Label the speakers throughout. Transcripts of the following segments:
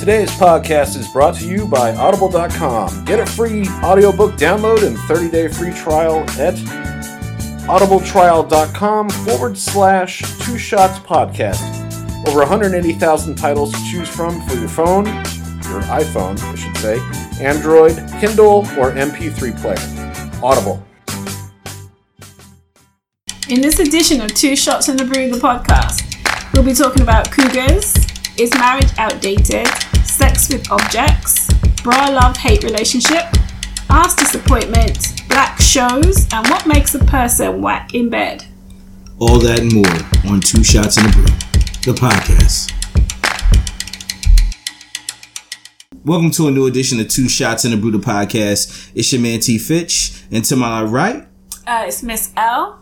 Speaker 1: Today's podcast is brought to you by Audible.com. Get a free audiobook download and 30 day free trial at audibletrial.com forward slash two shots podcast. Over 180,000 titles to choose from for your phone, your iPhone, I should say, Android, Kindle, or MP3 player. Audible.
Speaker 2: In this edition of Two Shots in the Brew, the podcast, we'll be talking about cougars, is marriage outdated, sex with objects, bra love hate relationship, ass disappointment, black shows, and what makes a person whack in bed.
Speaker 3: All that and more on Two Shots in the Brew, the podcast. Welcome to a new edition of Two Shots in the Brew, the podcast. It's your man T Fitch, and to my right
Speaker 2: Uh, it's Miss L.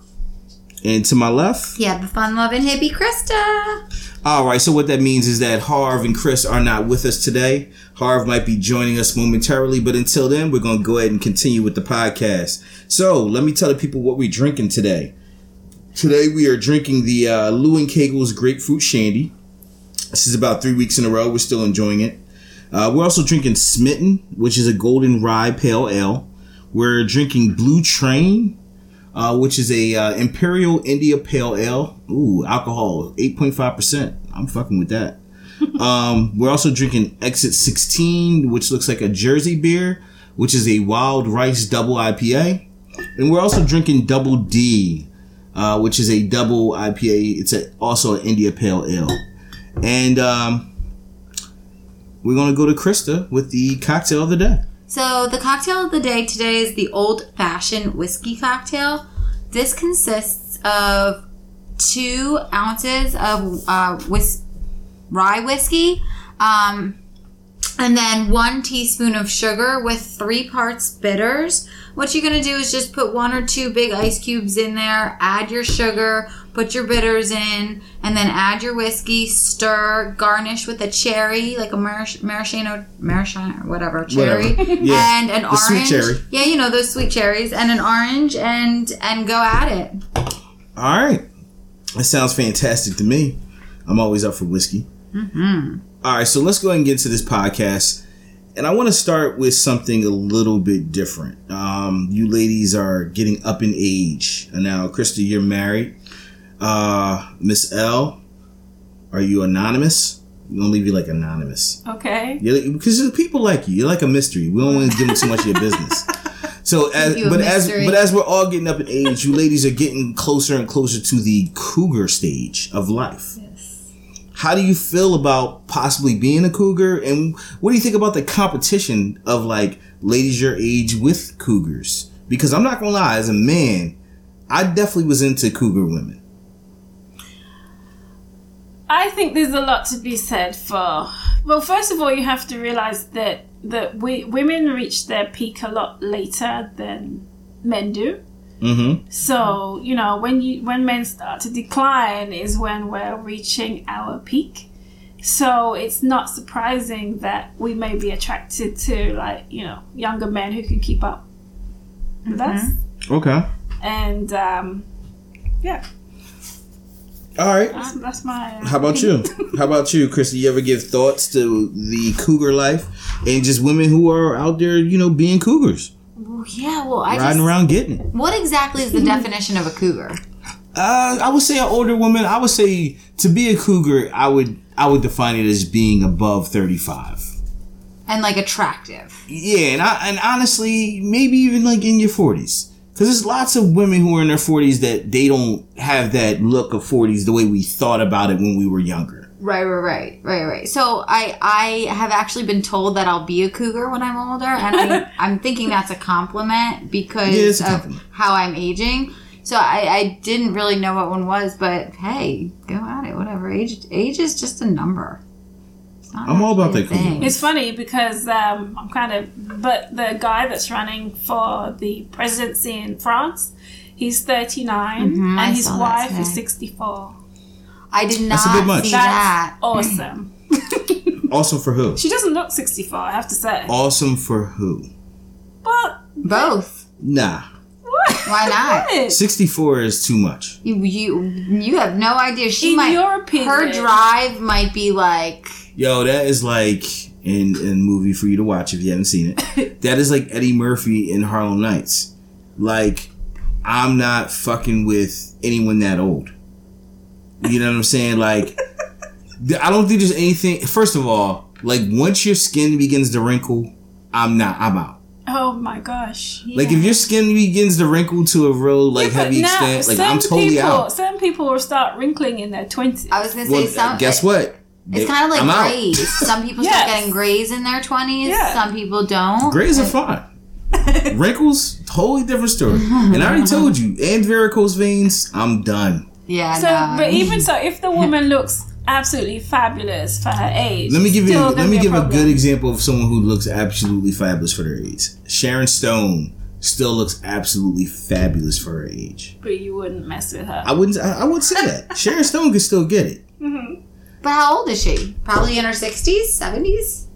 Speaker 3: and to my left.
Speaker 4: Yeah, the fun loving hippie Krista.
Speaker 3: All right, so what that means is that Harv and Chris are not with us today. Harv might be joining us momentarily, but until then, we're going to go ahead and continue with the podcast. So let me tell the people what we're drinking today. Today we are drinking the uh, Lou and Kegel's Grapefruit Shandy. This is about three weeks in a row. We're still enjoying it. Uh, we're also drinking Smitten, which is a golden rye pale ale. We're drinking Blue Train, uh, which is a uh, Imperial India Pale Ale. Ooh, alcohol, 8.5%. I'm fucking with that. um, we're also drinking Exit 16, which looks like a Jersey beer, which is a wild rice double IPA. And we're also drinking Double D, uh, which is a double IPA. It's a, also an India Pale Ale. And um, we're going to go to Krista with the cocktail of the day.
Speaker 4: So, the cocktail of the day today is the old fashioned whiskey cocktail. This consists of two ounces of uh, whis- rye whiskey um, and then one teaspoon of sugar with three parts bitters. What you're going to do is just put one or two big ice cubes in there, add your sugar, put your bitters in, and then add your whiskey, stir, garnish with a cherry, like a marash- maraschino, maraschino, whatever, cherry,
Speaker 3: Whatever. Yeah.
Speaker 4: and an
Speaker 3: The sweet
Speaker 4: orange.
Speaker 3: cherry.
Speaker 4: Yeah, you know those sweet cherries, and an orange, and and go at it.
Speaker 3: All right. That sounds fantastic to me. I'm always up for whiskey. All right, so let's go ahead and get into this podcast. And I want to start with something a little bit different. Um, you ladies are getting up in age. And now, Krista, you're married. Uh, Miss L, are you anonymous? I'm going to leave you like anonymous.
Speaker 2: Okay.
Speaker 3: You're, because there's people like you. You're like a mystery. We don't want to give them too much of your business. So, as,
Speaker 4: You a
Speaker 3: but as
Speaker 4: mystery.
Speaker 3: but as we're all getting up in age, you ladies are getting closer and closer to the cougar stage of life. How do you feel about possibly being a cougar, and what do you think about the competition of like ladies your age with cougars? Because I'm not gonna lie, as a man, I definitely was into cougar women.
Speaker 2: I think there's a lot to be said for. Well, first of all, you have to realize that that we, women reach their peak a lot later than men do.
Speaker 3: Mm-hmm.
Speaker 2: So you know when you when men start to decline is when we're reaching our peak. So it's not surprising that we may be attracted to like you know younger men who can keep up with us.
Speaker 4: Mm-hmm.
Speaker 3: Okay.
Speaker 2: And um,
Speaker 3: All right.
Speaker 2: that's, that's my.
Speaker 3: How about you? How about you, Chris? Do you ever give thoughts to the cougar life and just women who are out there, you know, being cougars,
Speaker 4: Well, yeah, well, I
Speaker 3: riding
Speaker 4: just.
Speaker 3: around getting it?
Speaker 4: What exactly is the definition of a cougar?
Speaker 3: Uh, I would say an older woman. I would say to be a cougar, I would I would define it as being above thirty five.
Speaker 4: And like attractive.
Speaker 3: Yeah, and I, and honestly, maybe even like in your forties, because there's lots of women who are in their forties that they don't have that look of forties the way we thought about it when we were younger.
Speaker 4: Right, right, right, right, right. So I, I have actually been told that I'll be a cougar when I'm older, and I, I'm thinking that's a compliment because
Speaker 3: Yeah, it's a
Speaker 4: of
Speaker 3: compliment.
Speaker 4: how I'm aging. So I, I didn't really know what one was, but hey, go at it, whatever. Age, age is just a number. It's not
Speaker 3: I'm all about
Speaker 4: actually a
Speaker 3: that cougar.
Speaker 4: thing.
Speaker 2: It's funny because um, I'm kind of, but the guy that's running for the presidency in France, he's 39
Speaker 4: Mm-hmm. I
Speaker 2: and his
Speaker 4: saw that
Speaker 2: wife is
Speaker 4: today.
Speaker 2: 64.
Speaker 4: I did not
Speaker 3: That's a good much.
Speaker 4: see
Speaker 2: That's
Speaker 4: that.
Speaker 2: awesome.
Speaker 3: Awesome for who?
Speaker 2: She doesn't look 64, I have to say.
Speaker 3: Awesome for who?
Speaker 2: But
Speaker 4: Both.
Speaker 3: Nah.
Speaker 2: what?
Speaker 4: Why not?
Speaker 2: What?
Speaker 3: 64 is too much.
Speaker 4: You, you you have no idea. She
Speaker 2: In
Speaker 4: might
Speaker 2: your opinion.
Speaker 4: her drive might be like
Speaker 3: Yo, that is like in a movie for you to watch if you haven't seen it. that is like Eddie Murphy in Harlem Nights. Like, I'm not fucking with anyone that old. You know what I'm saying? Like, th- I don't think there's anything. First of all, like once your skin begins to wrinkle, I'm not. I'm out.
Speaker 2: Oh my gosh.
Speaker 3: Like if your skin begins to wrinkle to a real like heavy extent, like I'm totally
Speaker 2: people,
Speaker 3: out.
Speaker 2: Some people will start wrinkling in their 20s.
Speaker 4: I was gonna say
Speaker 3: Well,
Speaker 4: something.
Speaker 3: guess what? They-
Speaker 4: It's kind of like
Speaker 3: I'm out.
Speaker 4: grays. Some people
Speaker 2: Yes.
Speaker 4: start getting grays in their twenties.
Speaker 2: Yeah.
Speaker 4: Some people don't.
Speaker 3: Grays are fine. Wrinkles, totally different story. And I already told you, and varicose veins, I'm done.
Speaker 4: Yeah.
Speaker 2: so,
Speaker 4: no.
Speaker 2: but even so, if the woman looks absolutely fabulous for her age,
Speaker 3: Let me give you.
Speaker 2: still gonna
Speaker 3: Let me
Speaker 2: be
Speaker 3: give a
Speaker 2: problem.
Speaker 3: good example of someone who looks absolutely fabulous for their age. Sharon Stone still looks absolutely fabulous for her age.
Speaker 2: But you wouldn't mess with her.
Speaker 3: I wouldn't. I, I would say that Sharon Stone could still get it.
Speaker 2: Mm-hmm.
Speaker 4: but how old is she? Probably in her sixties, seventies.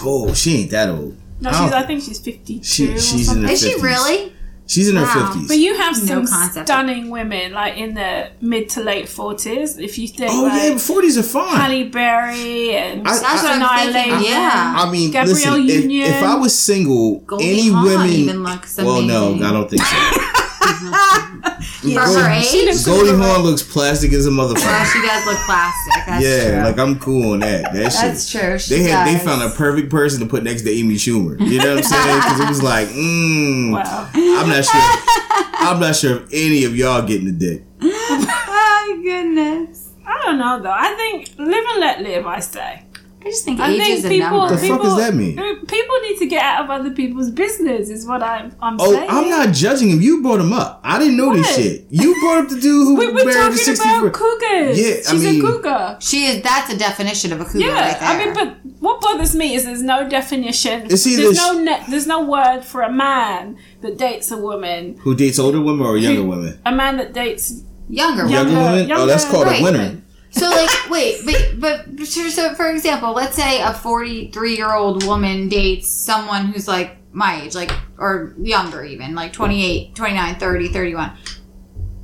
Speaker 3: Oh, she ain't that old.
Speaker 2: No,
Speaker 3: I'll-
Speaker 2: she's, I think she's 52
Speaker 3: Oh. She-
Speaker 2: or
Speaker 3: she's in
Speaker 2: something.
Speaker 3: her
Speaker 4: Is she
Speaker 3: 50s.
Speaker 4: really?
Speaker 3: She's in her
Speaker 4: Wow.
Speaker 3: fifties.
Speaker 2: But you have
Speaker 4: No
Speaker 2: some
Speaker 4: concept.
Speaker 2: stunning women, like in the mid to late forties. If you think,
Speaker 3: Oh
Speaker 2: like
Speaker 3: yeah, forties are fine.
Speaker 2: Halle Berry and
Speaker 3: I-
Speaker 4: That's what I'm
Speaker 2: Sanaa
Speaker 4: thinking.
Speaker 2: Lathan.
Speaker 4: yeah.
Speaker 3: I mean,
Speaker 2: Gabrielle
Speaker 3: listen, if,
Speaker 2: Union.
Speaker 3: if I was single,
Speaker 4: Goldie
Speaker 3: any
Speaker 4: Hawn
Speaker 3: women.
Speaker 4: even looks
Speaker 3: well, no,
Speaker 4: amazing.
Speaker 3: I don't think so.
Speaker 4: For her
Speaker 3: Goldie-
Speaker 4: age.
Speaker 2: looks
Speaker 3: Goldie
Speaker 2: amazing.
Speaker 3: Hawn looks plastic as a
Speaker 4: Well,
Speaker 3: motherfucker.
Speaker 4: she does look plastic. That's
Speaker 3: yeah,
Speaker 4: true.
Speaker 3: like I'm cool on that. That
Speaker 4: That's
Speaker 3: shit.
Speaker 4: true. She
Speaker 3: They had
Speaker 4: does.
Speaker 3: they found a perfect person to put next to Amy Schumer. You know what I'm saying? Because it was like, mm,
Speaker 2: Wow.
Speaker 3: I'm not sure. I'm not sure if any of y'all getting the dick.
Speaker 4: Oh goodness.
Speaker 2: I don't know though. I think live and let live. I say.
Speaker 4: I just think
Speaker 2: I
Speaker 4: age
Speaker 2: think
Speaker 4: is a
Speaker 2: people.
Speaker 4: number.
Speaker 3: The fuck
Speaker 2: people
Speaker 3: does that mean?
Speaker 2: People need to get out of other people's business. Is what I'm. I'm
Speaker 3: Oh,
Speaker 2: saying.
Speaker 3: I'm not judging him. You brought him up. I didn't know this
Speaker 2: What?
Speaker 3: shit. You brought up the dude who
Speaker 2: We were
Speaker 3: married the
Speaker 2: talking
Speaker 3: 64.
Speaker 2: about cougars.
Speaker 3: Yeah,
Speaker 2: she's
Speaker 3: I mean-
Speaker 2: a cougar.
Speaker 4: she is. That's a definition of a cougar.
Speaker 2: Yeah,
Speaker 4: right there.
Speaker 2: I mean, but what bothers me is there's no definition.
Speaker 3: It's either
Speaker 2: there's
Speaker 3: sh-
Speaker 2: no ne- there's no word for a man that dates a woman.
Speaker 3: who dates older women or younger women?
Speaker 2: A man that dates
Speaker 4: younger.
Speaker 2: Yeah.
Speaker 3: Younger
Speaker 2: Younger-
Speaker 3: women? oh, that's
Speaker 2: younger-
Speaker 3: called
Speaker 4: Right.
Speaker 3: a winner.
Speaker 4: So like, wait, but but so, so for example, let's say a forty-three year old woman dates someone who's like my age, like or younger even, like 28, 29, 30, 31.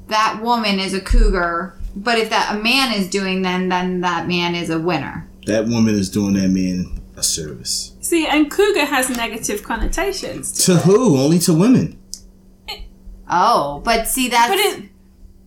Speaker 4: That woman is a cougar, but if that a man is doing then then that man is a winner.
Speaker 3: That woman is doing that man a service.
Speaker 2: see, and cougar has negative connotations.
Speaker 3: To who? Only to women.
Speaker 4: Oh, but see that's
Speaker 2: But it,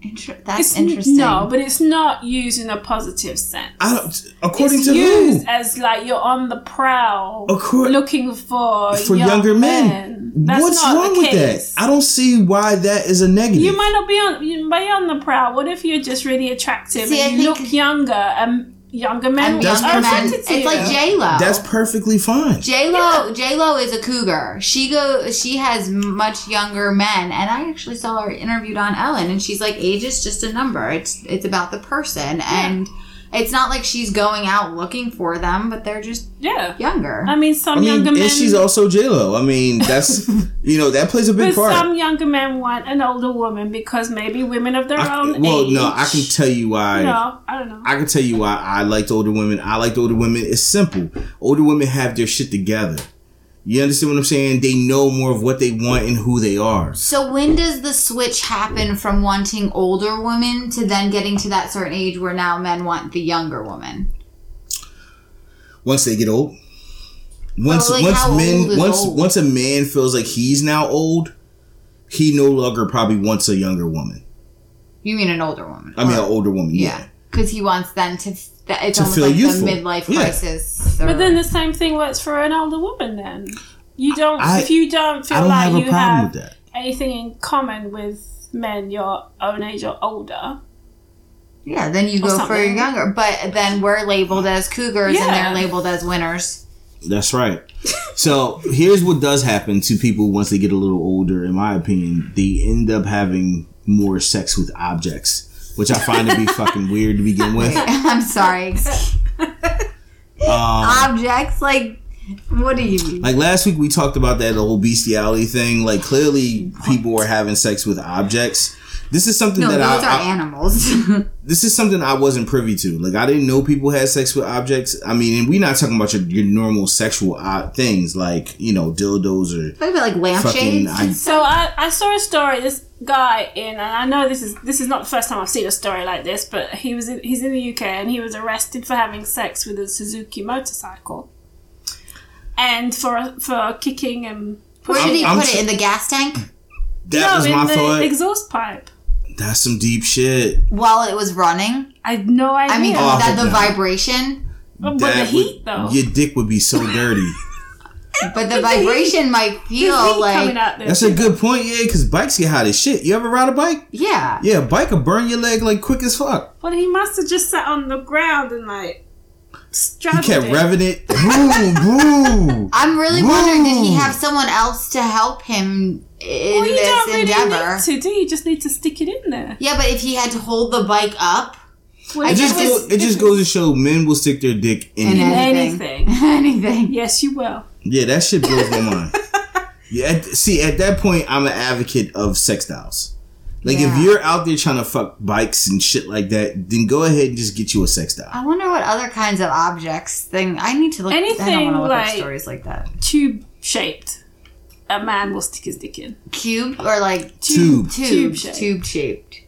Speaker 4: inter- that's
Speaker 2: it's
Speaker 4: interesting.
Speaker 2: No, but it's not used in a positive sense.
Speaker 3: I don't,
Speaker 2: It's
Speaker 3: according to
Speaker 2: used
Speaker 3: who?
Speaker 2: as like you're on the prowl,
Speaker 3: Accor-
Speaker 2: looking for
Speaker 3: For
Speaker 2: young
Speaker 3: younger men.
Speaker 2: men. That's
Speaker 3: What's
Speaker 2: not
Speaker 3: wrong
Speaker 2: the
Speaker 3: with
Speaker 2: case.
Speaker 3: that? I don't see why that is a negative.
Speaker 2: You might not be on you might be on the prowl. What if you're just really attractive
Speaker 4: See,
Speaker 2: and
Speaker 4: I
Speaker 2: you
Speaker 4: think-
Speaker 2: look younger and younger men
Speaker 4: And
Speaker 2: will
Speaker 3: That's
Speaker 2: be
Speaker 4: younger men,
Speaker 2: attracted
Speaker 4: it's
Speaker 2: to you?
Speaker 4: like J Lo.
Speaker 3: That's perfectly fine.
Speaker 4: J Lo J Lo is a cougar. She go she has much younger men, and I actually saw her interviewed on Ellen, and she's like, age is just a number. It's it's about the person, and it's not like she's going out looking for them, but they're just
Speaker 2: yeah.
Speaker 4: younger.
Speaker 2: I mean, some
Speaker 3: I mean,
Speaker 2: younger
Speaker 3: and
Speaker 2: men.
Speaker 3: she's also J Lo. I mean, that's you know that plays a
Speaker 2: but
Speaker 3: big part.
Speaker 2: some younger men want an older woman because maybe women of their
Speaker 3: I,
Speaker 2: own
Speaker 3: well,
Speaker 2: age.
Speaker 3: no, I can tell you why.
Speaker 2: No, I don't know.
Speaker 3: I can tell you why I liked older women. I liked older women. It's simple. Older women have their shit together. You understand what I'm saying? They know more of what they want and who they are.
Speaker 4: so when does the switch happen from wanting older women to then getting to that certain age where now men want the younger woman?
Speaker 3: once they get old. Once
Speaker 4: But, like,
Speaker 3: once
Speaker 4: how old
Speaker 3: men
Speaker 4: is
Speaker 3: once
Speaker 4: old?
Speaker 3: once a man feels like he's now old, he no longer probably wants a younger woman.
Speaker 4: You mean an older woman?
Speaker 3: I mean, an
Speaker 4: Or-
Speaker 3: older woman. Yeah.
Speaker 4: yeah, because he wants them to. f- that- It's
Speaker 3: To
Speaker 4: almost
Speaker 3: feel
Speaker 4: like
Speaker 3: youthful.
Speaker 4: the midlife
Speaker 3: Yeah.
Speaker 4: crisis. or-
Speaker 2: But then the same thing works for an older woman. Then you don't.
Speaker 3: I-
Speaker 2: if you don't feel
Speaker 3: I don't
Speaker 2: like
Speaker 3: have a
Speaker 2: you
Speaker 3: problem
Speaker 2: have
Speaker 3: with that.
Speaker 2: anything in common with men your own age or older,
Speaker 4: Yeah, then you
Speaker 2: Or
Speaker 4: go for your
Speaker 2: something.
Speaker 4: younger. But then we're labeled as cougars and
Speaker 2: Yeah.
Speaker 4: they're labeled as winners.
Speaker 3: That's right. so here's what does happen to people once they get a little older. In my opinion, they end up having more sex with objects, which I find to be fucking weird to begin with.
Speaker 4: I'm sorry.
Speaker 3: Um,
Speaker 4: Objects? Like, what do you mean?
Speaker 3: Like last week, we talked about that whole bestiality thing. Like clearly, people were having sex with objects, This is something
Speaker 4: No,
Speaker 3: that I,
Speaker 4: those are
Speaker 3: I-
Speaker 4: animals.
Speaker 3: this is something I wasn't privy to. Like I didn't know people had sex with objects. I mean, and we're not talking about your, your normal sexual uh, things like you know dildos or
Speaker 4: what about like
Speaker 3: fucking.
Speaker 4: lampshades?
Speaker 3: I,
Speaker 2: So I, I saw a story. This guy in, and I know this is this is not the first time I've seen a story like this, but he was in, he's in the UK and he was arrested for having sex with a Suzuki motorcycle, and for for kicking and
Speaker 4: Where
Speaker 3: I'm-
Speaker 4: did he
Speaker 3: I'm
Speaker 4: put
Speaker 3: tr-
Speaker 4: it in the gas tank?
Speaker 3: that was
Speaker 2: in
Speaker 3: my
Speaker 2: the
Speaker 3: thought.
Speaker 2: exhaust pipe.
Speaker 3: That's some deep shit.
Speaker 4: While it was running.
Speaker 2: I had no idea.
Speaker 4: I mean,
Speaker 3: Oh,
Speaker 4: that
Speaker 3: no.
Speaker 4: the vibration,
Speaker 2: But with the
Speaker 3: That would-
Speaker 2: heat though,
Speaker 3: Your dick would be so dirty.
Speaker 4: but the vibration might
Speaker 2: There's
Speaker 4: feel
Speaker 2: heat coming
Speaker 4: like
Speaker 2: out there.
Speaker 3: That's a good point, yeah, because bikes get hot as shit. You ever ride a bike?
Speaker 4: yeah.
Speaker 3: Yeah, a bike will burn your leg like quick as fuck.
Speaker 2: Well, he must have just sat on the ground and like
Speaker 3: You
Speaker 2: straddled
Speaker 3: kept
Speaker 2: it.
Speaker 3: revving it. Boom, boom.
Speaker 4: I'm really wondering did he
Speaker 3: Woo.
Speaker 4: have someone else to help him in
Speaker 2: well, you
Speaker 4: this
Speaker 2: don't really
Speaker 4: endeavor?
Speaker 2: need to do. You You just need to stick it in there.
Speaker 4: Yeah, but if he had to hold the bike up,
Speaker 2: Well,
Speaker 4: I
Speaker 3: It
Speaker 2: if
Speaker 3: just,
Speaker 4: guess
Speaker 2: was-
Speaker 3: go, it just goes to show men will stick their dick in
Speaker 4: And
Speaker 3: you.
Speaker 2: in
Speaker 4: then-
Speaker 2: anything.
Speaker 4: anything.
Speaker 2: Yes, you will.
Speaker 3: Yeah, that shit blows my mind. Yeah, at, see, at that point, I'm an advocate of sex dolls. Like,
Speaker 4: Yeah.
Speaker 3: if you're out there trying to fuck bikes and shit like that, then go ahead and just get you a sex doll.
Speaker 4: I wonder what other kinds of objects thing. I need to look. I don't
Speaker 2: Anything
Speaker 4: want to look
Speaker 2: like-
Speaker 4: up stories like that.
Speaker 2: Tube shaped. A man will stick his dick in.
Speaker 4: Cube or like
Speaker 3: Tube.
Speaker 4: tube,
Speaker 2: shaped.
Speaker 4: tube shaped.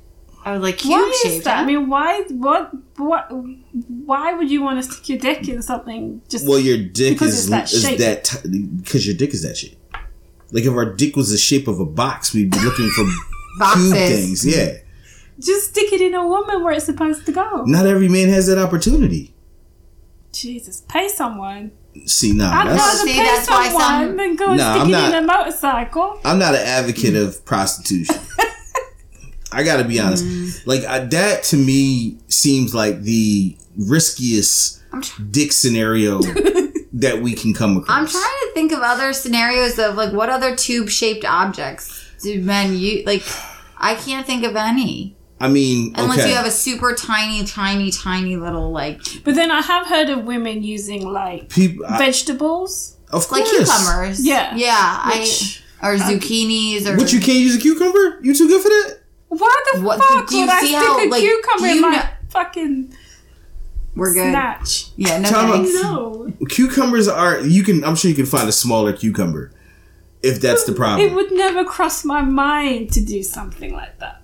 Speaker 4: I was like cube
Speaker 2: Why
Speaker 4: shaped.
Speaker 2: is that? I
Speaker 4: huh?
Speaker 2: mean, why? What? What? Why would you want to stick your dick in something? Just
Speaker 3: Well, your dick
Speaker 2: Because
Speaker 3: is
Speaker 2: it's that
Speaker 3: is
Speaker 2: shape.
Speaker 3: that because your dick is that shape. Like, if our dick was the shape of a box, we'd be looking for
Speaker 4: Boxes.
Speaker 3: cube things. Yeah,
Speaker 2: just stick it in a woman where it's supposed to go.
Speaker 3: not every man has that opportunity.
Speaker 2: Jesus, pay someone.
Speaker 3: See, nah,
Speaker 2: I'd
Speaker 3: that's,
Speaker 2: rather
Speaker 4: See,
Speaker 2: pay
Speaker 4: that's why
Speaker 2: someone
Speaker 4: some-
Speaker 2: than go and
Speaker 3: Nah,
Speaker 2: stick
Speaker 3: I'm
Speaker 2: it
Speaker 3: not-
Speaker 2: in a motorcycle.
Speaker 3: I'm not an advocate of prostitution. I gotta be honest.
Speaker 4: Mm.
Speaker 3: Like I, that to me seems like the riskiest
Speaker 4: I'm tr-
Speaker 3: dick scenario that we can come across.
Speaker 4: I'm trying to think of other scenarios of like what other tube shaped objects do men use? Like, I can't think of any
Speaker 3: I mean,
Speaker 4: unless
Speaker 3: okay.
Speaker 4: you have a super tiny, tiny, tiny little like
Speaker 2: But then I have heard of women using like
Speaker 3: People, I-
Speaker 2: vegetables.
Speaker 3: of
Speaker 4: like
Speaker 3: course.
Speaker 4: cucumbers.
Speaker 2: Yeah.
Speaker 4: yeah.
Speaker 2: Which-
Speaker 4: I or zucchinis or
Speaker 3: What you can't use a cucumber? You too good for that?
Speaker 2: Why the
Speaker 4: What-
Speaker 2: fuck
Speaker 4: do you
Speaker 2: would I
Speaker 4: see
Speaker 2: stick
Speaker 4: how,
Speaker 2: a
Speaker 4: like,
Speaker 2: cucumber
Speaker 4: do
Speaker 2: in
Speaker 4: you
Speaker 2: my
Speaker 4: know-
Speaker 2: fucking
Speaker 4: We're good.
Speaker 2: snatch?
Speaker 4: Yeah, no
Speaker 3: Tell 'em
Speaker 4: thanks.
Speaker 2: No.
Speaker 3: Cucumbers are you can. I'm sure you can find a smaller cucumber if that's the
Speaker 2: It
Speaker 3: problem.
Speaker 2: would never cross my mind to do something like that.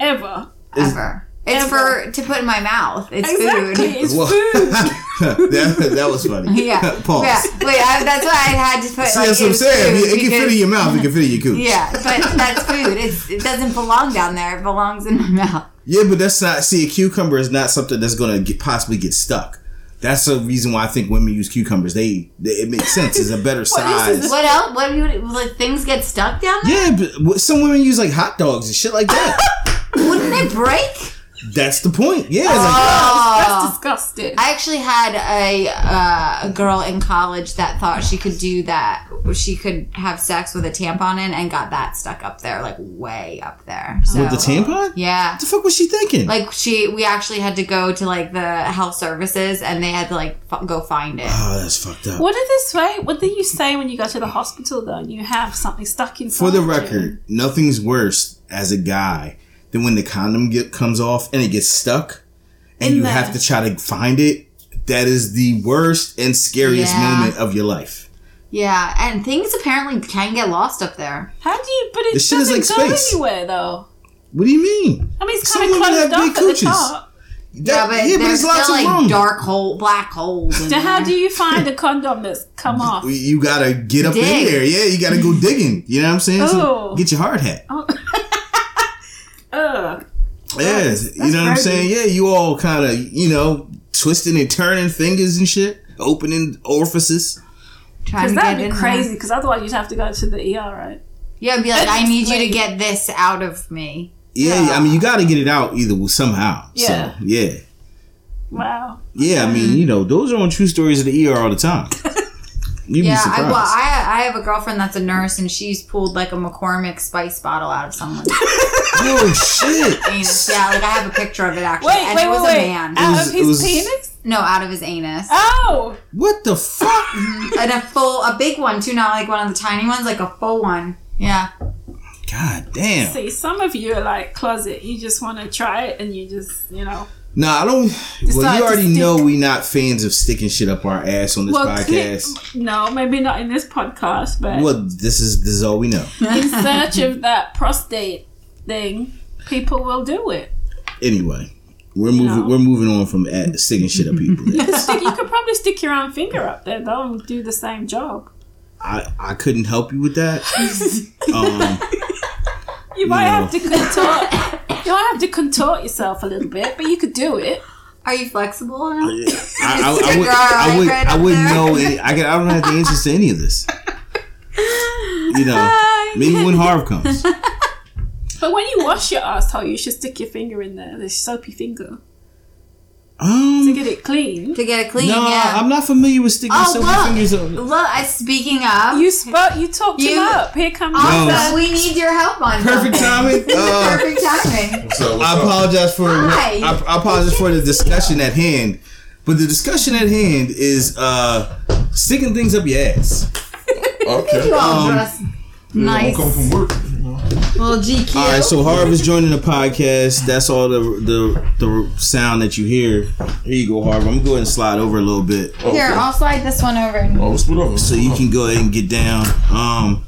Speaker 2: Ever.
Speaker 3: Is-
Speaker 4: ever. It's
Speaker 2: Ever.
Speaker 4: for to put in my mouth. It's
Speaker 2: Exactly.
Speaker 4: food.
Speaker 2: It's
Speaker 3: Well-
Speaker 2: food.
Speaker 3: that, that was funny.
Speaker 4: Yeah.
Speaker 3: Pause.
Speaker 4: Yeah. Wait, I, that's why I had to put.
Speaker 3: See,
Speaker 4: like,
Speaker 3: that's what I'm
Speaker 4: it's
Speaker 3: saying.
Speaker 4: food
Speaker 3: It, it can fit
Speaker 4: because-
Speaker 3: in your mouth. It can fit in your cooch.
Speaker 4: Yeah, but that's food. It's, it doesn't belong down there. It belongs in my mouth.
Speaker 3: Yeah, but that's not. See, a cucumber is not something that's gonna get, possibly get stuck. That's the reason why I think women use cucumbers. They, they it makes sense. It's a better size.
Speaker 4: What else? What do you? Like things get stuck down there?
Speaker 3: yeah, but what- some women use like hot dogs and shit like that.
Speaker 4: Wouldn't they break?
Speaker 3: that's the point. Yeah, it's like,
Speaker 4: Oh.
Speaker 2: That's disgusting.
Speaker 4: I actually had a, uh, a girl in college that thought she could do that. She could have sex with a tampon in and got that stuck up there, like way up there. So,
Speaker 3: with the tampon. What
Speaker 4: Yeah.
Speaker 3: the fuck was she thinking?
Speaker 4: Like she, we actually had to go to like the health services, and they had to like f- go find it.
Speaker 3: oh, that's fucked up.
Speaker 2: what did they say? What do you say when you go to the hospital though and you have something stuck inside?
Speaker 3: For the
Speaker 2: you?
Speaker 3: record, nothing's worse as a guy than when the condom get, comes off and it gets stuck, and
Speaker 2: In
Speaker 3: you
Speaker 2: there.
Speaker 3: have to try to find it. That is the worst and scariest
Speaker 4: Yeah.
Speaker 3: moment of your life.
Speaker 4: Yeah, and things apparently can get lost up there.
Speaker 2: How do you? But it
Speaker 3: This shit
Speaker 2: doesn't
Speaker 3: is like
Speaker 2: go
Speaker 3: space.
Speaker 2: anywhere though.
Speaker 3: What do you mean?
Speaker 2: I mean, it's
Speaker 3: Some
Speaker 2: kind of
Speaker 3: women have
Speaker 2: closed
Speaker 3: big
Speaker 2: off at the
Speaker 3: cooches.
Speaker 2: top.
Speaker 4: Yeah,
Speaker 3: That-
Speaker 4: but there's
Speaker 3: there's lots
Speaker 4: still
Speaker 3: of
Speaker 4: like
Speaker 3: room.
Speaker 4: dark hole, black holes. in
Speaker 2: So how
Speaker 4: there.
Speaker 2: do you find a condom that's come off?
Speaker 3: You gotta get up
Speaker 4: Dig.
Speaker 3: in there. Yeah, you gotta go digging. You know what I'm saying? So
Speaker 2: Oh.
Speaker 3: get your hard hat.
Speaker 2: Ugh.
Speaker 4: Oh,
Speaker 3: yeah, you know what I'm
Speaker 2: crazy.
Speaker 3: saying? Yeah, you all kind of, you know, twisting and turning fingers and shit, opening orifices.
Speaker 4: Trying
Speaker 2: Because
Speaker 4: to
Speaker 2: that'd
Speaker 4: get
Speaker 2: be
Speaker 4: in
Speaker 2: crazy.
Speaker 4: there.
Speaker 2: Because otherwise you'd have to go to the ER, right?
Speaker 4: Yeah, and be like,
Speaker 2: That's
Speaker 4: I need you to
Speaker 2: like-
Speaker 4: get this out of me.
Speaker 3: Yeah,
Speaker 2: Yeah.
Speaker 3: I mean, you gotta get it out either w- somehow.
Speaker 2: Yeah.
Speaker 3: So, yeah.
Speaker 2: Wow.
Speaker 3: Yeah, I mean, you know, those are on true stories of the ER all the time. You'd
Speaker 4: Yeah,
Speaker 3: be
Speaker 4: I,
Speaker 3: surprised.
Speaker 4: well, I I have a girlfriend that's a nurse, and she's pulled like a McCormick spice bottle out of someone's
Speaker 3: oh, shit.
Speaker 4: anus. Yeah, like I have a picture of it actually,
Speaker 2: Wait,
Speaker 4: and
Speaker 2: wait,
Speaker 4: it was
Speaker 2: wait,
Speaker 4: a
Speaker 2: wait.
Speaker 4: man.
Speaker 2: Out
Speaker 3: was-
Speaker 2: of
Speaker 3: it
Speaker 2: his
Speaker 3: was-
Speaker 2: penis?
Speaker 4: No, out of his anus,
Speaker 2: Oh.
Speaker 3: What the fuck?
Speaker 4: and a full, a big one too, not like one of the tiny ones, like a full one. Yeah,
Speaker 3: God damn.
Speaker 2: See, some of you are like closet. You just want to try it, and you just, you know.
Speaker 3: No, I don't. well,
Speaker 2: Decide
Speaker 3: you
Speaker 2: to
Speaker 3: already
Speaker 2: stick-
Speaker 3: know we not fans of sticking shit up our ass on this
Speaker 2: clear-
Speaker 3: podcast.
Speaker 2: no, maybe not in this podcast, but
Speaker 3: well, this is this is all we know.
Speaker 2: in search of that prostate thing, people will do it.
Speaker 3: Anyway, we're moving.
Speaker 2: know.
Speaker 3: We're moving on from at, sticking shit up people.
Speaker 2: Stick- you could probably stick your own finger up there though and do the same job.
Speaker 3: I I couldn't help you with that. Um,
Speaker 2: You might
Speaker 3: No.
Speaker 2: have to contort. You might have to contort yourself a little bit, but you could do it.
Speaker 4: Are you flexible? Enough?
Speaker 3: I, I, I would, I would, I wouldn't know. Any, I could, I don't have the answers to any of this. You know, maybe when Harv comes.
Speaker 2: But when you wash your asshole, you should stick your finger in there, the soapy finger, to
Speaker 3: Um,
Speaker 2: get it clean.
Speaker 4: To get it clean,
Speaker 3: no,
Speaker 4: yeah.
Speaker 3: I'm not familiar with sticking
Speaker 4: Oh,
Speaker 3: so
Speaker 4: look.
Speaker 3: many fingers up.
Speaker 4: Look, I, speaking of,
Speaker 2: You spoke. You talked him
Speaker 4: You-
Speaker 2: up. Here comes.
Speaker 4: also
Speaker 3: No.
Speaker 4: we need your help on
Speaker 3: Perfect
Speaker 4: something.
Speaker 3: timing. Uh,
Speaker 4: Perfect timing.
Speaker 5: So what's
Speaker 3: I
Speaker 5: up?
Speaker 3: apologize for
Speaker 4: Hi.
Speaker 3: I, I apologize for the discussion at hand, but the discussion at hand is uh sticking things up your ass.
Speaker 5: Okay.
Speaker 4: You all
Speaker 3: Um,
Speaker 4: dress
Speaker 5: I'm
Speaker 4: nice.
Speaker 5: coming from work. you know.
Speaker 4: Well, GQ.
Speaker 3: All right, so Harv is joining the podcast. That's all the the the sound that you hear. Here you go, Harv. I'm gonna go ahead and slide over a little bit
Speaker 5: Okay.
Speaker 4: Here, I'll slide this one over.
Speaker 5: Oh, let's put over.
Speaker 3: so you can go ahead and get down. Um,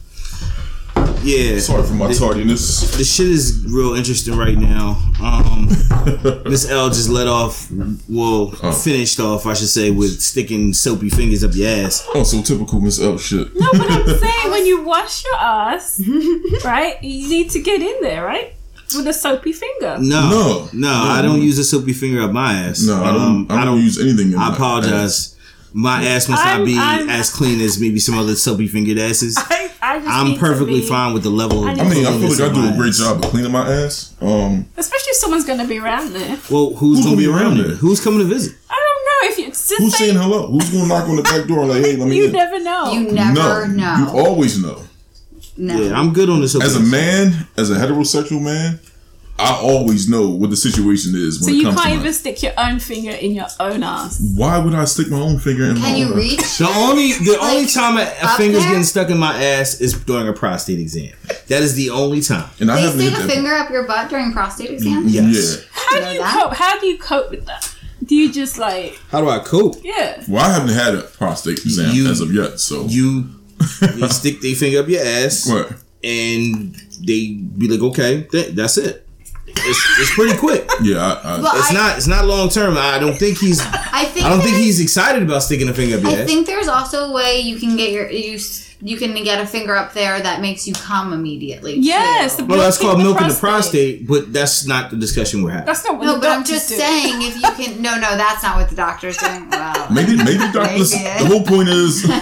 Speaker 3: yeah.
Speaker 5: Sorry for my tardiness.
Speaker 3: The shit is real interesting right now. Um, Miss L just let off, well,
Speaker 5: Oh.
Speaker 3: finished off, I should say, with sticking soapy fingers up your ass.
Speaker 5: oh, so typical Miss L shit.
Speaker 2: No, but I'm saying when you wash your ass, right? You need to get in there, right? With a soapy finger.
Speaker 3: No,
Speaker 5: No.
Speaker 3: no, I don't use a soapy finger up my ass.
Speaker 5: No, I don't.
Speaker 3: Um,
Speaker 5: I, don't use anything. In
Speaker 3: I
Speaker 5: my ass.
Speaker 3: apologize. My ass must
Speaker 2: I'm-
Speaker 3: not be
Speaker 2: I'm-
Speaker 3: as clean as maybe some other soapy fingered asses.
Speaker 2: I, I just need
Speaker 3: I'm
Speaker 2: to
Speaker 3: perfectly
Speaker 2: be-
Speaker 3: fine with the level. Of
Speaker 2: I
Speaker 5: I mean, I feel
Speaker 3: cleanliness
Speaker 5: like I
Speaker 3: of
Speaker 5: do
Speaker 3: my
Speaker 5: a great
Speaker 3: ass.
Speaker 5: job of cleaning my ass. Um,
Speaker 2: Especially if someone's going to be around there.
Speaker 3: Well, who's, gonna be around it?
Speaker 5: there?
Speaker 3: Who's coming to visit?
Speaker 2: I don't know if you. Just
Speaker 5: who's
Speaker 2: say,
Speaker 5: saying hello? Who's gonna knock on the back door like, hey, let me
Speaker 2: You
Speaker 5: in?
Speaker 2: never know.
Speaker 4: You never
Speaker 5: no,
Speaker 4: know.
Speaker 5: you always know.
Speaker 4: no.
Speaker 3: Yeah, I'm good on this.
Speaker 5: As a man, as a heterosexual man, I always know what the situation is when
Speaker 2: so
Speaker 5: it
Speaker 2: you
Speaker 5: comes
Speaker 2: can't
Speaker 5: to my-
Speaker 2: even stick your own finger in your own ass.
Speaker 5: Why would I stick my own finger in?
Speaker 4: Can
Speaker 5: my
Speaker 4: you
Speaker 5: own-
Speaker 4: reach?
Speaker 3: The only the only time a, a
Speaker 4: up
Speaker 3: finger's
Speaker 4: there?
Speaker 3: getting stuck in my ass is during a prostate exam. That is the only time.
Speaker 5: And I
Speaker 4: They
Speaker 5: haven't
Speaker 4: stick
Speaker 5: hit
Speaker 4: a
Speaker 5: that.
Speaker 4: finger up your butt during prostate exam.
Speaker 3: Mm, Yeah. Yes.
Speaker 5: Yeah.
Speaker 2: How do you
Speaker 4: that?
Speaker 2: cope? How do you cope with that? Do you just like
Speaker 3: How do I cope?
Speaker 2: yeah?
Speaker 5: Well, I haven't had a prostate exam
Speaker 3: You-
Speaker 5: as of yet, so
Speaker 3: You, you stick their finger up your ass,
Speaker 5: Right.
Speaker 3: and they be like, "Okay, th- that's it." It's, it's pretty quick.
Speaker 5: Yeah, I, I,
Speaker 4: Well,
Speaker 3: It's
Speaker 4: I,
Speaker 3: not it's not long term. I don't think he's I
Speaker 4: I think.
Speaker 3: don't think
Speaker 4: there's-
Speaker 3: he's excited about sticking a finger up your
Speaker 4: I
Speaker 3: ass.
Speaker 4: think there's also a way you can get your you s- you can get a finger up there that makes you come immediately.
Speaker 2: Yes,
Speaker 4: too.
Speaker 2: the
Speaker 3: Well, that's called
Speaker 2: the
Speaker 3: milking the prostate, but that's not the discussion we're having.
Speaker 2: That's not what
Speaker 4: No,
Speaker 2: the
Speaker 4: but I'm
Speaker 2: doctors
Speaker 4: just
Speaker 2: do.
Speaker 4: saying if you can. No, no, that's not what the doctor's doing. Well,
Speaker 5: maybe maybe doctors.
Speaker 4: Maybe.
Speaker 5: The whole point is, I
Speaker 4: I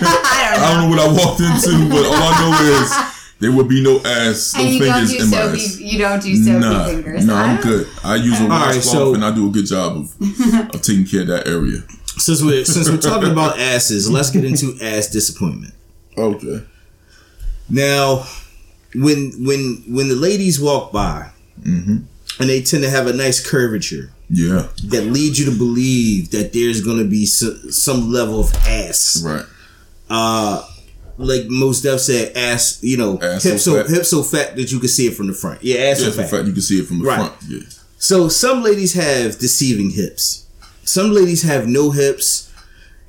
Speaker 4: don't know.
Speaker 5: don't know what I walked into, but all I know is there would be no ass, no
Speaker 4: and you don't
Speaker 5: fingers
Speaker 4: do
Speaker 5: in my
Speaker 4: soapy.
Speaker 5: ass.
Speaker 4: You don't do soapy
Speaker 5: nah,
Speaker 4: fingers.
Speaker 5: nah,
Speaker 4: I
Speaker 5: I'm
Speaker 4: don't-
Speaker 5: good. I use a washcloth
Speaker 3: so-
Speaker 5: and I do a good job of, of taking care of that area.
Speaker 3: Since we're since we're talking about asses, let's get into ass disappointment.
Speaker 5: Okay.
Speaker 3: Now, when when when the ladies walk by, and they tend to have a nice curvature
Speaker 5: Yeah.
Speaker 3: that leads you to believe that there's going to be so, some level of ass. Uh,
Speaker 5: Right.
Speaker 3: Like most Def said, ass. You know,
Speaker 5: Ass
Speaker 3: hips
Speaker 5: so
Speaker 3: so
Speaker 5: fat.
Speaker 3: hips so fat that you can see it from the front. Yeah, ass so
Speaker 5: Yeah, in
Speaker 3: fat.
Speaker 5: fact, you can see it from the
Speaker 3: Right.
Speaker 5: front. Yeah.
Speaker 3: So some ladies have deceiving hips. Some ladies have no hips.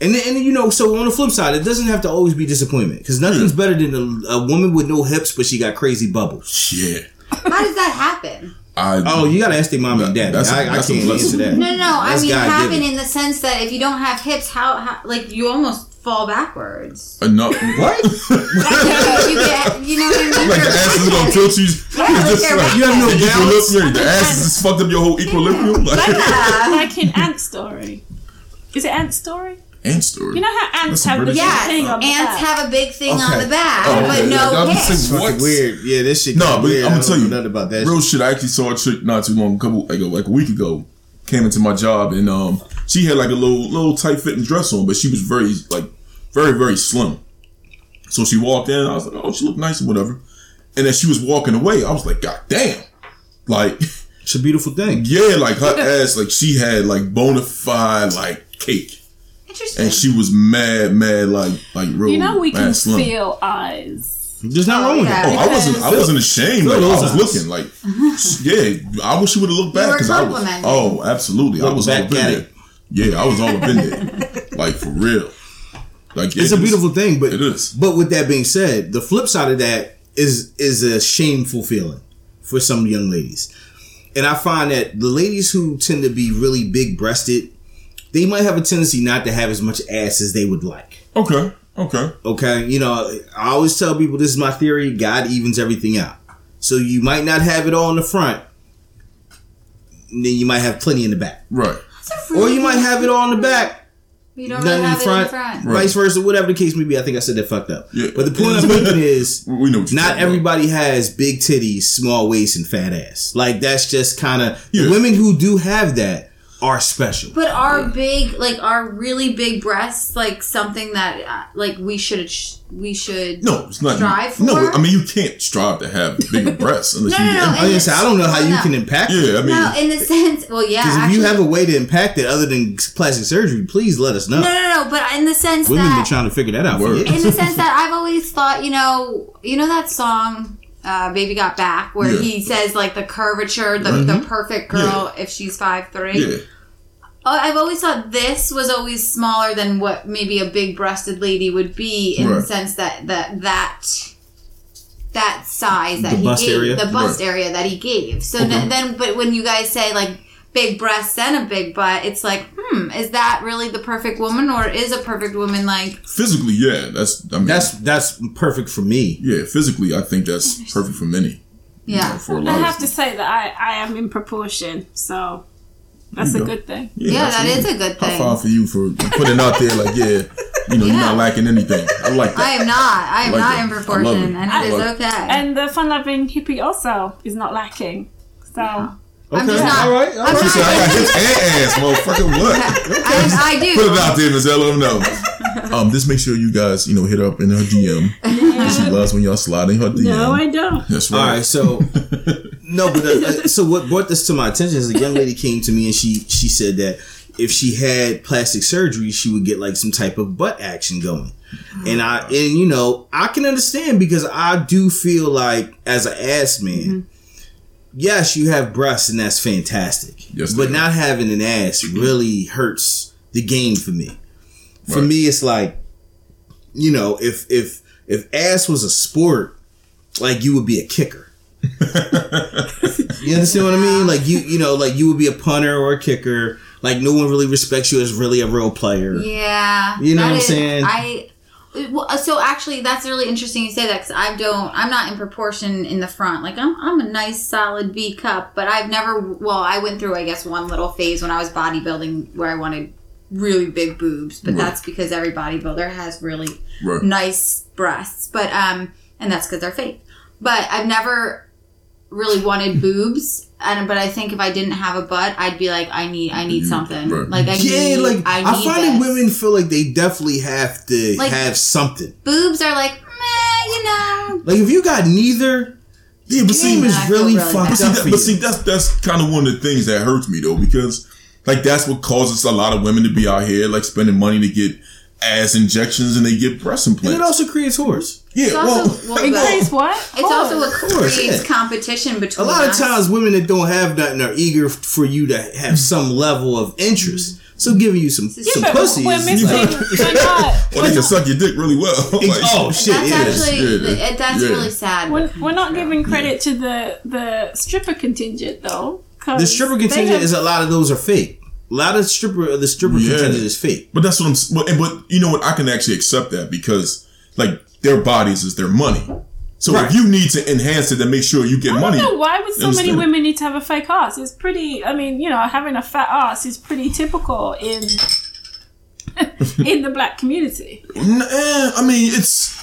Speaker 3: And, then- and you know, so on the flip side, it doesn't have to always be disappointment because nothing's better than a, a woman with no hips, but she got crazy bubbles.
Speaker 5: Yeah.
Speaker 4: How does that happen?
Speaker 5: I.
Speaker 3: Oh, you gotta ask their mom and daddy.
Speaker 5: Mm-hmm. That's a-
Speaker 3: I, I
Speaker 5: that's a
Speaker 3: can't
Speaker 5: blessing.
Speaker 3: answer that.
Speaker 4: No, no, no. I
Speaker 3: That's
Speaker 4: mean,
Speaker 3: God
Speaker 4: happen
Speaker 3: given.
Speaker 4: in the sense that if you don't have hips, how, how like you almost fall backwards.
Speaker 5: Enough. What?
Speaker 4: you, get, you know what I mean?
Speaker 5: Like the ass is gonna tilt you.
Speaker 4: Yeah,
Speaker 5: It's just
Speaker 4: like
Speaker 5: like
Speaker 4: your
Speaker 3: have no
Speaker 5: the
Speaker 3: balance.
Speaker 5: equilibrium. The ass is just fucked up your whole equilibrium. Like,
Speaker 4: uh,
Speaker 2: like in Ant Story. Is it Ant Story?
Speaker 5: and story.
Speaker 2: You know how ants
Speaker 5: That's a
Speaker 2: have the
Speaker 5: British-
Speaker 2: big
Speaker 4: Yes,
Speaker 2: thing on the
Speaker 4: ants
Speaker 2: back?
Speaker 4: have a big thing on
Speaker 3: Okay.
Speaker 4: the back,
Speaker 5: Oh,
Speaker 4: but no
Speaker 5: okay. That
Speaker 4: hips.
Speaker 5: was six-
Speaker 3: Fucking
Speaker 5: What?
Speaker 3: weird. Yeah, this shit.
Speaker 5: No,
Speaker 3: kinda
Speaker 5: but
Speaker 3: weird. I
Speaker 5: I'm gonna
Speaker 3: don't
Speaker 5: tell
Speaker 3: know
Speaker 5: you,
Speaker 3: nothing about that.
Speaker 5: real
Speaker 3: shit.
Speaker 5: shit. I actually saw a chick not too long, a couple like a, like a week ago, came into my job and um she had like a little little tight fitting dress on, but she was very like very very slim. So she walked in, I was like, oh, she looked nice and whatever. And then she was walking away. I was like, god damn, like
Speaker 3: It's a beautiful thing.
Speaker 5: yeah, like her ass, like she had like bona fide like cake,
Speaker 4: Interesting.
Speaker 5: and she was mad mad like like real.
Speaker 2: You know we
Speaker 5: mad
Speaker 2: can
Speaker 5: slim.
Speaker 2: feel eyes.
Speaker 3: There's not wrong with
Speaker 4: yeah.
Speaker 3: that.
Speaker 5: Oh, I wasn't. I wasn't ashamed. Like, I was looking. Like, yeah, I wish you would have looked back
Speaker 4: were
Speaker 5: because I was.
Speaker 4: complimenting.
Speaker 5: Oh, absolutely. I
Speaker 3: Look
Speaker 5: was all
Speaker 3: back
Speaker 5: up in
Speaker 3: at
Speaker 5: there.
Speaker 3: it.
Speaker 5: Yeah, I was all up in there. Like for real. Like yeah,
Speaker 3: It's a
Speaker 5: it was-
Speaker 3: beautiful thing, but
Speaker 5: It is.
Speaker 3: But with that being said, the flip side of that is is a shameful feeling for some young ladies, and I find that the ladies who tend to be really big breasted, they might have a tendency not to have as much ass as they would like.
Speaker 5: Okay. Okay.
Speaker 3: Okay, you know, I always tell people this is my theory. God evens everything out, so you might not have it all in the front, and then you might have plenty in the back,
Speaker 5: Right.
Speaker 3: or you might have it all in the back,
Speaker 4: You don't
Speaker 3: None
Speaker 4: really
Speaker 3: in
Speaker 4: have
Speaker 3: the front,
Speaker 4: it in front.
Speaker 5: Right.
Speaker 3: vice versa, whatever the case may be. I think I said that fucked up.
Speaker 5: Yeah.
Speaker 3: But the point I'm making is,
Speaker 5: We know. What
Speaker 3: not
Speaker 5: you're talking about.
Speaker 3: everybody has big titties, small waist, and fat ass. Like that's just kind of
Speaker 5: Yeah.
Speaker 3: the women who do have that are special.
Speaker 4: But are big, like, are really big breasts, like something that, uh, like, we should, we should.
Speaker 5: No, it's not.
Speaker 4: Strive
Speaker 5: no,
Speaker 4: for?
Speaker 5: I mean you can't strive to have bigger breasts unless
Speaker 4: No, no,
Speaker 5: you.
Speaker 4: no,
Speaker 3: I, guess I don't know how you can impact.
Speaker 5: yeah, I mean,
Speaker 4: No, in the sense, well, yeah.
Speaker 3: Because if
Speaker 4: actually,
Speaker 3: you have a way to impact it other than plastic surgery, please let us know.
Speaker 4: no, no, no, but in the sense
Speaker 3: Women
Speaker 4: that
Speaker 3: been trying to figure that out
Speaker 5: Word.
Speaker 3: for
Speaker 4: in
Speaker 3: you.
Speaker 4: the sense that I've always thought, you know, you know that song, uh, "Baby Got Back," where
Speaker 5: Yeah.
Speaker 4: he says like the curvature, the,
Speaker 3: Mm-hmm.
Speaker 4: the perfect girl if she's five three.
Speaker 5: yeah.
Speaker 4: Oh, I've always thought this was always smaller than what maybe a big-breasted lady would be in the
Speaker 5: Right.
Speaker 4: sense that that that that size that
Speaker 3: The
Speaker 4: he
Speaker 3: bust
Speaker 4: gave,
Speaker 3: area?
Speaker 4: the bust
Speaker 5: Right.
Speaker 4: area that he gave. So then, then, but when you guys say like big breasts and a big butt, it's like, hmm, is that really the perfect woman, or is a perfect woman like?
Speaker 5: Physically, yeah. That's. I mean,
Speaker 3: That's that's perfect for me.
Speaker 5: yeah. Physically, I think that's perfect for many. you
Speaker 4: Yeah.
Speaker 5: know, for a
Speaker 2: I
Speaker 5: lot
Speaker 2: have
Speaker 5: of
Speaker 2: to say that I, I am in proportion, so that's a
Speaker 5: You go.
Speaker 2: good thing.
Speaker 4: Yeah, that is a good
Speaker 5: High
Speaker 4: thing.
Speaker 5: five for you for putting out there like, yeah, you know, you're
Speaker 4: Yeah.
Speaker 5: not lacking anything. I
Speaker 4: I
Speaker 5: like that.
Speaker 4: am not. I am
Speaker 5: like
Speaker 4: not
Speaker 5: it.
Speaker 4: in
Speaker 5: I love
Speaker 4: proportion,
Speaker 5: it.
Speaker 4: and
Speaker 5: I
Speaker 4: it is
Speaker 5: love it.
Speaker 4: okay.
Speaker 2: And the fun loving hippie also is not lacking. So
Speaker 3: Okay,
Speaker 4: just not-
Speaker 3: all right, all
Speaker 4: I'm
Speaker 5: She
Speaker 3: right.
Speaker 5: said, I got hips and ass, motherfucker. What?
Speaker 4: I, I
Speaker 5: Put it
Speaker 4: do.
Speaker 5: out there, Mizelle. Let them know. Um, just make sure you guys, you know, hit her up in her DM. She loves when y'all slide in her DM.
Speaker 2: no, I don't.
Speaker 5: That's
Speaker 3: All
Speaker 5: right.
Speaker 3: right, so no, but uh, uh, so what brought this to my attention is a young lady came to me and she she said that if she had plastic surgery, she would get like some type of butt action going. And I
Speaker 5: Ah.
Speaker 3: and you know I can understand because I do feel like as an ass man, yes, you have breasts and that's fantastic.
Speaker 5: Yes,
Speaker 3: but
Speaker 5: they are.
Speaker 3: not having an ass really hurts the game for me. For
Speaker 5: Right.
Speaker 3: me, it's like you know if if if ass was a sport, like you would be a kicker. You understand what I mean? Like you, you know, like you would be a punter or a kicker. Like no one really respects you as really a real player.
Speaker 4: Yeah,
Speaker 3: You know
Speaker 4: that
Speaker 3: what I'm
Speaker 4: is-
Speaker 3: saying?
Speaker 4: I. Well, uh, so actually, that's really interesting you say that because I don't. I'm not in proportion in the front. Like I'm, I'm a nice solid B cup, but I've never. Well, I went through, I guess, one little phase when I was bodybuilding where I wanted really big boobs, but
Speaker 5: Right.
Speaker 4: that's because every bodybuilder has really
Speaker 5: Right.
Speaker 4: nice breasts, but um, and that's because they're fake. But I've never really wanted boobs, and but I think if I didn't have a butt, I'd be like, I need, I need
Speaker 5: You-
Speaker 4: something.
Speaker 5: right.
Speaker 4: Like I
Speaker 3: Yeah,
Speaker 4: need,
Speaker 3: like I,
Speaker 4: I need
Speaker 3: find that
Speaker 4: this.
Speaker 3: women feel like they definitely have to
Speaker 4: Like-
Speaker 3: have something.
Speaker 4: boobs are like, meh, you know.
Speaker 3: Like if you got neither,
Speaker 5: Yeah, but see,
Speaker 3: game is
Speaker 4: I feel
Speaker 3: really,
Speaker 4: really
Speaker 3: fucked
Speaker 4: bad.
Speaker 5: But see,
Speaker 3: up for
Speaker 5: that, but
Speaker 3: you.
Speaker 5: see, that's that's kind of one of the things that hurts me though, because like that's what causes a lot of women to be out here like spending money to get ass injections and they get breast
Speaker 3: and it
Speaker 5: implants.
Speaker 3: also creates whores.
Speaker 5: Yeah,
Speaker 4: It's also-
Speaker 5: well,
Speaker 4: well,
Speaker 2: It
Speaker 4: Well,
Speaker 2: creates what?
Speaker 4: It's also what
Speaker 3: course,
Speaker 4: creates
Speaker 3: yeah.
Speaker 4: competition
Speaker 3: A
Speaker 4: between
Speaker 3: lot of
Speaker 4: us.
Speaker 3: times, women that don't have nothing are eager f- for you to have some level of interest. So giving you some
Speaker 4: Mm-hmm. Yeah,
Speaker 3: some
Speaker 4: but
Speaker 3: pussy
Speaker 2: we're
Speaker 3: is
Speaker 2: missing.
Speaker 3: like-
Speaker 2: we're not.
Speaker 5: well, they
Speaker 2: We're
Speaker 5: can
Speaker 2: not,
Speaker 5: suck your dick really well. Like,
Speaker 3: oh shit!
Speaker 4: That's
Speaker 3: yeah.
Speaker 4: actually,
Speaker 5: Yeah, yeah.
Speaker 4: it- that's
Speaker 5: Yeah.
Speaker 4: really sad.
Speaker 2: we're, we're not giving credit to the the stripper contingent though. 'cause
Speaker 3: the stripper
Speaker 2: they
Speaker 3: contingent
Speaker 2: have-
Speaker 3: is a lot of those are fake. A lot of stripper the stripper
Speaker 5: Yeah.
Speaker 3: contingent is fake.
Speaker 5: But that's what I'm. s- But, and- but you know what? I can actually accept that because like their bodies is their money. So
Speaker 3: Right.
Speaker 5: if you need to enhance it and make sure you get
Speaker 2: I
Speaker 5: money,
Speaker 2: don't know why would so many
Speaker 5: Understand.
Speaker 2: women need to have a fake ass. It's pretty. I mean, you know, having a fat ass is pretty typical in in the black community.
Speaker 5: N- eh, I mean it's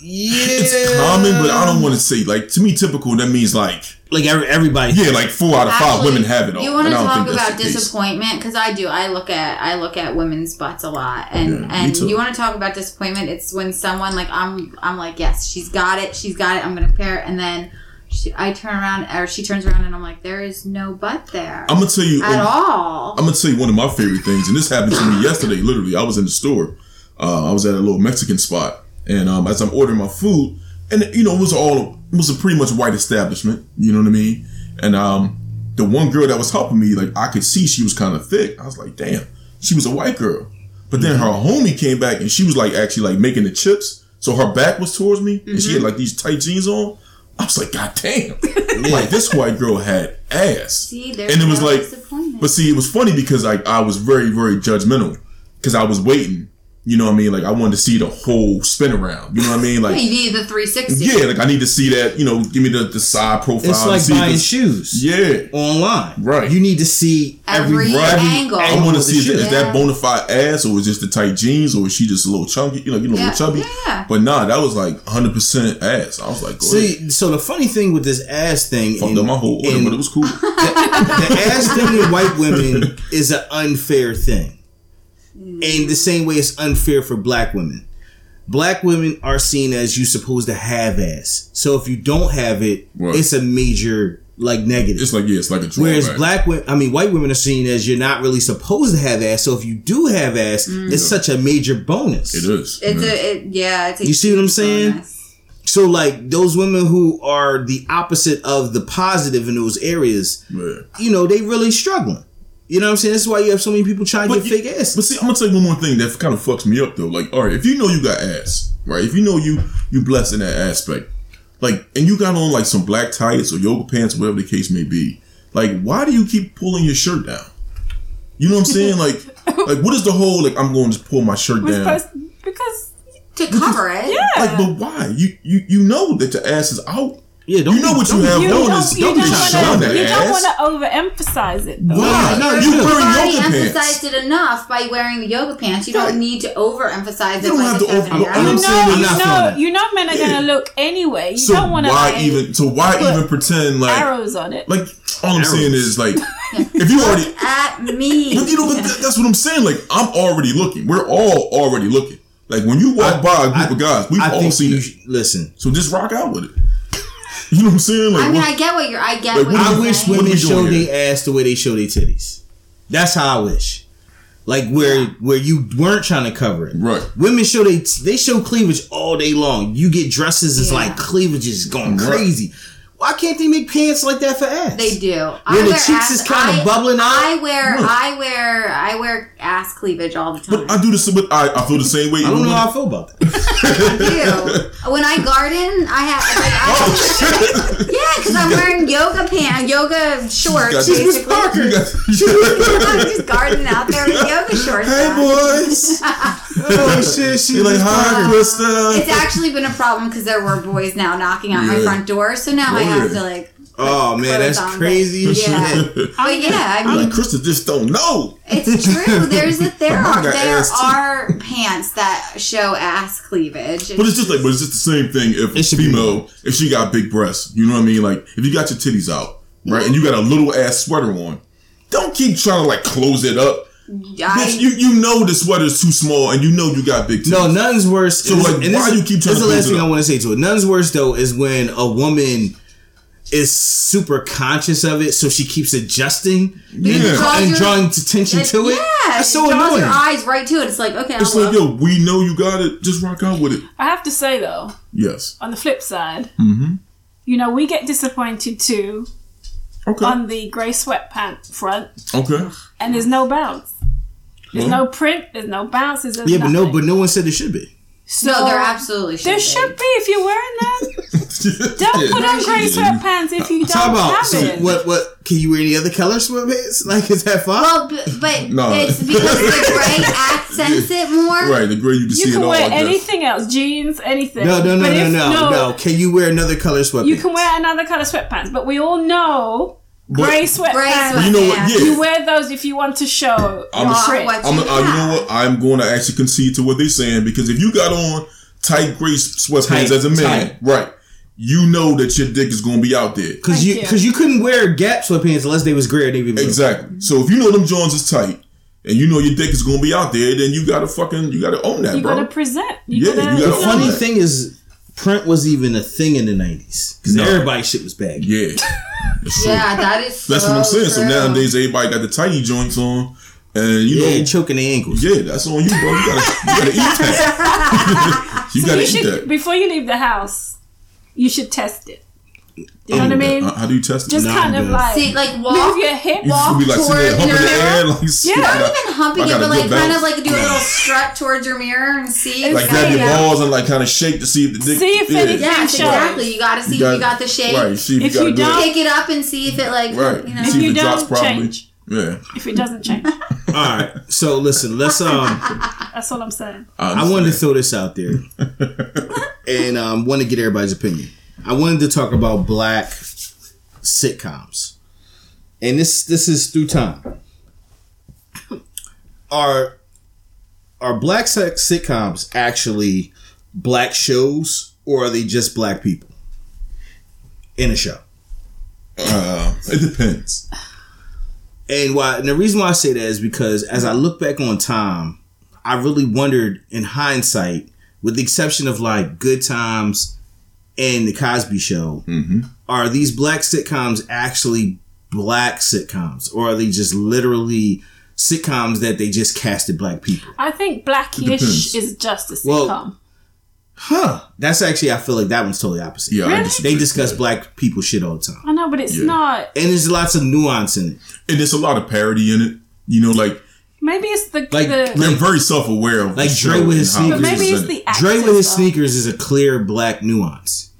Speaker 3: Yeah,
Speaker 5: it's common, but I don't want to say like to me typical. That means like
Speaker 3: like every, everybody.
Speaker 5: yeah, like four out of five
Speaker 4: Actually,
Speaker 5: women have it all.
Speaker 4: You want to
Speaker 5: and I don't
Speaker 4: talk
Speaker 5: think that's
Speaker 4: about
Speaker 5: the case.
Speaker 4: disappointment? Because I do. I look at I look at women's butts a lot,
Speaker 5: Yeah,
Speaker 4: and
Speaker 5: me
Speaker 4: and
Speaker 5: too.
Speaker 4: you want to talk about disappointment? It's when someone like I'm I'm like yes, she's got it, she's got it. I'm gonna pair, it, and then she, I turn around or she turns around, and I'm like, there is no butt there
Speaker 5: I'm gonna tell you
Speaker 4: at all.
Speaker 5: I'm gonna tell you one of my favorite things, and this happened to me yesterday. Literally, I was in the store. Uh, I was at a little Mexican spot, and um, as I'm ordering my food, and you know it was all it was a pretty much white establishment. You know what I mean? And um, the one girl that was helping me, like I could see she was kind of thick. I was like, damn, she was a white girl. But then her homie came back and she was like actually like making the chips, so her back was towards me, and
Speaker 4: Mm-hmm.
Speaker 5: she had like these tight jeans on. I was like, God damn! Like this white girl had ass.
Speaker 4: See, there's
Speaker 5: and it was
Speaker 4: no
Speaker 5: like,
Speaker 4: disappointment.
Speaker 5: but see, it was funny because like I was very, very judgmental because I was waiting. You know what I mean? Like I wanted to see the whole spin around. You know what I mean? Like
Speaker 4: you need the 360.
Speaker 5: yeah, like I need to see that. You know, give me the, the side profile.
Speaker 3: It's
Speaker 5: and
Speaker 3: like
Speaker 5: see
Speaker 3: buying
Speaker 5: this-
Speaker 3: shoes
Speaker 5: Yeah,
Speaker 3: online.
Speaker 5: Right.
Speaker 3: You need to see every,
Speaker 4: Every
Speaker 5: right.
Speaker 4: angle.
Speaker 5: I want to see is,
Speaker 3: Yeah.
Speaker 5: that, is that bona fide ass or is just the tight jeans or is she just a little chunky? You know, you know, a
Speaker 4: Yeah,
Speaker 5: little chubby.
Speaker 4: yeah.
Speaker 5: But nah, that was like 100 percent ass. I was like, go ahead.
Speaker 3: See, so the funny thing with this ass thing,
Speaker 5: fucked
Speaker 3: and-
Speaker 5: up my whole order,
Speaker 3: and
Speaker 5: but it was cool.
Speaker 3: the ass thing in white women is an unfair thing, and the same way it's unfair for black women. Black women are seen as you supposed to have ass. So if you don't have it,
Speaker 5: Right.
Speaker 3: it's a major like negative.
Speaker 5: It's like yeah, it's like a drawback.
Speaker 3: Whereas black women, I mean, white women are seen as you're not really supposed to have ass. So if you do have ass, it's such a major bonus.
Speaker 5: it is.
Speaker 4: It's
Speaker 5: man.
Speaker 4: a, it, yeah. It's a
Speaker 3: You see what I'm
Speaker 4: huge
Speaker 3: saying?
Speaker 4: bonus.
Speaker 3: So like those women who are the opposite of the positive in those areas,
Speaker 5: Yeah.
Speaker 3: you know, they really struggling. You know what I'm saying? This is why you have so many people trying to
Speaker 5: But
Speaker 3: get
Speaker 5: you-
Speaker 3: fake ass.
Speaker 5: But see, I'm gonna tell you one more thing that kind of fucks me up though. Like, all right, if you know you got ass, right? If you know you you blessed in that aspect, like, and you got on like some black tights or yoga pants, whatever the case may be, like, why do you keep pulling your shirt down? You know what I'm saying? Like, like what is the whole like? I'm going to pull my shirt
Speaker 2: We're
Speaker 5: down.
Speaker 2: supposed because
Speaker 4: To cover it.
Speaker 2: yeah,
Speaker 5: Like, but why? You you you know that your ass is out.
Speaker 3: Yeah, don't
Speaker 5: You know
Speaker 3: be-
Speaker 5: what
Speaker 3: don't
Speaker 5: you
Speaker 3: be-
Speaker 5: have
Speaker 2: you
Speaker 5: on
Speaker 2: don't,
Speaker 5: is
Speaker 2: you
Speaker 5: don't
Speaker 2: don't
Speaker 5: be showing
Speaker 2: wanna
Speaker 5: that
Speaker 2: you don't
Speaker 5: ass.
Speaker 2: wanna overemphasize it though.
Speaker 5: Why?
Speaker 3: No,
Speaker 5: No,
Speaker 3: you
Speaker 5: you wearing
Speaker 4: Already
Speaker 5: yoga pants.
Speaker 4: emphasized it enough by wearing the yoga pants. You
Speaker 5: Right.
Speaker 4: don't need to overemphasize it.
Speaker 5: You don't
Speaker 4: by
Speaker 5: have
Speaker 4: the
Speaker 5: to over-
Speaker 4: seven
Speaker 5: I'm
Speaker 4: hours.
Speaker 2: You
Speaker 5: saying
Speaker 2: know,
Speaker 5: I'm
Speaker 2: you
Speaker 3: not
Speaker 2: know,
Speaker 3: feeling it.
Speaker 2: you know, men are
Speaker 5: Yeah.
Speaker 2: gonna look anyway. You
Speaker 5: So
Speaker 2: don't want to
Speaker 5: why
Speaker 2: like
Speaker 5: even? So why
Speaker 2: put
Speaker 5: even pretend like?
Speaker 2: arrows on it.
Speaker 5: Like all I'm
Speaker 3: Arrows.
Speaker 5: saying is like if you already
Speaker 4: At me.
Speaker 5: but you know but that- that's what I'm saying like I'm already looking we're all already looking like when you walk by a group of guys we've
Speaker 3: I
Speaker 5: all
Speaker 3: think
Speaker 5: seen
Speaker 3: you
Speaker 5: it
Speaker 3: should- listen.
Speaker 5: so just rock out with it you know what I'm saying like
Speaker 4: I mean,
Speaker 5: what-
Speaker 4: I get what you're. I get
Speaker 5: Like,
Speaker 4: what
Speaker 5: what
Speaker 4: you're
Speaker 3: I
Speaker 5: we-
Speaker 3: wish
Speaker 5: what
Speaker 3: women
Speaker 5: we doing
Speaker 3: show
Speaker 5: here?
Speaker 3: their ass the way they show their titties. That's how I wish. Like where where you weren't trying to cover it.
Speaker 5: Right.
Speaker 3: Women show they they show cleavage all day long. You get dresses, it's
Speaker 4: Yeah.
Speaker 3: like cleavage is going
Speaker 5: Right.
Speaker 3: crazy. Why can't they make pants like that for ass?
Speaker 4: They do. Yeah,
Speaker 3: the cheeks is kinda bubbling out.
Speaker 4: I wear,
Speaker 5: Look.
Speaker 4: I wear, I wear ass cleavage all the time.
Speaker 5: but I do this but I, I feel the same way
Speaker 3: I don't know how I feel about that.
Speaker 4: I do. when I garden, I have. Like,
Speaker 5: Oh,
Speaker 4: I, yeah, because I'm wearing yoga pants, yoga shorts,
Speaker 5: She's Miss
Speaker 4: basically.
Speaker 5: Parker.
Speaker 4: I'm just gardening out there with yoga shorts.
Speaker 5: hey
Speaker 4: on.
Speaker 5: boys
Speaker 3: oh shit, she's
Speaker 5: you're like hi
Speaker 4: It's
Speaker 5: Krista
Speaker 4: actually been a problem because there were boys now knocking on my
Speaker 5: Yeah.
Speaker 4: front door, so now I
Speaker 5: Oh,
Speaker 4: have
Speaker 5: yeah.
Speaker 4: to like.
Speaker 3: Oh man,
Speaker 4: clothes
Speaker 3: that's
Speaker 4: on, but-
Speaker 3: crazy as
Speaker 4: Yeah.
Speaker 3: shit.
Speaker 4: But yeah, I
Speaker 5: like
Speaker 4: mean,
Speaker 5: Krista just don't know
Speaker 4: it's true. There's a, there
Speaker 5: mom
Speaker 4: are
Speaker 5: got
Speaker 4: there
Speaker 5: ass too.
Speaker 4: are pants that show ass cleavage.
Speaker 5: but it's just like but it's just the same thing if
Speaker 3: It
Speaker 5: a
Speaker 3: should be.
Speaker 5: female if she got big breasts you know what I mean like if you got your titties out right and you got a little ass sweater on don't keep trying to like close it up
Speaker 4: I,
Speaker 5: Bitch, you, you know the sweater's too small and you know you got big titties.
Speaker 3: No, nothing's worse. So
Speaker 5: like, why you keep trying
Speaker 3: This is
Speaker 5: to
Speaker 3: the last
Speaker 5: close it
Speaker 3: thing I
Speaker 5: up?
Speaker 3: want to say to it. Nothing's worse though is when a woman is super conscious of it, so she keeps adjusting and,
Speaker 5: Yeah.
Speaker 3: dra- and
Speaker 4: Draws your-
Speaker 3: drawing attention
Speaker 4: it-
Speaker 3: to it.
Speaker 4: Yeah,
Speaker 3: that's
Speaker 4: it
Speaker 3: so
Speaker 4: draws
Speaker 3: annoying.
Speaker 4: your eyes right to it. It's like okay,
Speaker 5: It's
Speaker 4: I'll
Speaker 5: like, yo, we know you got it. Just rock out with it.
Speaker 2: I have to say though,
Speaker 5: Yes.
Speaker 2: on the flip side,
Speaker 5: Mm-hmm.
Speaker 2: you know, we get disappointed too
Speaker 5: Okay.
Speaker 2: on the grey sweatpant front,
Speaker 5: okay.
Speaker 2: and there's no bounce. There's
Speaker 5: Hmm.
Speaker 2: no print. There's no bounce. There's
Speaker 3: yeah, but no,
Speaker 2: nothing.
Speaker 3: but no one said it should be.
Speaker 2: so
Speaker 4: no, there absolutely should.
Speaker 2: there
Speaker 4: be.
Speaker 2: should be if you're wearing them. Don't
Speaker 5: Yeah.
Speaker 2: put on grey sweatpants if you
Speaker 3: Talk
Speaker 2: don't
Speaker 3: about
Speaker 2: have
Speaker 3: so
Speaker 2: it.
Speaker 3: what? What can you wear any other color sweatpants? Like is that fine?
Speaker 4: Well, b- but
Speaker 5: No.
Speaker 4: it's because the gray accents it more.
Speaker 5: Right, the gray you can
Speaker 2: You
Speaker 5: see it
Speaker 2: can
Speaker 5: all.
Speaker 2: wear
Speaker 5: like that.
Speaker 2: anything else, jeans, anything.
Speaker 3: no, no, no,
Speaker 2: But
Speaker 3: no,
Speaker 2: if-
Speaker 3: no, no, Can you wear another color sweatpants?
Speaker 2: You can wear another color sweatpants, but we all know grey sweatpants.
Speaker 5: But you know what?
Speaker 4: sweatpants.
Speaker 5: Yeah.
Speaker 2: You wear those if you want to show
Speaker 5: I'm
Speaker 2: your
Speaker 5: a-
Speaker 2: print.
Speaker 4: What
Speaker 5: I'm,
Speaker 4: you
Speaker 5: uh, you know
Speaker 4: have.
Speaker 5: what? I'm going to actually concede to what they're saying because if you got on tight gray sweatpants
Speaker 3: Tight,
Speaker 5: as a man,
Speaker 3: tight.
Speaker 5: right, you know that your dick is going to be out there.
Speaker 3: Cause you,
Speaker 2: Thank you.
Speaker 3: cause you couldn't wear Gap sweatpants unless they was gray or navy blue.
Speaker 5: Exactly. So if you know them joints is tight and you know your dick is going to be out there, then you got to fucking, you got to own that,
Speaker 2: you
Speaker 5: bro.
Speaker 2: gotta present. You
Speaker 5: Yeah,
Speaker 2: gotta,
Speaker 5: you
Speaker 3: The
Speaker 5: gotta
Speaker 2: show
Speaker 3: funny
Speaker 5: Yeah.
Speaker 2: it.
Speaker 3: thing is, print was even a thing in the nineties because
Speaker 5: No.
Speaker 3: everybody's shit was baggy.
Speaker 5: yeah. That's true.
Speaker 4: Yeah, that is.
Speaker 5: That's
Speaker 4: so
Speaker 2: Oh,
Speaker 5: what I'm saying. So
Speaker 4: true.
Speaker 5: nowadays, everybody got the tighty joints on, and you
Speaker 3: Yeah,
Speaker 5: know,
Speaker 3: and choking the ankles.
Speaker 5: yeah, that's on you, bro. You gotta, you gotta eat that. you
Speaker 2: So
Speaker 5: gotta
Speaker 2: you
Speaker 5: eat
Speaker 2: should,
Speaker 5: that.
Speaker 2: before you leave the house, you should test it. You know what I
Speaker 5: Okay,
Speaker 2: mean?
Speaker 5: Oh, uh, How, how do you test it?
Speaker 2: Just
Speaker 5: Nah,
Speaker 2: kind
Speaker 5: I'm
Speaker 2: of
Speaker 5: good.
Speaker 2: like
Speaker 4: See, like
Speaker 2: move
Speaker 4: walk.
Speaker 2: your hip.
Speaker 5: You just
Speaker 4: walk
Speaker 5: be like sitting there
Speaker 4: toward
Speaker 5: humping
Speaker 4: your
Speaker 5: the
Speaker 4: mirror.
Speaker 5: air, like
Speaker 2: Yeah.
Speaker 4: Not even humping
Speaker 5: I
Speaker 4: it,
Speaker 5: got a
Speaker 4: but like
Speaker 5: good
Speaker 4: kind
Speaker 5: balance.
Speaker 4: of like do a little strut towards your mirror and see. if
Speaker 5: like
Speaker 4: it's
Speaker 5: grab
Speaker 4: got-
Speaker 5: your
Speaker 2: Yeah.
Speaker 5: balls and like kind of shake to see if the dick.
Speaker 2: See if anything-
Speaker 5: yeah.
Speaker 4: Yes,
Speaker 2: show.
Speaker 4: exactly. You got to see
Speaker 5: You got-
Speaker 4: if you got the shape.
Speaker 5: Right, see if,
Speaker 2: If
Speaker 5: you got
Speaker 2: you
Speaker 5: a good-
Speaker 2: don't-
Speaker 4: Pick it up and see if it like
Speaker 5: Right,
Speaker 4: you know.
Speaker 5: see
Speaker 2: you
Speaker 5: if it drops
Speaker 2: don't,
Speaker 5: properly.
Speaker 2: change.
Speaker 5: Yeah,
Speaker 2: If it doesn't change,
Speaker 3: All right. So listen, let's um
Speaker 2: that's all I'm saying.
Speaker 3: I wanted to throw this out there, and um, want to get everybody's opinion. I wanted to talk about black sitcoms, and this this is through time. Are are black sex sitcoms actually black shows, or are they just black people in a show?
Speaker 5: Uh, it depends.
Speaker 3: And why? And the reason why I say that is because as I look back on time, I really wondered in hindsight, with the exception of like Good Times and The Cosby Show, are these black sitcoms actually black sitcoms, or are they just literally sitcoms that they just casted black people?
Speaker 2: I think blackish
Speaker 5: depends.
Speaker 2: is just a sitcom.
Speaker 3: Well, Huh? That's actually I feel like that one's totally opposite.
Speaker 5: Yeah, I
Speaker 2: Really?
Speaker 5: disagree.
Speaker 3: They discuss black people shit all the time,
Speaker 2: I know, but it's
Speaker 5: yeah.
Speaker 2: not.
Speaker 3: and there's lots of nuance in it.
Speaker 5: and there's a lot of parody in it. You know, like
Speaker 2: Maybe it's the
Speaker 3: Like-
Speaker 2: the.
Speaker 5: they're very self-aware of
Speaker 3: Like
Speaker 5: the
Speaker 3: Dre
Speaker 5: show
Speaker 3: with
Speaker 5: and
Speaker 3: his
Speaker 5: how
Speaker 3: sneakers.
Speaker 2: but maybe
Speaker 5: presented.
Speaker 2: it's the actors.
Speaker 3: Dre with his
Speaker 2: though.
Speaker 3: sneakers is a clear black nuance.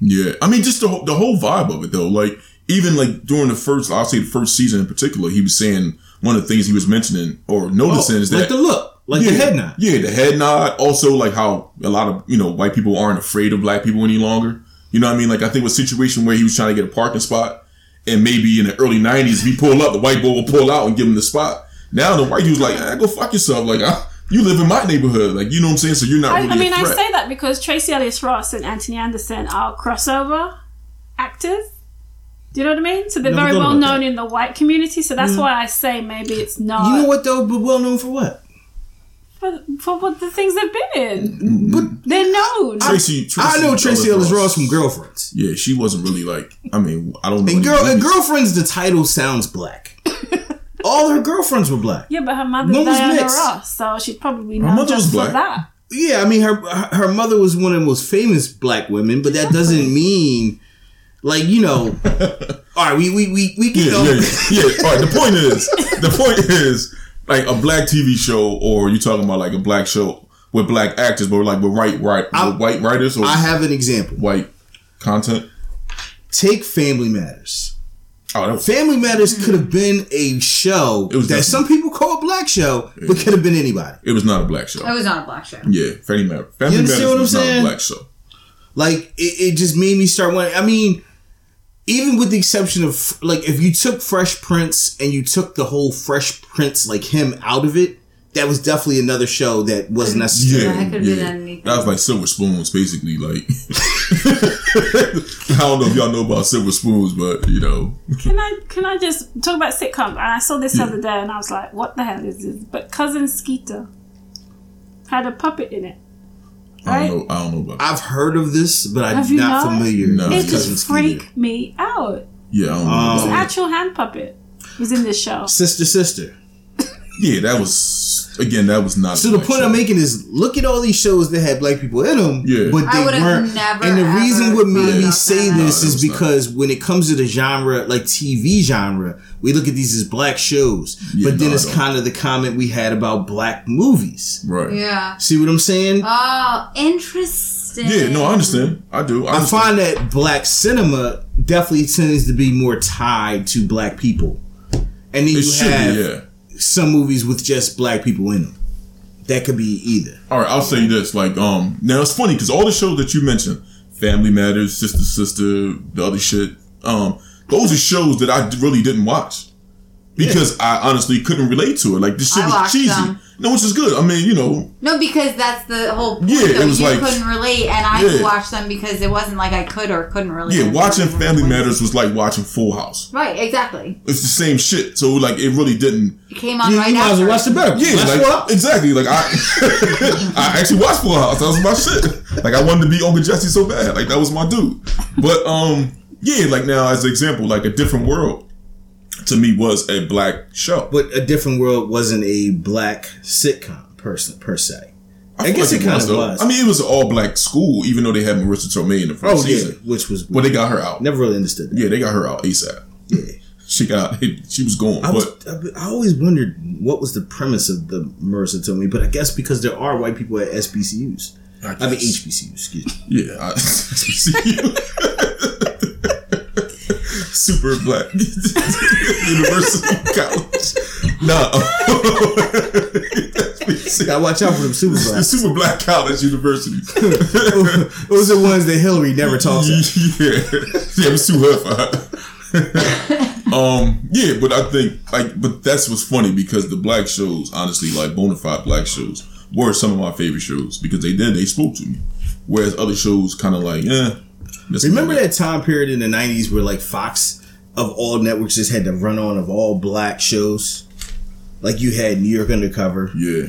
Speaker 5: Yeah, I mean, just the whole, the whole vibe of it though. Like even like during the first, I'll say the first season in particular, he was saying one of the things he was mentioning or noticing is that
Speaker 3: Oh, like the look, like
Speaker 5: yeah,
Speaker 3: the head nod.
Speaker 5: yeah, the head nod. Also, like how a lot of you know white people aren't afraid of black people any longer. You know what I mean? Like I think it was a situation where he was trying to get a parking spot, and maybe in the early '90s, if he pull up, the white boy will pull out and give him the spot. Now the white dude's like, ah, "Go fuck yourself!" Like ah, you live in my neighborhood, like you know what I'm saying. So you're not.
Speaker 2: I,
Speaker 5: really
Speaker 2: I mean,
Speaker 5: a
Speaker 2: I
Speaker 5: threat.
Speaker 2: say that because Tracy Ellis Ross and Anthony Anderson are crossover actors. Do you know what I mean? So they're
Speaker 3: Never
Speaker 2: very
Speaker 3: thought
Speaker 2: well
Speaker 3: about
Speaker 2: known in the white community. So that's why I say maybe it's not
Speaker 3: You know what though? But well known for what?
Speaker 2: for, for what the things they've been in. But they're known.
Speaker 5: Tracy,
Speaker 3: I know Tracy Ellis Ross from
Speaker 5: Girl.
Speaker 3: Girlfriends.
Speaker 5: Yeah, she wasn't really like. I mean, I don't
Speaker 3: And
Speaker 5: know. any
Speaker 3: girl, and
Speaker 5: movies.
Speaker 3: Girlfriends, the title sounds black. All her girlfriends were black.
Speaker 2: yeah, but her mother's
Speaker 3: One was
Speaker 2: Diana
Speaker 3: mixed.
Speaker 2: Ross, so she's probably
Speaker 5: Her
Speaker 2: known
Speaker 5: mother
Speaker 2: just
Speaker 5: was
Speaker 2: for
Speaker 5: black.
Speaker 2: that.
Speaker 3: Yeah, I mean her her mother was one of the most famous black women, but that doesn't mean like you know. all right, we we we we can
Speaker 5: Yeah,
Speaker 3: go.
Speaker 5: yeah, yeah. yeah. All right. The point is, the point is, like a black TV show, or you talking about like a black show with black actors, but like with white, right, with white writers or
Speaker 3: I have an example.
Speaker 5: white content.
Speaker 3: Take Family Matters.
Speaker 5: Oh, that was,
Speaker 3: Family Matters could have been a show
Speaker 5: It was
Speaker 3: that
Speaker 5: definitely-
Speaker 3: some people call a black show, but could have been anybody.
Speaker 5: it was not a black show.
Speaker 4: It was not a black show.
Speaker 5: Yeah, Family Matters. Family
Speaker 3: You
Speaker 5: Matters
Speaker 3: understand what I'm
Speaker 5: was
Speaker 3: saying?
Speaker 5: not a black show.
Speaker 3: Like it, it just made me start wondering. I mean, even with the exception of like, if you took Fresh Prince and you took the whole Fresh Prince like him out of it, that was definitely another show that wasn't necessary.
Speaker 5: Yeah,
Speaker 4: that could've
Speaker 5: yeah.
Speaker 4: been anything.
Speaker 5: That was like Silver Spoons, basically. Like, I don't know if y'all know about Silver Spoons, but you know,
Speaker 2: Can I can I just talk about sitcoms? And I saw this the other day, and I was like, "What the hell is this?" But cousin Skeeter had a puppet in it,
Speaker 5: I
Speaker 2: right?
Speaker 5: don't know. I don't know about.
Speaker 3: I've heard of this, but I'm
Speaker 2: Have
Speaker 3: not,
Speaker 2: you not?
Speaker 3: familiar.
Speaker 5: No.
Speaker 3: with
Speaker 2: It
Speaker 3: Cousin
Speaker 2: just
Speaker 3: Skeeter.
Speaker 2: freaked me out.
Speaker 5: Yeah, I don't know.
Speaker 3: Um,
Speaker 5: about that.
Speaker 2: Actual hand puppet was in this show.
Speaker 3: Sister, sister.
Speaker 5: yeah, that was again. That was not. a
Speaker 3: So the
Speaker 5: black
Speaker 3: point
Speaker 5: show.
Speaker 3: I'm making is, look at all these shows that had black people in them,
Speaker 5: Yeah.
Speaker 3: but
Speaker 4: I
Speaker 3: they
Speaker 4: would've
Speaker 3: weren't.
Speaker 4: never,
Speaker 3: and the reason
Speaker 4: ever
Speaker 3: what made
Speaker 4: thought
Speaker 3: me
Speaker 4: about
Speaker 3: say this
Speaker 4: that.
Speaker 5: No,
Speaker 3: is
Speaker 5: that was not-
Speaker 3: because when it comes to the genre, like TV genre, we look at these as black shows,
Speaker 5: Yeah,
Speaker 3: but then
Speaker 5: no, I
Speaker 3: it's
Speaker 5: don't.
Speaker 3: kind of the comment we had about black movies.
Speaker 5: right.
Speaker 4: Yeah.
Speaker 3: See what I'm saying?
Speaker 4: Oh, interesting.
Speaker 5: Yeah, no, I understand. I do.
Speaker 3: I
Speaker 5: I, understand.
Speaker 3: find that black cinema definitely tends to be more tied to black people, and then
Speaker 5: it
Speaker 3: you
Speaker 5: should
Speaker 3: have
Speaker 5: be. Yeah.
Speaker 3: some movies with just black people in them. That could be either.
Speaker 5: All right, I'll say this. Like, um, now it's funny because all the shows that you mentioned, Family Matters, Sister, Sister, the other shit, um, those are shows that I d- really didn't watch because I honestly couldn't relate to it. Like, this shit
Speaker 4: I
Speaker 5: was
Speaker 4: watched
Speaker 5: cheesy.
Speaker 4: them.
Speaker 5: No, which is good. I mean, you know,
Speaker 4: No, because that's the whole point.
Speaker 5: Yeah, it
Speaker 4: though.
Speaker 5: was
Speaker 4: you
Speaker 5: like-
Speaker 4: couldn't relate, and I
Speaker 5: Yeah.
Speaker 4: watched them because it wasn't like I could or couldn't relate.
Speaker 5: yeah, watching Family
Speaker 4: Right,
Speaker 5: Matters was like watching Full House.
Speaker 4: Right, exactly.
Speaker 5: It's the same shit. So, like, it really didn't.
Speaker 4: It came on
Speaker 3: You,
Speaker 4: right
Speaker 3: you might as
Speaker 4: after.
Speaker 3: well watch the better.
Speaker 5: Yeah,
Speaker 3: Let's
Speaker 5: like,
Speaker 3: go out.
Speaker 5: exactly. Like I, I actually watched Full House. That was my shit. Like I wanted to be Uncle Jesse so bad. Like that was my dude. But um, yeah. Like now, as an example, like a different world to me was a black show.
Speaker 3: But a different world wasn't a black sitcom person per se.
Speaker 5: I,
Speaker 3: I
Speaker 5: feel
Speaker 3: guess
Speaker 5: like
Speaker 3: it kinda
Speaker 5: though.
Speaker 3: was.
Speaker 5: I mean, it was an all black school, even though they had Marissa Tomei in the first
Speaker 3: Oh yeah,
Speaker 5: season.
Speaker 3: which was
Speaker 5: But they got her out.
Speaker 3: never really understood. That.
Speaker 5: Yeah, they got her out ASAP.
Speaker 3: Yeah.
Speaker 5: She got she was gone.
Speaker 3: I, was,
Speaker 5: But
Speaker 3: I, I always wondered what was the premise of the Marissa Tomei, but I guess because there are white people at SBCUs. I, mean
Speaker 5: guess.
Speaker 3: HBCUs. Excuse me.
Speaker 5: yeah, I see you. Super black university college. Nah,
Speaker 3: Gotta watch out for them super
Speaker 5: the
Speaker 3: blacks.
Speaker 5: super black college university.
Speaker 3: Those are ones that Hillary never talks at.
Speaker 5: yeah, yeah, it was too hard for her. um, yeah, but I think like, but that's what's funny because the black shows, honestly, like bona fide black shows, were some of my favorite shows because they then they spoke to me, whereas other shows kind of like, eh. that's
Speaker 3: Remember
Speaker 5: about it.
Speaker 3: that time period in the '90s where like Fox of all networks just had the run on of all black shows. Like you had New York Undercover,
Speaker 5: Yeah,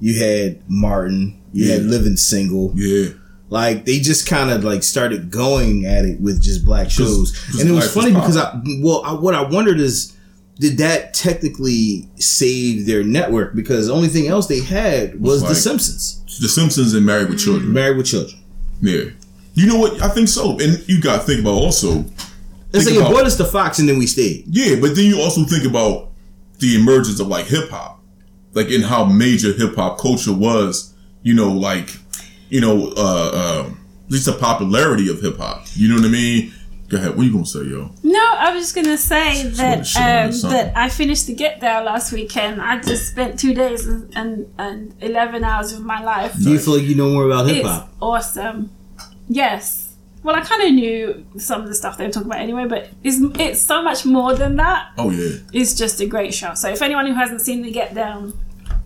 Speaker 3: you had Martin, you had
Speaker 5: Yeah.
Speaker 3: Living Single.
Speaker 5: yeah.
Speaker 3: Like they just kind of like started going at it with just black shows,
Speaker 5: 'cause
Speaker 3: and it was
Speaker 5: black was
Speaker 3: funny because I well, I, what I wondered is did that technically save their network because the only thing else they had was The
Speaker 5: like-
Speaker 3: Simpsons,
Speaker 5: The Simpsons and Married with Children.
Speaker 3: Married with Children.
Speaker 5: Yeah, you know what? I think so. And you got to think about also,
Speaker 3: It's
Speaker 5: Think
Speaker 3: like
Speaker 5: about-
Speaker 3: it brought us to Fox, and then we stayed.
Speaker 5: yeah. But then you also think about the emergence of like hip hop, like in how major hip hop culture was. You know, like you know, uh, um just the popularity of hip hop. You know what I mean? Go ahead. What you gonna say, yo?
Speaker 2: No, I was just gonna say that
Speaker 5: shit on
Speaker 2: um,
Speaker 5: this song.
Speaker 2: that I finished the get there last weekend. I just spent two days and and, and eleven hours of my life.
Speaker 3: Do you feel like you know more about hip
Speaker 2: It's
Speaker 3: hop?
Speaker 2: awesome. Yes. Well, I kind of knew some of the stuff they were talking about anyway, but it's it's so much more than that.
Speaker 5: Oh yeah,
Speaker 2: It's just a great show. So if anyone who hasn't seen the Get Down,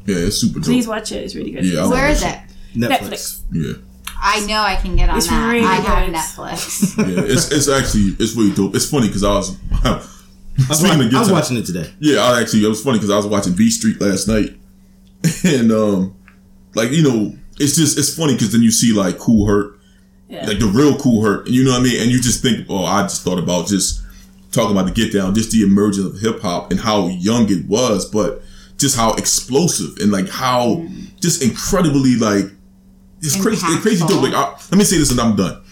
Speaker 5: yeah. It's super dope.
Speaker 2: please watch it. It's really good.
Speaker 5: yeah, I love
Speaker 4: Where
Speaker 5: that
Speaker 4: is
Speaker 5: shit.
Speaker 4: it?
Speaker 2: Netflix.
Speaker 5: Yeah,
Speaker 4: I know I can get on
Speaker 2: It's
Speaker 4: that.
Speaker 2: really
Speaker 4: I have
Speaker 2: good.
Speaker 4: Netflix.
Speaker 5: yeah. It's it's actually it's really dope. It's funny because I was.
Speaker 3: I was,
Speaker 5: Speaking
Speaker 3: wa-
Speaker 5: of good
Speaker 3: I was
Speaker 5: time.
Speaker 3: watching it today.
Speaker 5: Yeah, I actually it was funny because I was watching B Street last night, and um, like you know, it's just it's funny because then you see like Cool Hurt,
Speaker 2: Yeah.
Speaker 5: like the real Cool Hurt, and you know what I mean, and you just think, oh, I just thought about just talking about the Get Down, just the emergence of hip hop and how young it was, but just how explosive and like how just incredibly like it's crazy, it's crazy
Speaker 4: Impactful.
Speaker 5: dope. Like, I, let me say this and I'm done.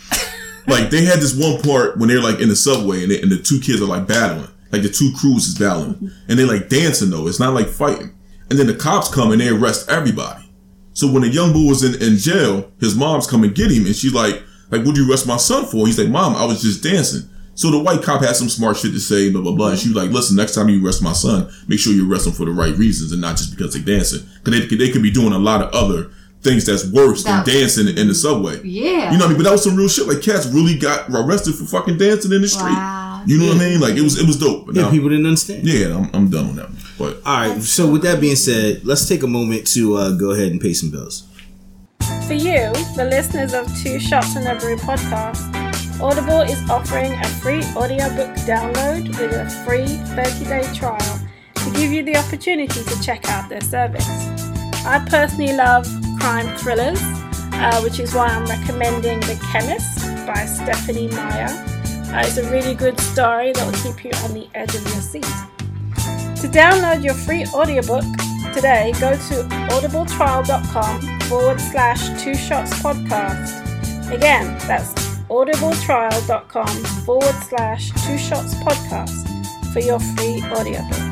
Speaker 5: like they had this one part when they're like in the subway and, they, and the two kids are like battling, like the two crews is battling, and they like dancing though. It's not like fighting. And then the cops come and they arrest everybody. So when the young boy was in, in jail, his mom's come and get him, and she's like, like, what do you arrest my son for? He's like, mom, I was just dancing. So the white cop had some smart shit to say, blah blah blah. And she was like, listen, next time you arrest my son, make sure you arrest him for the right reasons and not just because they dancing, because they, they could be doing a lot of other things that's worse
Speaker 4: That-
Speaker 5: than dancing in the subway.
Speaker 4: yeah.
Speaker 5: You know what I mean? But that was some real shit. Like cats really got arrested for fucking dancing in the street.
Speaker 4: Wow.
Speaker 5: You know what I mean? Like it was it was dope. But
Speaker 3: Yeah,
Speaker 5: now-
Speaker 3: people didn't understand.
Speaker 5: yeah, I'm, I'm done on that. One. But
Speaker 3: All right. So with that being said, let's take a moment to uh, go ahead and pay some bills.
Speaker 2: For you, the listeners of Two Shots and a Brew podcast, Audible is offering a free audiobook download with a free 30 day trial to give you the opportunity to check out their service. I personally love crime thrillers, uh, which is why I'm recommending The Chemist by Stephanie Meyer. Uh, it's a really good story that will keep you on the edge of your seat. To download your free audiobook today, go to audibletrial.com forward slash two shots podcast. Again, that's audibletrial.com forward slash two shots podcast for your free audiobook.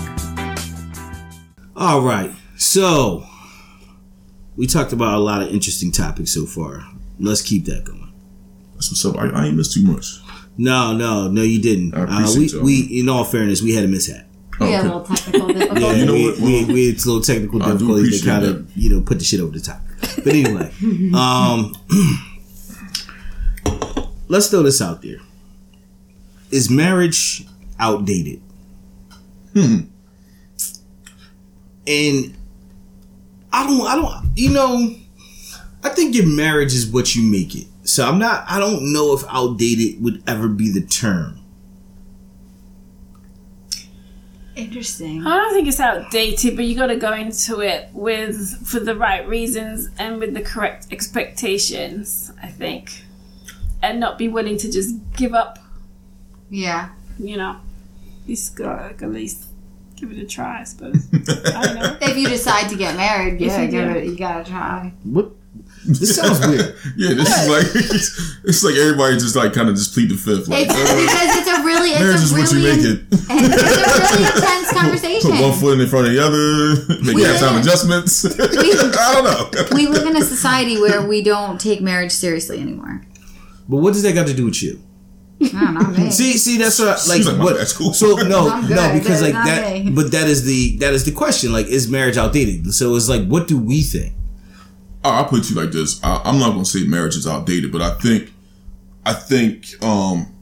Speaker 3: All right. So we talked about a lot of interesting topics so far. Let's keep that going.
Speaker 5: that's what's up. I, I ain't missed too much.
Speaker 3: No, no, no, you didn't.
Speaker 5: I
Speaker 3: Uh,
Speaker 5: appreciate
Speaker 3: we,
Speaker 5: y'all.
Speaker 3: we, in all fairness, we had a mishap.
Speaker 4: we had a little technical difficulty.
Speaker 3: Yeah,
Speaker 5: Oh, you know
Speaker 3: we,
Speaker 5: what?
Speaker 3: we, we had a little technical
Speaker 5: I do
Speaker 3: difficulty that
Speaker 5: appreciate
Speaker 3: kind of you know put the shit over the top. But anyway, um, let's throw this out there: Is marriage outdated?
Speaker 5: Hmm.
Speaker 3: And I don't, I don't, you know, I think your marriage is what you make it. So I'm not, I don't know if outdated would ever be the term.
Speaker 4: Interesting.
Speaker 2: I don't think it's outdated, but you got to go into it with for the right reasons and with the correct expectations, I think, and not be willing to just give up.
Speaker 4: Yeah.
Speaker 2: You know, you just got to at least give it a try, I suppose. I don't know.
Speaker 4: If you decide to get married, yeah,
Speaker 2: you
Speaker 4: give
Speaker 2: do.
Speaker 4: it, you gotta try.
Speaker 3: What? This sounds weird.
Speaker 5: yeah, this is like it's, it's like everybody just like kind of just plead the fifth. Like,
Speaker 4: It's
Speaker 5: uh,
Speaker 4: because it's a really, it's
Speaker 5: marriage
Speaker 4: a
Speaker 5: is what you
Speaker 4: really,
Speaker 5: make it.
Speaker 4: it's a really intense
Speaker 5: Put one
Speaker 4: conversation.
Speaker 5: foot in front of the other. Make halftime adjustments. I don't know.
Speaker 4: We live in a society where we don't take marriage seriously anymore.
Speaker 3: But what does that got to do with you?
Speaker 4: No, not me.
Speaker 3: See, see, that's what, like,
Speaker 5: She's like, my
Speaker 3: what?
Speaker 5: bad, cool.
Speaker 3: So no,
Speaker 4: I'm good,
Speaker 3: no, because
Speaker 4: but
Speaker 3: like
Speaker 4: not
Speaker 3: that,
Speaker 4: me.
Speaker 3: but that is the that is the question. Like, is marriage outdated? So it's like, what do we think?
Speaker 5: I- I'll put it to you like this. I, I'm not gonna say marriage is outdated, but I think, I think, um,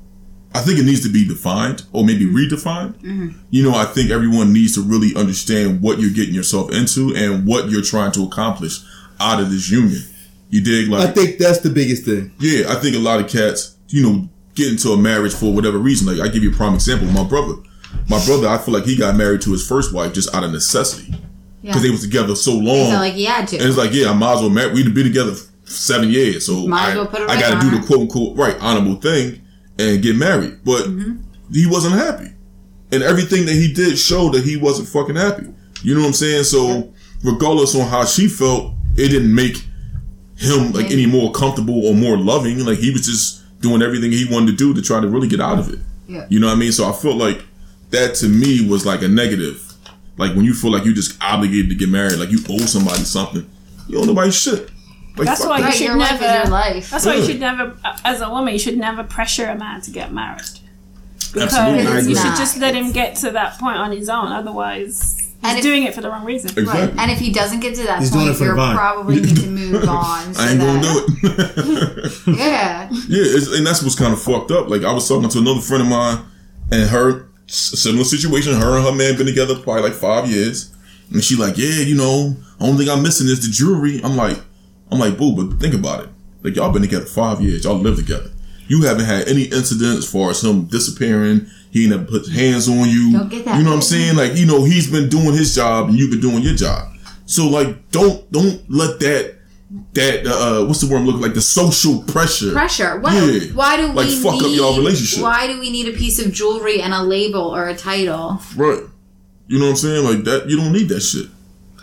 Speaker 5: I think it needs to be defined or maybe
Speaker 4: Mm-hmm.
Speaker 5: redefined. You know, I think everyone needs to really understand what you're getting yourself into and what you're trying to accomplish out of this union. You dig? Like,
Speaker 3: think that's the biggest thing.
Speaker 5: yeah, I think a lot of cats, you know, get into a marriage for whatever reason. Like I give you a prime example, my brother. My brother, I feel like he got married to his first wife just out of necessity
Speaker 4: yeah.
Speaker 5: because they was together so
Speaker 4: I
Speaker 5: long.
Speaker 4: felt like he had
Speaker 5: And
Speaker 4: to.
Speaker 5: it's like, yeah, I might as well marry. We'd be together f- seven years, so
Speaker 4: Might as
Speaker 5: I,
Speaker 4: well put a
Speaker 5: I
Speaker 4: ring
Speaker 5: got to
Speaker 4: on
Speaker 5: do
Speaker 4: it.
Speaker 5: the quote unquote right honorable thing and get married. But
Speaker 4: Mm-hmm.
Speaker 5: he wasn't happy, and everything that he did showed that he wasn't fucking happy. You know what I'm saying? So regardless on how she felt, it didn't make him like any more comfortable or more loving. Like he was just doing everything he wanted to do to try to really get out of it.
Speaker 4: Yeah.
Speaker 5: You know what I mean? So I felt like that to me was like a negative. Like when you feel like you just obligated to get married, like you owe somebody something, you owe nobody shit. Like,
Speaker 2: That's
Speaker 5: fuck
Speaker 2: why
Speaker 5: that.
Speaker 2: you should
Speaker 4: Right, your life is
Speaker 2: never.
Speaker 4: your life.
Speaker 2: That's why you
Speaker 5: Really?
Speaker 2: should never, uh, as a woman, you should never pressure a man to get married.
Speaker 5: Absolutely, I
Speaker 2: Because
Speaker 5: agree.
Speaker 2: you should
Speaker 4: not.
Speaker 2: just let him get to that point on his own. Otherwise,
Speaker 4: And
Speaker 2: he's
Speaker 4: if-
Speaker 2: doing it for the wrong reason.
Speaker 4: Right.
Speaker 5: Exactly.
Speaker 4: And if he doesn't get to that
Speaker 3: He's doing it
Speaker 4: point,
Speaker 3: for the
Speaker 4: you
Speaker 3: vine.
Speaker 4: probably need to move on. so
Speaker 5: I ain't gonna
Speaker 4: that-
Speaker 5: do it.
Speaker 4: Yeah.
Speaker 5: yeah, it's, and that's what's kind of fucked up. Like I was talking to another friend of mine, and her s- similar situation. Her and her man been together probably like five years, and she like, yeah, you know, only thing I'm missing is the jewelry. I'm like, I'm like, boo, but think about it. Like y'all been together five years, y'all live together. You haven't had any incidents as far as him disappearing. He ain't never put hands on you.
Speaker 4: Don't get that
Speaker 5: You know what I'm
Speaker 4: big.
Speaker 5: saying? Like you know, he's been doing his job, and you've been doing your job. So like, don't don't let that that uh what's the word I'm looking like the social pressure
Speaker 4: Pressure. What,
Speaker 5: Yeah.
Speaker 4: Why do
Speaker 5: Like,
Speaker 4: we
Speaker 5: fuck up
Speaker 4: need,
Speaker 5: y'all relationship.
Speaker 4: Why do we need a piece of jewelry and a label or a title?
Speaker 5: Right. You know what I'm saying? Like that you don't need that shit.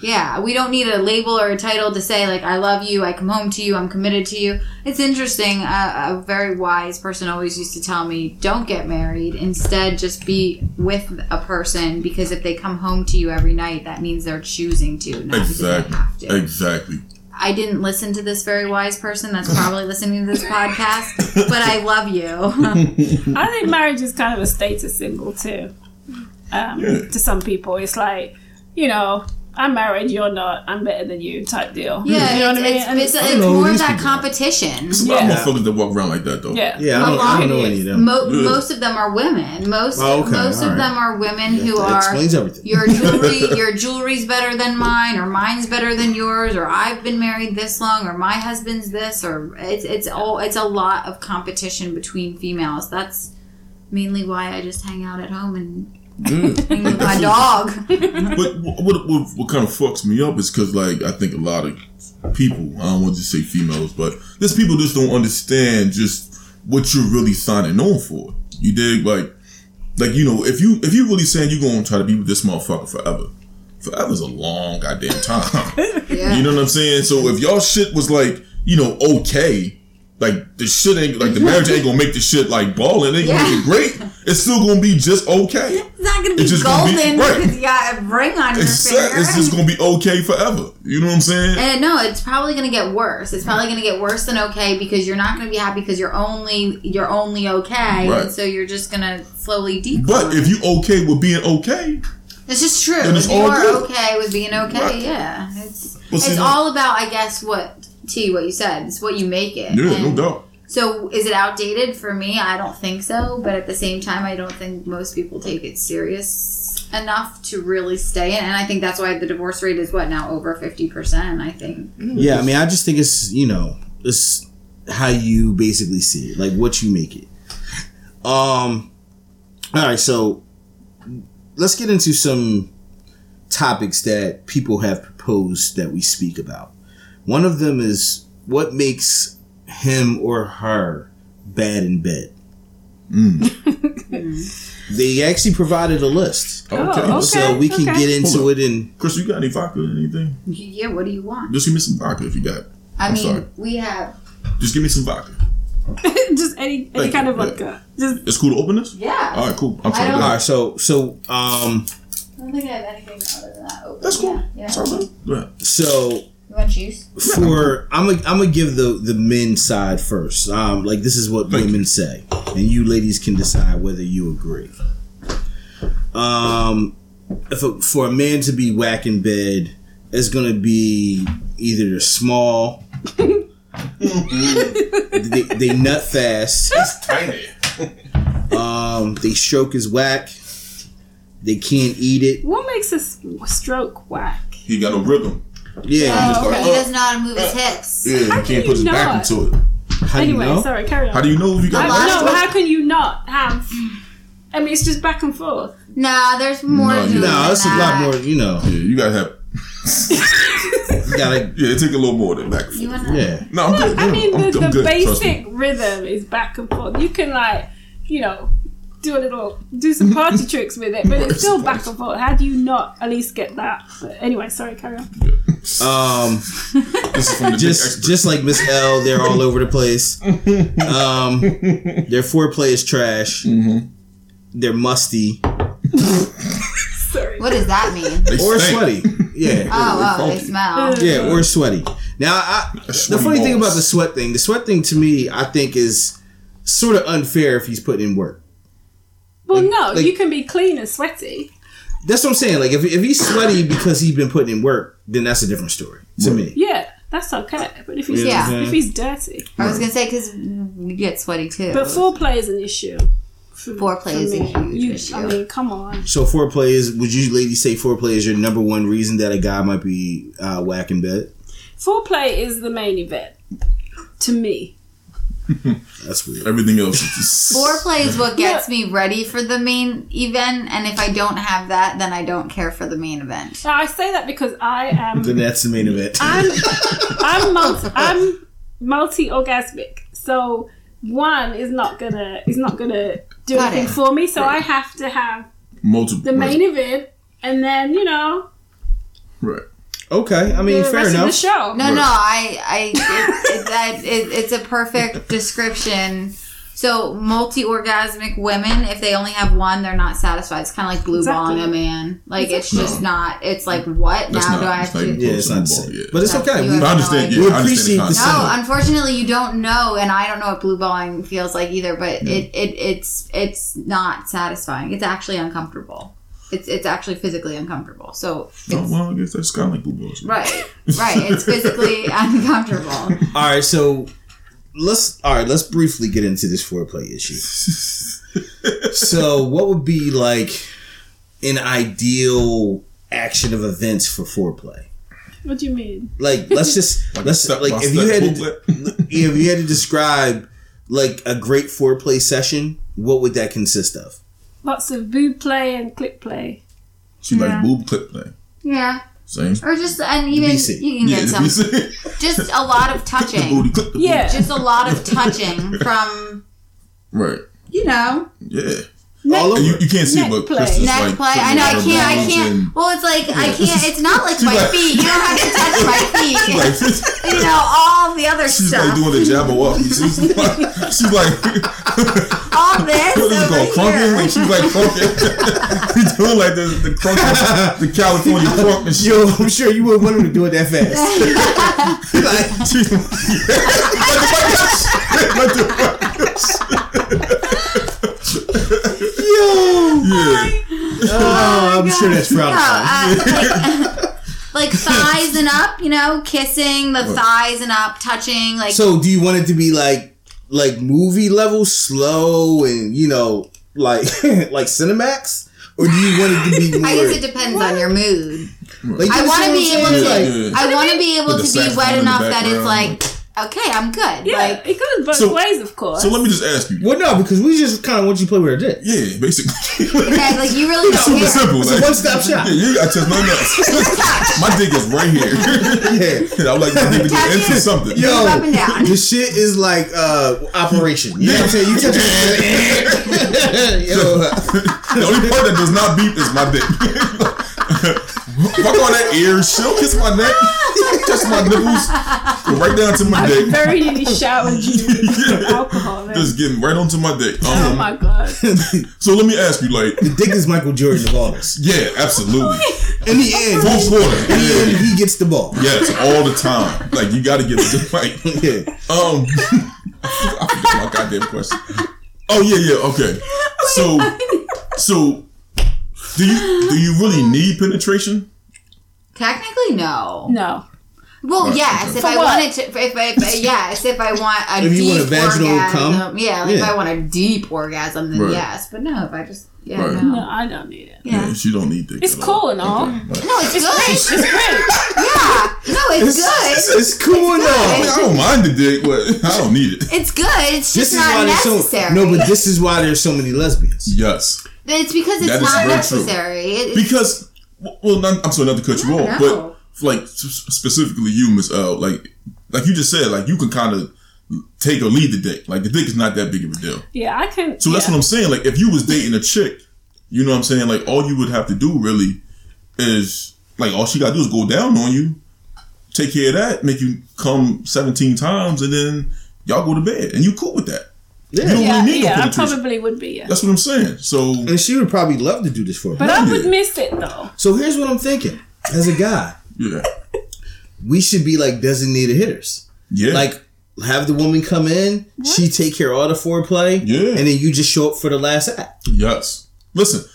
Speaker 4: Yeah, we don't need a label or a title to say like I love you, I come home to you, I'm committed to you. It's interesting. A, a very wise person always used to tell me, "Don't get married. Instead, just be with a person because if they come home to you every night, that means they're choosing to, not because they
Speaker 5: Exactly.
Speaker 4: have to."
Speaker 5: Exactly.
Speaker 4: I didn't listen to this very wise person that's probably listening to this podcast, but I love you.
Speaker 2: I think marriage is kind of a status symbol too. Um,
Speaker 5: Yeah.
Speaker 2: To some people, it's like, you know, I'm married, you're not, I'm better than you type deal.
Speaker 4: yeah,
Speaker 2: you know what I mean?
Speaker 4: it's,
Speaker 2: And
Speaker 4: it's,
Speaker 3: I
Speaker 4: it's,
Speaker 3: don't know
Speaker 4: more
Speaker 3: who
Speaker 4: of
Speaker 3: these
Speaker 4: that
Speaker 3: people are.
Speaker 4: competition.
Speaker 5: There's a lot of
Speaker 2: Yeah.
Speaker 5: motherfuckers that walk around like that though.
Speaker 2: yeah,
Speaker 3: Yeah, I
Speaker 4: A
Speaker 3: don't, I
Speaker 4: lot
Speaker 3: don't know
Speaker 4: of
Speaker 3: any of
Speaker 4: it.
Speaker 3: them.
Speaker 4: Mo-
Speaker 5: Yeah.
Speaker 4: most of them are women. Most
Speaker 3: Oh, okay,
Speaker 4: most
Speaker 3: all
Speaker 4: of
Speaker 3: right.
Speaker 4: them are women who
Speaker 3: that
Speaker 4: are
Speaker 3: explains everything.
Speaker 4: your jewelry your jewelry's better than mine or mine's better than yours or I've been married this long or my husband's this or it's it's all it's a lot of competition between females. That's mainly why I just hang out at home and hang with my dog.
Speaker 5: But wh- what, what what kind of fucks me up is because like I think a lot of people I don't want to say females, but there's people just don't understand just what you're really signing on for. You dig like like you know if you if you really saying you're gonna try to be with this motherfucker forever, forever's a long goddamn time.
Speaker 4: Yeah.
Speaker 5: You know what I'm saying? So if y'all shit was like, you know, okay, like the shit ain't like the marriage ain't gonna make the shit like balling, ain't gonna
Speaker 4: Yeah.
Speaker 5: make it great. It's still gonna be just okay.
Speaker 4: It's not gonna be
Speaker 5: It's just gonna be-
Speaker 4: golden
Speaker 5: right.
Speaker 4: because you got a ring on your
Speaker 5: It's,
Speaker 4: finger.
Speaker 5: it's just gonna be okay forever. You know what I'm saying?
Speaker 4: And Eh, no, it's probably going to get worse. It's probably going to get worse than okay because you're not going to be happy because you're only you're only okay,
Speaker 5: Right.
Speaker 4: and so you're just going to slowly decline.
Speaker 5: but if you okay with being okay,
Speaker 4: it's just true,
Speaker 5: then it's
Speaker 4: if you
Speaker 5: all
Speaker 4: are
Speaker 5: good.
Speaker 4: okay with being okay,
Speaker 5: Right.
Speaker 4: yeah, it's
Speaker 5: But see,
Speaker 4: it's
Speaker 5: no-
Speaker 4: all about I guess what T what you said. It's what you make it.
Speaker 5: yeah, no
Speaker 4: And
Speaker 5: doubt.
Speaker 4: So is it outdated for me? I don't think so, but at the same time, I don't think most people take it serious enough to really stay in. And I think that's why the divorce rate is what now over fifty percent. I think.
Speaker 3: Yeah, I mean, I just think it's you know, it's how you basically see it, like what you make it. Um, all right, so let's get into some topics that people have proposed that we speak about. One of them is what makes him or her bad in bed. they actually provided a list,
Speaker 5: Okay.
Speaker 2: Oh, okay.
Speaker 5: So,
Speaker 3: so we can
Speaker 2: okay.
Speaker 3: get into
Speaker 5: Hold
Speaker 3: it and
Speaker 5: Chris, you got any vodka or anything?
Speaker 4: Yeah, what do you want?
Speaker 5: Just give me some vodka if you got. it.
Speaker 4: I
Speaker 5: I'm
Speaker 4: mean,
Speaker 5: sorry.
Speaker 4: we have.
Speaker 5: Just give me some vodka.
Speaker 2: just any any
Speaker 5: Thank
Speaker 2: kind of
Speaker 5: you, yeah.
Speaker 2: vodka. Just
Speaker 5: It's cool to open this.
Speaker 4: Yeah.
Speaker 5: All right, cool. I'm sorry.
Speaker 4: I
Speaker 5: All
Speaker 4: don't-
Speaker 3: All
Speaker 5: right,
Speaker 3: right, so so um
Speaker 4: I don't think I have anything other than that. Open.
Speaker 5: that's cool.
Speaker 4: Yeah. yeah.
Speaker 5: Sorry, man. Go ahead.
Speaker 3: so
Speaker 4: You want juice?
Speaker 3: for I'm gonna I'm gonna give the the men side first. Um, like this is what
Speaker 5: Thank
Speaker 3: women say, and you ladies can decide whether you agree. Um, if a, for a man to be whack in bed, it's gonna be either they're small, they, they nut fast,
Speaker 5: It's tiny.
Speaker 3: um, they stroke is whack, they can't eat it.
Speaker 2: what makes a s- stroke whack?
Speaker 5: He got no rhythm.
Speaker 3: Yeah,
Speaker 5: Just
Speaker 4: Oh,
Speaker 5: like,
Speaker 4: He
Speaker 5: uh,
Speaker 4: doesn't know how to move his hips.
Speaker 5: Yeah,
Speaker 2: How
Speaker 5: you
Speaker 2: can
Speaker 5: can't put
Speaker 2: you
Speaker 5: his back
Speaker 2: not?
Speaker 5: into it.
Speaker 3: how do you
Speaker 2: Anyway,
Speaker 3: know?
Speaker 2: sorry, carry on.
Speaker 5: How do you know if you got?
Speaker 4: I-
Speaker 2: I,
Speaker 5: back?
Speaker 4: Last
Speaker 2: no,
Speaker 4: one-
Speaker 2: how can you not have? I mean, it's just back and forth.
Speaker 4: Nah, there's more
Speaker 5: No,
Speaker 4: to
Speaker 5: you-
Speaker 4: it.
Speaker 3: No, it's a
Speaker 4: than
Speaker 3: lot
Speaker 4: that.
Speaker 3: more. You know,
Speaker 5: Yeah, you gotta have.
Speaker 3: you gotta
Speaker 5: Yeah, it take a little more than back. and
Speaker 4: You
Speaker 5: forth.
Speaker 4: want
Speaker 3: yeah.
Speaker 5: No, I'm good.
Speaker 2: I
Speaker 5: No,
Speaker 2: mean,
Speaker 5: Mm, I'm,
Speaker 2: the,
Speaker 5: I'm
Speaker 2: the
Speaker 5: good. Trust me.
Speaker 2: basic rhythm is back and forth. You can like, you know, do a little, do some party tricks with it, but it's still back and forth. How do you not at least get that? But anyway, sorry, carry on.
Speaker 3: Um,
Speaker 5: This is from the big
Speaker 3: just
Speaker 5: expert.
Speaker 3: just like Miss L, they're all over the place. Um, their foreplay is trash.
Speaker 5: Mm-hmm.
Speaker 3: They're musty
Speaker 2: Sorry.
Speaker 4: What does that mean?
Speaker 5: They
Speaker 3: or
Speaker 5: stink.
Speaker 3: sweaty. Yeah,
Speaker 4: Oh, oh, they
Speaker 5: funky.
Speaker 4: smell.
Speaker 3: yeah, or sweaty. Now, I, the
Speaker 5: Sweaty
Speaker 3: funny thing
Speaker 5: balls.
Speaker 3: about the sweat thing, the sweat thing to me, I think is sort of unfair if he's putting in work.
Speaker 2: Well, no,
Speaker 3: like-
Speaker 2: you can be clean and sweaty.
Speaker 3: That's what I'm saying. Like if if he's sweaty because he's been putting in work, then that's a different story to me.
Speaker 2: Yeah, that's okay. But if he's
Speaker 4: Yeah.
Speaker 2: if he's dirty,
Speaker 4: I was gonna say because we get sweaty too.
Speaker 2: but foreplay is an issue. For,
Speaker 4: Foreplay
Speaker 2: for
Speaker 4: is a
Speaker 2: me.
Speaker 4: huge
Speaker 2: You-
Speaker 4: issue.
Speaker 2: I mean, come on.
Speaker 3: So foreplay is. Would you ladies say foreplay is your number one reason that a guy might be uh, whacking bed?
Speaker 2: Foreplay is the main event to me.
Speaker 3: That's weird.
Speaker 5: Everything else is just.
Speaker 4: Foreplay is what gets me ready for the main event, and if I don't have that, then I don't care for the main event.
Speaker 2: Now I say that because I am
Speaker 3: Then that's the main event.
Speaker 2: I'm I'm multi, I'm multi orgasmic. So one is not gonna is not gonna do
Speaker 4: Got
Speaker 2: anything
Speaker 4: it.
Speaker 2: for me. So I have to have
Speaker 5: multiple.
Speaker 2: the main event, and then you know
Speaker 5: Right. right.
Speaker 3: Okay, I
Speaker 2: the
Speaker 3: mean, fair
Speaker 2: rest of
Speaker 3: enough.
Speaker 2: the show.
Speaker 4: No, no, I, I, it, it, that, it, it's a perfect description. So multi-orgasmic women, if they only have one, they're not satisfied. It's kind of like blue
Speaker 2: Exactly.
Speaker 4: balling a man. Like it's
Speaker 5: Exactly.
Speaker 4: just not. It's like what
Speaker 5: That's
Speaker 4: now
Speaker 5: not-
Speaker 4: do I
Speaker 5: that's
Speaker 4: have
Speaker 5: not
Speaker 4: to?
Speaker 5: even-
Speaker 3: yeah, it's not the
Speaker 5: Football,
Speaker 3: same,
Speaker 5: yeah.
Speaker 3: but it's
Speaker 4: Yeah,
Speaker 3: okay.
Speaker 4: you
Speaker 3: We,
Speaker 4: have-
Speaker 5: I understand.
Speaker 4: no
Speaker 5: Yeah,
Speaker 3: idea.
Speaker 5: I
Speaker 3: Appreciate
Speaker 5: understand.
Speaker 3: the
Speaker 5: concept.
Speaker 4: No, unfortunately, you don't know, and I don't know what blue balling feels like either. But it, it, it's, it's not satisfying. It's actually uncomfortable. It's, it's actually physically uncomfortable. So it's
Speaker 5: Oh, well, I guess that's kind of like blue balls.
Speaker 4: right, right. It's physically uncomfortable.
Speaker 3: all right, so let's all right. Let's briefly get into this foreplay issue. so, what would be like an ideal action of events for foreplay?
Speaker 2: What do you mean?
Speaker 3: Like, let's just let's
Speaker 5: step
Speaker 3: like
Speaker 5: by
Speaker 3: if you
Speaker 5: step
Speaker 3: had to,
Speaker 5: booklet.
Speaker 3: if you had to describe like a great foreplay session, what would that consist of?
Speaker 2: Lots of boob play and clip play.
Speaker 5: She like boob clip thing.
Speaker 4: Yeah,
Speaker 5: Same.
Speaker 4: or just and even
Speaker 3: BC.
Speaker 4: you can get
Speaker 5: the
Speaker 4: some.
Speaker 5: BC.
Speaker 4: Just a lot of
Speaker 5: the
Speaker 4: touching.
Speaker 5: booty clip. The
Speaker 2: Yeah,
Speaker 4: Just a lot of touching from
Speaker 5: Booty. Right.
Speaker 4: you know
Speaker 5: Yeah.
Speaker 2: Neck-
Speaker 3: All over.
Speaker 5: And you, you can't see,
Speaker 2: Neck
Speaker 5: but
Speaker 2: play.
Speaker 5: Krista's
Speaker 4: neck
Speaker 5: like
Speaker 4: play.
Speaker 5: putting
Speaker 4: I know I
Speaker 5: her
Speaker 4: can't. I
Speaker 5: bones in.
Speaker 4: can't. Well, it's like I can't. It's not like my
Speaker 5: like-
Speaker 4: feet. You don't have to touch my feet.
Speaker 5: Like, she's
Speaker 4: You know all the other
Speaker 5: like
Speaker 4: stuff.
Speaker 5: doing the jab walk. She's like, she's like
Speaker 4: all this
Speaker 5: What is it called?
Speaker 4: over here.
Speaker 5: Crunking? Like she's like crunking. She's doing like the the crunking, the California crunk and shit.
Speaker 3: Yo, I'm sure you wouldn't want him to do it that fast. like,
Speaker 5: She's like, what the fuck? What the fuck?
Speaker 3: Yo!
Speaker 5: Yeah.
Speaker 3: Oh, I'm sure that's
Speaker 4: No,
Speaker 3: probably.
Speaker 4: uh, like, like thighs and up. You know, kissing the thighs and up, touching. Like
Speaker 3: So, do you want it to be like, like movie level, slow, and you know, like, like Cinemax, or do you want it to be more?
Speaker 4: I guess it depends on your mood.
Speaker 3: like,
Speaker 4: I
Speaker 3: you
Speaker 4: wanna
Speaker 3: know
Speaker 4: be
Speaker 3: what I'm
Speaker 4: able
Speaker 3: saying?
Speaker 5: to-
Speaker 3: Like,
Speaker 4: I want to be able
Speaker 5: With the
Speaker 4: to be
Speaker 5: saxophone
Speaker 4: wet
Speaker 5: in the
Speaker 4: enough that it's
Speaker 5: background.
Speaker 4: like okay, I'm good.
Speaker 2: yeah,
Speaker 4: Like
Speaker 2: it goes both
Speaker 5: So-
Speaker 2: ways, of course.
Speaker 5: So let me just ask you.
Speaker 3: well, no, because we just kind of want you to play with her dick.
Speaker 5: Yeah, basically. Super
Speaker 4: okay, like you really don't care.
Speaker 5: simple.
Speaker 3: It's a
Speaker 5: like-
Speaker 3: one stop shop.
Speaker 5: Yeah, you got just nothing else. My dick is right here.
Speaker 3: Yeah.
Speaker 5: I would like my dick to
Speaker 4: Tap
Speaker 5: go into
Speaker 4: it.
Speaker 5: something.
Speaker 3: Yo,
Speaker 4: Move up and down.
Speaker 3: the shit is like uh operation. You know what I'm saying? You touch it. Yo,
Speaker 5: The only part that does not beep is my dick. Fuck all that ears. She'll kiss my neck. kiss my nipples. Go right down to my dick.
Speaker 2: Very nearly showered you with alcohol. then.
Speaker 5: Just getting right onto my dick.
Speaker 2: Oh
Speaker 5: Um,
Speaker 2: my god.
Speaker 5: so let me ask you, like,
Speaker 3: The dick is Michael Jordan of all this.
Speaker 5: yeah, absolutely.
Speaker 3: In the end,
Speaker 5: Full
Speaker 3: he-
Speaker 5: quarter.
Speaker 3: in the end, he gets the ball.
Speaker 5: Yes, all the time. Like you got to get it. Like,
Speaker 3: Yeah.
Speaker 5: um, I forgot my goddamn question. Oh yeah, yeah. Okay. So, so, do you do you really need penetration?
Speaker 4: Technically, no.
Speaker 2: No.
Speaker 4: Well, yes, if
Speaker 2: For
Speaker 4: I
Speaker 2: what?
Speaker 4: wanted to, if, if yes, if I want a
Speaker 3: If you
Speaker 4: deep
Speaker 3: want a vaginal
Speaker 4: orgasm,
Speaker 3: cum?
Speaker 4: yeah, like if
Speaker 3: Yeah.
Speaker 4: I want a deep orgasm, then
Speaker 5: Right.
Speaker 4: yes. But no, if I just yeah,
Speaker 5: Right.
Speaker 4: no.
Speaker 2: No, I don't need it.
Speaker 4: yeah,
Speaker 5: Yes, you don't need dick.
Speaker 2: It's
Speaker 5: at
Speaker 2: cool and all.
Speaker 5: Right.
Speaker 4: no, it's,
Speaker 2: It's
Speaker 4: good.
Speaker 2: great. It's great.
Speaker 4: yeah, no, it's,
Speaker 3: It's,
Speaker 4: good.
Speaker 3: it's cool and all.
Speaker 5: I mean, I don't mind the dick, but I don't need it.
Speaker 4: It's good. It's just not
Speaker 3: there's so
Speaker 4: necessary.
Speaker 3: no, but this is why there's so many lesbians.
Speaker 5: Yes,
Speaker 4: it's because it's
Speaker 5: That is
Speaker 4: not
Speaker 5: very true.
Speaker 4: necessary. It, it's,
Speaker 5: because well, not, I'm sorry not to cut you
Speaker 4: No,
Speaker 5: off,
Speaker 4: no.
Speaker 5: but like s- specifically you, Miss L, like like you just said, like you can kind of take or leave the dick. Like the dick is not that big of a deal.
Speaker 2: Yeah, I can.
Speaker 5: So that's what I'm saying. Like, if you was dating a chick, you know what I'm saying? Like, all you would have to do really is, like, all she got to do is go down on you, take care of that, make you come 17 times, and then y'all go to bed. And you cool with that.
Speaker 3: Yeah.
Speaker 5: You don't
Speaker 2: Yeah,
Speaker 5: really need
Speaker 2: yeah,
Speaker 5: no
Speaker 2: I
Speaker 5: penetration.
Speaker 2: probably would be. Yeah.
Speaker 5: that's what I'm saying. So,
Speaker 3: And she would probably love to do this for
Speaker 2: But
Speaker 3: me.
Speaker 2: I
Speaker 5: Yeah.
Speaker 2: would miss it though.
Speaker 3: So here's what I'm thinking. As a guy,
Speaker 5: yeah.
Speaker 3: we should be like designated hitters.
Speaker 5: Yeah.
Speaker 3: Like have the woman come in, she take care of all the foreplay,
Speaker 5: Yeah.
Speaker 3: and then you just show up for the last act.
Speaker 5: yes. Listen,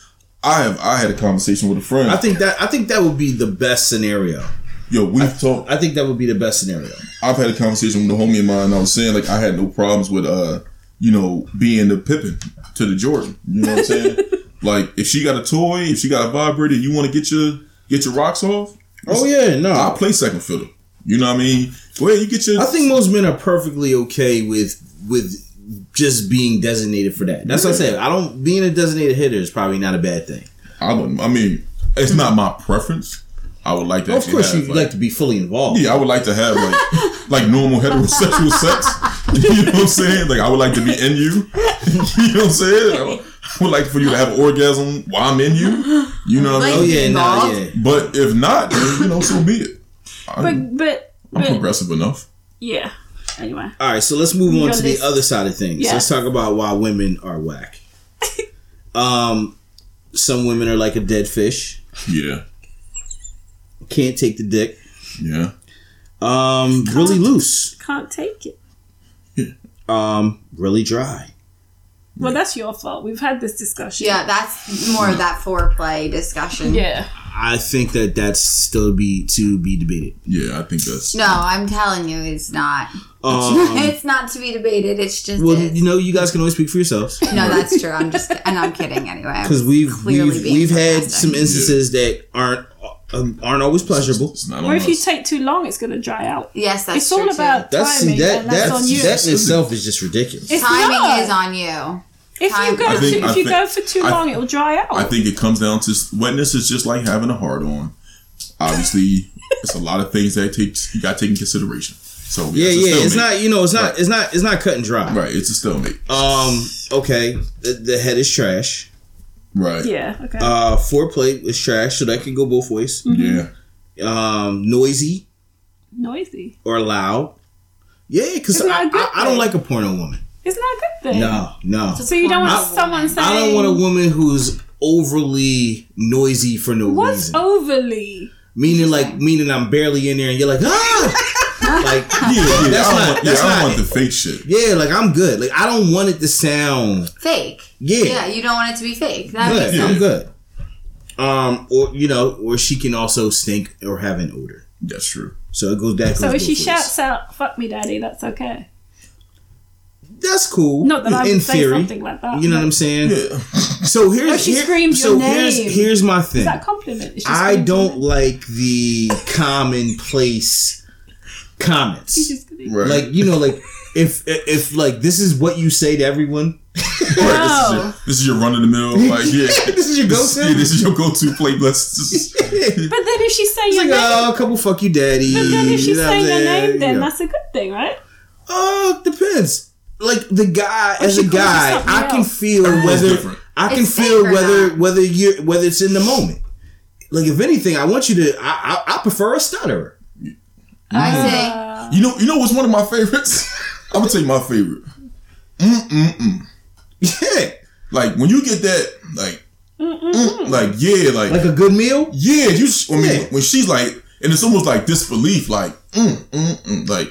Speaker 5: I have, I had a conversation with a friend.
Speaker 3: I think that I think that would be the best scenario.
Speaker 5: Yo, we've talked.
Speaker 3: I think that would be the best scenario.
Speaker 5: I've had a conversation with a homie of mine. And I was saying like I had no problems with uh, you know, being the Pippin to the Jordan. You know what I'm saying? like if she got a toy, if she got a vibrator, you want to get your get your rocks off.
Speaker 3: Oh yeah, no.
Speaker 5: I'll play second fiddle. You know what I mean? Go ahead, you get your.
Speaker 3: I think most men are perfectly okay with with just being designated for that. That's what I said. I don't being a designated hitter is probably not a bad thing.
Speaker 5: I wouldn't. I mean, it's not my preference. I would like to.
Speaker 3: Of
Speaker 5: actually
Speaker 3: course,
Speaker 5: have,
Speaker 3: you'd like to be fully involved.
Speaker 5: Yeah, I would like to have like like normal heterosexual sex. You know what I'm saying? Like I would like to be in you. You know what I'm saying? I would, I would like for you to have an orgasm while I'm in you. You know what I
Speaker 3: Oh
Speaker 5: mean?
Speaker 3: yeah, nah,
Speaker 4: Involved?
Speaker 3: yeah.
Speaker 5: But if not, then, you know, so be it. I'm,
Speaker 2: But but
Speaker 5: I'm
Speaker 2: but
Speaker 5: progressive enough.
Speaker 2: yeah. Anyway,
Speaker 3: All right, so let's move
Speaker 2: Your
Speaker 3: on to the
Speaker 2: list.
Speaker 3: other side of things.
Speaker 2: Yeah.
Speaker 3: Let's talk about why women are whack. um, some women are like a dead fish.
Speaker 5: Yeah,
Speaker 3: Can't take the dick.
Speaker 5: yeah.
Speaker 3: Um, really loose.
Speaker 2: can't take it.
Speaker 3: Um, really dry.
Speaker 2: Well, that's your fault. We've had this discussion.
Speaker 4: yeah, that's more of that foreplay discussion.
Speaker 2: Yeah.
Speaker 3: I think that that's still be to be debated.
Speaker 5: Yeah, I think that's
Speaker 4: No, I'm telling you, it's not.
Speaker 3: Um,
Speaker 4: it's not to be debated. It's just
Speaker 3: well,
Speaker 4: is.
Speaker 3: you know, you guys can always speak for yourselves.
Speaker 4: No, that's true. I'm just, and I'm kidding anyway.
Speaker 3: because we've
Speaker 4: Clearly
Speaker 3: we've,
Speaker 4: being
Speaker 3: we've had
Speaker 4: sarcastic.
Speaker 3: some instances that aren't um, aren't always pleasurable.
Speaker 5: It's not on
Speaker 2: Or if you
Speaker 5: us.
Speaker 2: take too long, it's going to dry out.
Speaker 4: Yes, that's
Speaker 2: it's all
Speaker 4: true, too.
Speaker 2: about
Speaker 3: That's
Speaker 2: timing.
Speaker 3: see that
Speaker 2: and that's, on you.
Speaker 3: that that in itself is just ridiculous.
Speaker 2: it's
Speaker 4: timing
Speaker 2: not.
Speaker 4: is on you.
Speaker 2: if you
Speaker 4: timing.
Speaker 2: go
Speaker 4: I
Speaker 2: too,
Speaker 5: think-
Speaker 2: if
Speaker 5: I
Speaker 2: you
Speaker 5: think-
Speaker 2: go for too
Speaker 5: I-
Speaker 2: long, it'll dry out.
Speaker 5: I think it comes down to s- wetness is just like having a hard on. Obviously, it's a lot of things that takes you got to take in consideration.
Speaker 3: Yeah,
Speaker 5: So a
Speaker 3: yeah. It's
Speaker 5: stalemate.
Speaker 3: not you know. It's not. It's not. It's not cut and dry.
Speaker 5: right. It's a stalemate.
Speaker 3: Um. Okay. The, the head is trash.
Speaker 5: Right.
Speaker 2: yeah. Okay.
Speaker 3: Uh, foreplay is trash, so that can go both ways.
Speaker 5: Yeah.
Speaker 3: Um, noisy
Speaker 2: Noisy.
Speaker 3: or loud. Yeah, because
Speaker 2: Isn't that
Speaker 3: I,
Speaker 2: a good
Speaker 3: I, I don't
Speaker 2: thing?
Speaker 3: like a porno woman.
Speaker 2: Isn't that a good thing?
Speaker 3: No, no.
Speaker 2: So you don't want
Speaker 4: I-
Speaker 2: someone saying
Speaker 3: I don't want a woman who's overly noisy for no
Speaker 2: What's
Speaker 3: reason.
Speaker 2: overly?
Speaker 3: meaning, like, meaning I'm barely in there, and you're like, ah, like,
Speaker 5: Yeah,
Speaker 3: That's
Speaker 5: yeah, I don't
Speaker 3: not-
Speaker 5: want,
Speaker 3: that's
Speaker 5: yeah, I don't
Speaker 3: not
Speaker 5: want
Speaker 3: it.
Speaker 5: the fake shit.
Speaker 3: yeah, like I'm good. Like I don't want it to sound.
Speaker 4: Fake.
Speaker 3: Yeah.
Speaker 4: Yeah, you don't want it to be fake. That
Speaker 3: good.
Speaker 5: yeah.
Speaker 3: I'm good. Um, or you know, or she can also stink or have an odor.
Speaker 5: That's true.
Speaker 3: So it goes back.
Speaker 2: So if
Speaker 3: goes
Speaker 2: she
Speaker 3: both ways.
Speaker 2: shouts out, "Fuck me, daddy," that's okay.
Speaker 3: that's cool.
Speaker 2: Not that I
Speaker 3: in
Speaker 2: would say
Speaker 3: theory,
Speaker 2: something like that.
Speaker 3: you know what I'm saying. So here's
Speaker 2: Or she
Speaker 3: here-
Speaker 2: screams
Speaker 3: so
Speaker 2: your
Speaker 3: here's
Speaker 2: name.
Speaker 3: here's my thing.
Speaker 2: Is that a compliment? It's just
Speaker 3: I
Speaker 2: compliment.
Speaker 3: don't like the commonplace
Speaker 2: She's
Speaker 3: comments.
Speaker 2: just gonna-
Speaker 5: Right.
Speaker 3: Like you know, like if if like this is what you say to everyone.
Speaker 5: Right,
Speaker 2: No.
Speaker 5: this, is your, this is your run of the mill. Like, yeah.
Speaker 3: this is your
Speaker 5: This-
Speaker 3: go-to.
Speaker 5: yeah, this is your go-to playlist. This is-
Speaker 2: But then if she's saying your
Speaker 3: It's like,
Speaker 2: name,
Speaker 3: oh, a couple fuck you daddy.
Speaker 2: but then if
Speaker 3: you
Speaker 2: she's
Speaker 3: know what I'm
Speaker 2: saying your
Speaker 3: saying?
Speaker 2: name, then
Speaker 3: Yeah.
Speaker 2: that's a good thing, right?
Speaker 3: Uh, depends. Like the guy, as
Speaker 2: she
Speaker 3: a
Speaker 2: calls you
Speaker 3: guy,
Speaker 2: something
Speaker 3: I can
Speaker 2: else.
Speaker 3: feel
Speaker 5: Everyone's
Speaker 3: whether
Speaker 5: different.
Speaker 3: I can
Speaker 4: It's
Speaker 3: feel
Speaker 4: safe or
Speaker 3: whether
Speaker 4: not.
Speaker 3: whether you're whether it's in the moment. like if anything, I want you to. I I, I prefer a stutterer.
Speaker 4: I say
Speaker 5: You know, you know what's one of my favorites? I'm gonna tell you my favorite. Mm mm mm.
Speaker 3: Yeah,
Speaker 5: Like when you get that, like, mm, like yeah, like,
Speaker 3: like a good meal.
Speaker 5: yeah. You, s- I mean,
Speaker 3: Yeah.
Speaker 5: when she's like, and it's almost like disbelief, like, mm mm mm, like, like,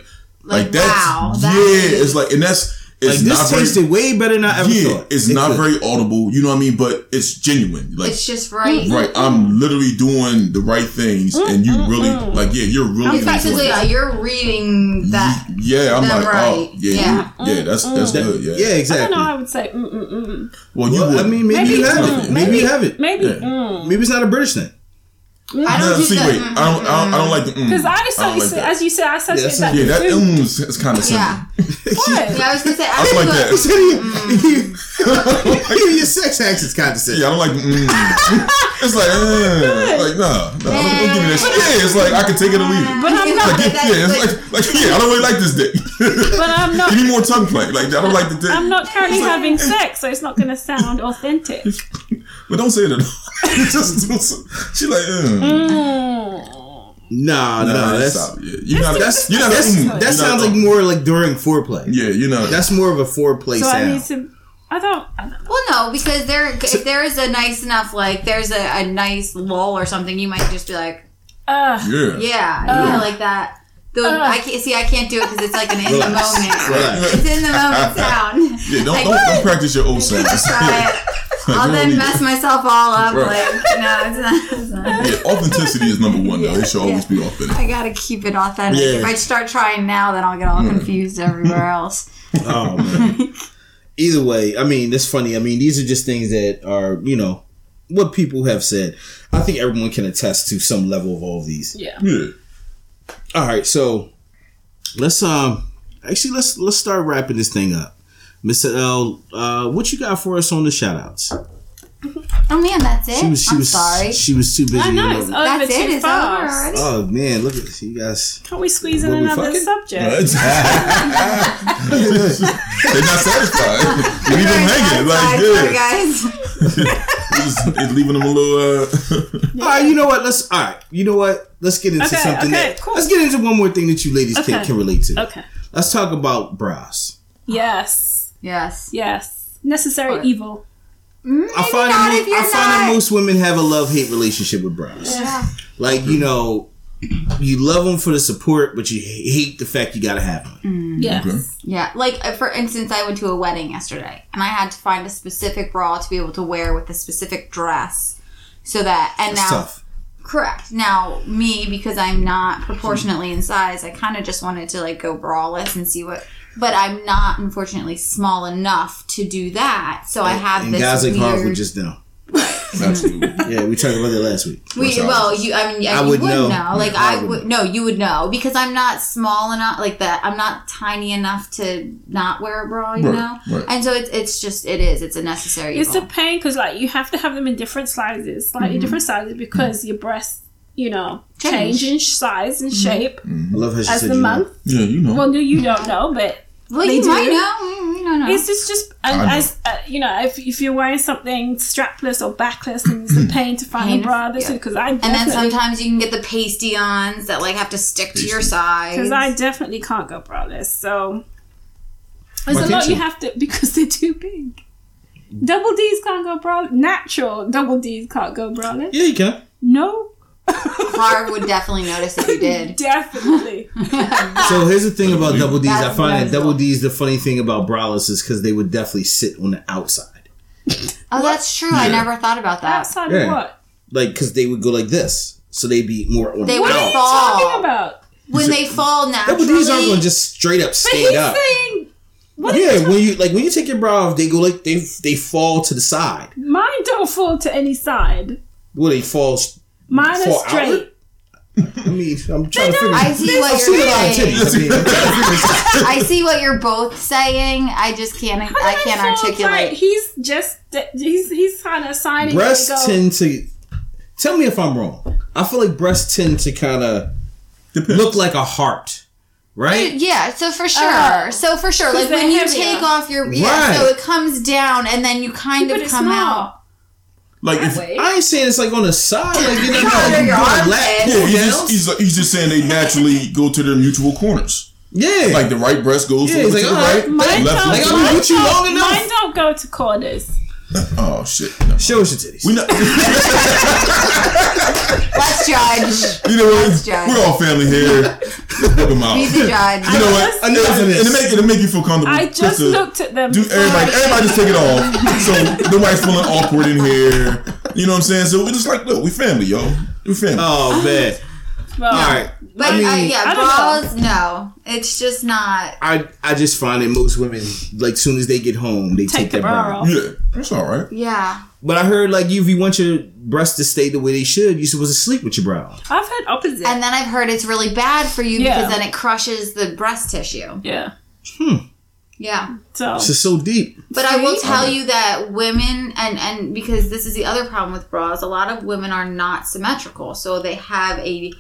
Speaker 4: Like,
Speaker 5: that's
Speaker 4: wow,
Speaker 5: yeah.
Speaker 4: that is-
Speaker 5: it's like, and that's
Speaker 3: Like
Speaker 5: it's not
Speaker 3: this
Speaker 5: very,
Speaker 3: tasted way better than I ever
Speaker 5: yeah,
Speaker 3: thought.
Speaker 5: it's
Speaker 3: It
Speaker 5: not
Speaker 3: could.
Speaker 5: very audible. You know what I mean? But it's genuine. Like,
Speaker 4: it's just
Speaker 2: Mm-hmm.
Speaker 4: right.
Speaker 5: right, I'm literally doing the right things, and you really, like, yeah, you're really.
Speaker 4: It's basically like you're reading that.
Speaker 5: yeah, I'm
Speaker 4: them
Speaker 5: like,
Speaker 4: right.
Speaker 5: oh, yeah,
Speaker 4: Yeah.
Speaker 5: yeah, yeah that's that's good, yeah.
Speaker 2: I don't know.
Speaker 3: Yeah, exactly.
Speaker 2: I would say mm mm mm.
Speaker 5: Well, you
Speaker 3: Well,
Speaker 5: would.
Speaker 3: I mean, maybe,
Speaker 2: Maybe-
Speaker 3: you have
Speaker 5: mm,
Speaker 3: it. Maybe,
Speaker 2: maybe-
Speaker 3: you have it.
Speaker 2: Maybe
Speaker 5: Yeah.
Speaker 2: mm.
Speaker 3: Maybe it's not a British thing.
Speaker 4: I don't
Speaker 5: No,
Speaker 4: do
Speaker 5: see,
Speaker 4: that.
Speaker 5: wait,
Speaker 4: mm,
Speaker 5: I don't, I don't, I don't like the. mm.
Speaker 2: Because I
Speaker 5: don't like
Speaker 2: associate,
Speaker 5: that.
Speaker 2: as you said, I associate
Speaker 3: Yes.
Speaker 2: that.
Speaker 5: yeah,
Speaker 2: with
Speaker 5: that
Speaker 2: food.
Speaker 5: ums is kind of silly.
Speaker 4: Yeah.
Speaker 2: What?
Speaker 4: Yeah, I was gonna say I,
Speaker 5: don't
Speaker 4: would
Speaker 5: like
Speaker 4: put-
Speaker 5: that.
Speaker 3: Mm. Even your sex accent's condescending.
Speaker 5: Yeah, I don't like the. Mm. it's like, eh, like nah, nah. Don't, don't give me that shit. Yeah, it's like I can take it or leave it.
Speaker 2: But I'm not.
Speaker 5: Like, yeah,
Speaker 4: that's
Speaker 5: yeah, it's
Speaker 4: like-
Speaker 5: like, like, yeah, I don't really like this dick.
Speaker 2: But I'm not.
Speaker 5: you need more tongue play. Like, I don't like the dick.
Speaker 2: I'm not currently having sex, so it's not going to sound authentic.
Speaker 5: But don't say that. Just do some- she like,
Speaker 4: Mm.
Speaker 5: eh.
Speaker 2: Mm.
Speaker 3: Nah, nah,
Speaker 5: nah,
Speaker 3: that's
Speaker 5: stop. Yeah, you're not.
Speaker 3: that's
Speaker 5: you're not.
Speaker 3: that's-
Speaker 5: mm,
Speaker 3: that
Speaker 5: you're not-
Speaker 3: sounds like more like during foreplay.
Speaker 5: Yeah, you know.
Speaker 3: That's more of a foreplay
Speaker 2: So I
Speaker 3: sound.
Speaker 2: need to. I don't. I don't
Speaker 4: Well, no, because there, if there is a nice enough, like there's a, a nice lull or something, you might just be like,
Speaker 2: uh,
Speaker 5: yeah.
Speaker 4: yeah, yeah, like that. Though I can't see, I can't do it because it's like an in the
Speaker 3: Relax.
Speaker 4: moment.
Speaker 3: Relax.
Speaker 4: It's in the moment sound.
Speaker 5: Yeah, don't,
Speaker 4: Like,
Speaker 5: don't, don't practice your old songs.
Speaker 4: Try
Speaker 5: Yeah.
Speaker 4: it. I'll
Speaker 5: you don't
Speaker 4: then
Speaker 5: need
Speaker 4: mess myself all up.
Speaker 5: Right.
Speaker 4: Like no, it's not. It's not.
Speaker 5: Yeah, authenticity is number one, though. It should always be authentic.
Speaker 4: I gotta keep it authentic.
Speaker 3: Yeah. Hmm.
Speaker 4: If I start trying now, then I'll get all confused everywhere else.
Speaker 3: Oh man. Either way, I mean, it's funny. I mean, these are just things that are, you know, what people have said. I think everyone can attest to some level of all these.
Speaker 2: yeah.
Speaker 5: Yeah.
Speaker 3: All right, so let's um actually let's let's start wrapping this thing up. Mr. L, uh, what you got for us on the shout outs?
Speaker 4: Oh man, that's it.
Speaker 3: She was she
Speaker 4: I'm
Speaker 3: was
Speaker 4: sorry.
Speaker 3: she was too busy.
Speaker 2: I know it's over
Speaker 4: That's
Speaker 2: too
Speaker 4: it. It's over
Speaker 2: fast.
Speaker 4: already.
Speaker 3: oh man, look at you guys.
Speaker 2: Can't we squeeze in
Speaker 3: Were we
Speaker 2: another
Speaker 3: fucking?
Speaker 2: subject?
Speaker 5: They're not satisfied. You leave them hanging. Like,
Speaker 4: Sorry,
Speaker 5: yeah.
Speaker 4: guys.
Speaker 5: It's just- it's leaving them a little, uh,
Speaker 3: All right, you know what? Let's all right. You know what? Let's get into
Speaker 2: Okay,
Speaker 3: something.
Speaker 2: okay,
Speaker 3: that,
Speaker 2: cool.
Speaker 3: Let's get into one more thing that you ladies can,
Speaker 2: Okay.
Speaker 3: can relate to.
Speaker 2: Okay.
Speaker 3: Let's talk about bras.
Speaker 2: Yes.
Speaker 4: Yes.
Speaker 2: Yes. Necessary
Speaker 4: Alright.
Speaker 2: evil.
Speaker 3: I
Speaker 4: Maybe
Speaker 3: find
Speaker 4: not
Speaker 3: that
Speaker 4: if
Speaker 3: mo- I
Speaker 4: you're
Speaker 3: find that
Speaker 4: not.
Speaker 3: most women have a love hate relationship with bras.
Speaker 4: Yeah.
Speaker 3: Like you know, you love them for the support, but you hate the fact you gotta have them.
Speaker 2: Yes.
Speaker 5: Okay.
Speaker 4: Yeah, like uh, for instance, I went to a wedding yesterday, and I had to find a specific bra to be able to wear with a specific dress, so that and
Speaker 3: It's
Speaker 4: now
Speaker 3: tough.
Speaker 4: correct now me because I'm not proportionately in size, I kind of just wanted to like go braless and see what, but I'm not unfortunately small enough to do that, so I have
Speaker 3: And
Speaker 4: this
Speaker 3: guys like Harvard
Speaker 4: weird.
Speaker 3: just now.
Speaker 5: absolutely.
Speaker 3: Yeah, we talked about that last week.
Speaker 4: we, well, you. I mean, yeah,
Speaker 3: I
Speaker 4: you
Speaker 3: would
Speaker 4: would
Speaker 3: know.
Speaker 4: know. Like
Speaker 3: Yeah, I
Speaker 4: I
Speaker 3: would
Speaker 4: would. No, you would know because I'm not small enough. Like that. I'm not tiny enough to not wear a bra. You
Speaker 5: Right,
Speaker 4: know.
Speaker 5: right.
Speaker 4: And so it's it's just it is. It's a necessary.
Speaker 2: It's a
Speaker 4: evil.
Speaker 2: pain because like you have to have them in different sizes, slightly different sizes because your breasts, you know, change,
Speaker 4: Change.
Speaker 2: in size and shape
Speaker 3: I love how she
Speaker 2: as
Speaker 3: said
Speaker 2: the
Speaker 3: you know.
Speaker 2: month.
Speaker 5: Yeah, you know.
Speaker 2: Well, no, you don't know, but
Speaker 4: well,
Speaker 2: they
Speaker 4: you
Speaker 2: do.
Speaker 4: might know. We, we don't know.
Speaker 2: it's just just and
Speaker 5: know.
Speaker 2: as uh, you know, if, if you're wearing something strapless or backless, and it's a pain to find
Speaker 4: Pain,
Speaker 2: a bra. This
Speaker 4: yeah.
Speaker 2: because I
Speaker 4: and then
Speaker 2: definitely
Speaker 4: sometimes you can get the pasty-ons that like have to stick to your size.
Speaker 2: because I definitely can't go braless. So there's
Speaker 3: Why
Speaker 2: a
Speaker 3: can't
Speaker 2: lot you
Speaker 3: you?
Speaker 2: have to because they're too big. Double D's can't go braless. Natural double D's can't go braless.
Speaker 3: Yeah, you can.
Speaker 2: No,
Speaker 4: Harv would definitely notice if you did.
Speaker 2: definitely.
Speaker 3: So here's the thing about double D's. I
Speaker 4: That's
Speaker 3: find that
Speaker 4: what I
Speaker 3: double D's. The funny thing about braless is because they would definitely sit on the outside,
Speaker 4: Oh, that's true. I never thought about that.
Speaker 2: Outside
Speaker 3: Yeah.
Speaker 2: of what?
Speaker 3: like because they would go like this, so they'd be more on.
Speaker 4: They
Speaker 3: the
Speaker 2: What
Speaker 4: would
Speaker 2: are you
Speaker 3: outside.
Speaker 4: fall.
Speaker 2: talking about?
Speaker 4: When they fall
Speaker 3: Double
Speaker 4: naturally,
Speaker 3: D's aren't gonna just straight up
Speaker 2: But
Speaker 3: stand
Speaker 2: he's
Speaker 3: up.
Speaker 2: saying what are you
Speaker 3: Yeah, when you like when you take your bra off, they go like they they fall to the side.
Speaker 2: Mine don't fall to any side.
Speaker 3: Well, they fall. s-
Speaker 2: Mine are
Speaker 3: Fall
Speaker 2: straight.
Speaker 3: I mean, I'm trying to figure.
Speaker 4: I see
Speaker 3: I've
Speaker 4: what
Speaker 3: seen a lot
Speaker 4: you're
Speaker 3: of
Speaker 4: saying.
Speaker 3: titties. I mean, I'm trying to figure this out.
Speaker 4: I see what you're both saying. I just can't. I
Speaker 2: Mine
Speaker 4: can't
Speaker 2: falls like-
Speaker 4: articulate.
Speaker 2: he's just he's he's kind of signing.
Speaker 3: breasts
Speaker 2: go,
Speaker 3: tend to. Tell me if I'm wrong. I feel like breasts tend to kind of look like a heart, right?
Speaker 4: Yeah, so for sure.
Speaker 2: Oh.
Speaker 4: so for sure.
Speaker 2: 'Cause
Speaker 4: Like
Speaker 2: they're
Speaker 4: when you
Speaker 2: heavier.
Speaker 4: take off your yeah,
Speaker 3: Right.
Speaker 4: so it comes down and then you kind
Speaker 2: But
Speaker 4: of
Speaker 2: it's
Speaker 4: come
Speaker 2: not.
Speaker 4: out.
Speaker 5: Like if
Speaker 4: Wait.
Speaker 3: I ain't saying it's like on the side, like you know,
Speaker 4: Not
Speaker 3: like,
Speaker 4: under your
Speaker 3: you got a
Speaker 4: armpit.
Speaker 3: lap
Speaker 5: yeah,
Speaker 3: pull
Speaker 5: he's
Speaker 3: down.
Speaker 5: just, he's, like- he's just saying they naturally go to their mutual corners.
Speaker 3: yeah,
Speaker 5: Like the right breast goes
Speaker 3: Yeah,
Speaker 5: over
Speaker 3: he's like,
Speaker 5: to the
Speaker 3: all
Speaker 5: right,
Speaker 3: right,
Speaker 2: Mine don't,
Speaker 5: left. goes
Speaker 3: Like,
Speaker 5: to
Speaker 3: I'm
Speaker 2: mine,
Speaker 3: with you
Speaker 2: don't-
Speaker 3: long enough.
Speaker 2: mine don't go to corners.
Speaker 5: the right. Oh shit! No.
Speaker 3: show us your titties.
Speaker 5: We not.
Speaker 4: Let's judge.
Speaker 5: You know what?
Speaker 4: That's judge.
Speaker 5: We're all family here. Fuck 'em out.
Speaker 4: He's a judge.
Speaker 5: You know what?
Speaker 2: just-
Speaker 5: And it- and it make it make you feel comfortable.
Speaker 2: I just
Speaker 5: to-
Speaker 2: looked at them.
Speaker 5: Do
Speaker 2: before
Speaker 5: everybody,
Speaker 2: I
Speaker 5: everybody just take it off. So nobody's feeling awkward in here. You know what I'm saying? So we're just like, look, we family, yo. We family.
Speaker 3: oh man,
Speaker 2: Well,
Speaker 3: all right.
Speaker 4: But
Speaker 3: I mean,
Speaker 4: uh, yeah,
Speaker 2: I don't
Speaker 4: bras. No, it's just not.
Speaker 3: I I just find that most women, like, soon as they get home, they
Speaker 2: Take
Speaker 3: take,
Speaker 2: the
Speaker 3: that bra.
Speaker 2: bra off.
Speaker 5: yeah, that's all right.
Speaker 4: Yeah,
Speaker 3: But I heard like you, if you want your breasts to stay the way they should, you're supposed to sleep with your bra. on.
Speaker 2: I've heard opposite.
Speaker 4: and then I've heard it's really bad for you
Speaker 2: Yeah.
Speaker 4: because then it crushes the breast tissue.
Speaker 2: yeah.
Speaker 4: Yeah.
Speaker 2: So
Speaker 3: It's just so deep.
Speaker 4: But I will
Speaker 2: See?
Speaker 4: tell you that women and and because this is the other problem with bras, a lot of women are not symmetrical, so they have a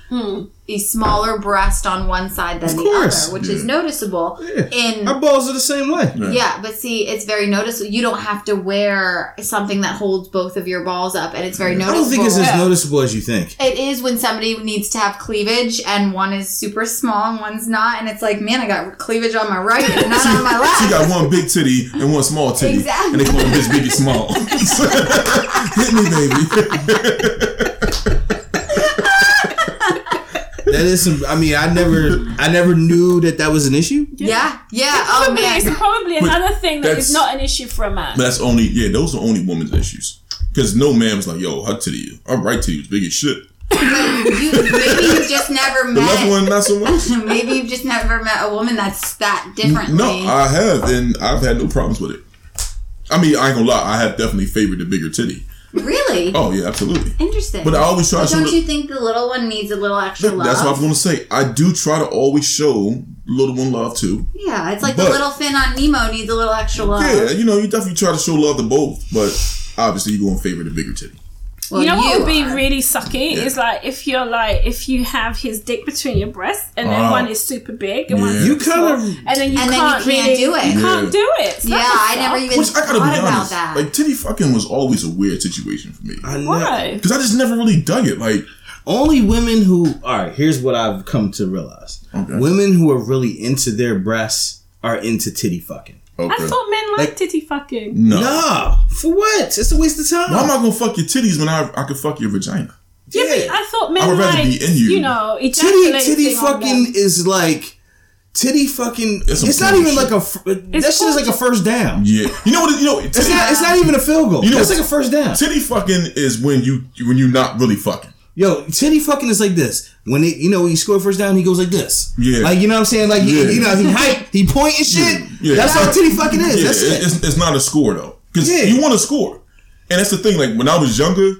Speaker 4: a smaller breast on one side than
Speaker 3: Of
Speaker 4: the
Speaker 3: course.
Speaker 4: other, which is noticeable
Speaker 3: Yeah.
Speaker 4: in
Speaker 3: Our balls are the same way.
Speaker 4: yeah, but see, it's very noticeable. You don't have to wear something that holds both of your balls up, and it's very
Speaker 3: I
Speaker 4: noticeable.
Speaker 3: don't think it's as
Speaker 2: Yeah.
Speaker 3: noticeable as you think.
Speaker 4: It is when somebody needs to have cleavage, and one is super small and one's not, and it's like, man, I got cleavage on my right and not on my
Speaker 5: She
Speaker 4: left.
Speaker 5: got one big titty and one small titty,
Speaker 4: Exactly.
Speaker 5: and they call them bitch big and small. Hit me, baby.
Speaker 3: That is some. I mean, I never, I never knew that that was an issue.
Speaker 4: Yeah, yeah. Oh
Speaker 2: probably
Speaker 4: man,
Speaker 2: it's probably another thing that
Speaker 5: that's-
Speaker 2: is not an issue for a man.
Speaker 5: but that's only yeah. Those are only women's issues because no man was like, yo, her titty, her right titty was big as shit.
Speaker 4: you, maybe you just never
Speaker 5: The left
Speaker 4: met.
Speaker 5: one, not so much.
Speaker 4: Maybe you've just never met a woman that's that differently.
Speaker 5: No, I have, and I've had no problems with it. I mean, I ain't gonna lie, I have definitely favored the bigger titty.
Speaker 4: really
Speaker 5: Oh yeah, absolutely.
Speaker 4: interesting.
Speaker 5: But I always try
Speaker 4: But
Speaker 5: to.
Speaker 4: don't you think the little one needs a little extra love?
Speaker 5: That's what I was gonna say. I do try to always show little one love too.
Speaker 4: yeah, it's like the
Speaker 5: But-
Speaker 4: little fin on Nemo needs a little extra love.
Speaker 5: Yeah, you know, you definitely try to show love to both, but obviously you go in favor of the bigger titty.
Speaker 4: Well,
Speaker 2: you know what would be
Speaker 4: are.
Speaker 2: really sucky
Speaker 5: Yeah.
Speaker 2: is like if you're like if you have his dick between your breasts and then
Speaker 5: Oh.
Speaker 2: one is super big and one's
Speaker 5: Yeah.
Speaker 3: You
Speaker 2: super
Speaker 3: kinda-
Speaker 2: small, and then you
Speaker 4: And then you
Speaker 2: can't
Speaker 4: can't
Speaker 2: really-
Speaker 4: do it.
Speaker 2: You
Speaker 5: Yeah.
Speaker 2: can't do it. It's
Speaker 4: Yeah,
Speaker 2: not
Speaker 4: I
Speaker 2: yourself.
Speaker 4: never even
Speaker 5: Which I
Speaker 4: thought
Speaker 5: gotta be honest,
Speaker 4: about that.
Speaker 5: like titty fucking was always a weird situation for me
Speaker 3: I know.
Speaker 2: Why?
Speaker 5: because I just never really dug it. Like,
Speaker 3: Only women who all right. Here's what I've come to realize:
Speaker 5: Okay.
Speaker 3: women who are really into their breasts are into titty fucking.
Speaker 5: okay,
Speaker 2: I thought men liked
Speaker 3: Like-
Speaker 2: titty fucking.
Speaker 5: no.
Speaker 3: Nah, for what? It's a waste of time.
Speaker 5: Why am I gonna fuck your titties when I I could fuck your vagina?
Speaker 3: yeah,
Speaker 2: I thought men
Speaker 5: I would rather
Speaker 2: liked
Speaker 5: be in you.
Speaker 2: you know
Speaker 3: titty
Speaker 2: ejaculating
Speaker 3: titty
Speaker 2: on them.
Speaker 3: fucking is like titty fucking.
Speaker 5: It's
Speaker 3: It's,
Speaker 5: some
Speaker 3: not
Speaker 5: bullshit.
Speaker 3: even like a. fr- That shit is like a first down.
Speaker 5: Yeah, you know what? it- You know, titty,
Speaker 3: It's not. It's not even a field goal.
Speaker 5: You
Speaker 3: You
Speaker 5: know-
Speaker 3: know, it's like a first down.
Speaker 5: titty fucking is when you when you're not really fucking.
Speaker 3: Yo, titty fucking is like this. When it, you know, when you score first down, he goes like this.
Speaker 5: Yeah.
Speaker 3: like you know what I'm saying. Like he-
Speaker 5: Yeah.
Speaker 3: you know, he hype, he point and shit.
Speaker 5: Yeah. Yeah.
Speaker 3: That's all titty fucking is.
Speaker 5: Yeah,
Speaker 3: That's
Speaker 5: it-
Speaker 3: it.
Speaker 5: It's, it's not a score though, because
Speaker 3: Yeah.
Speaker 5: you want to score, and that's the thing. Like when I was younger,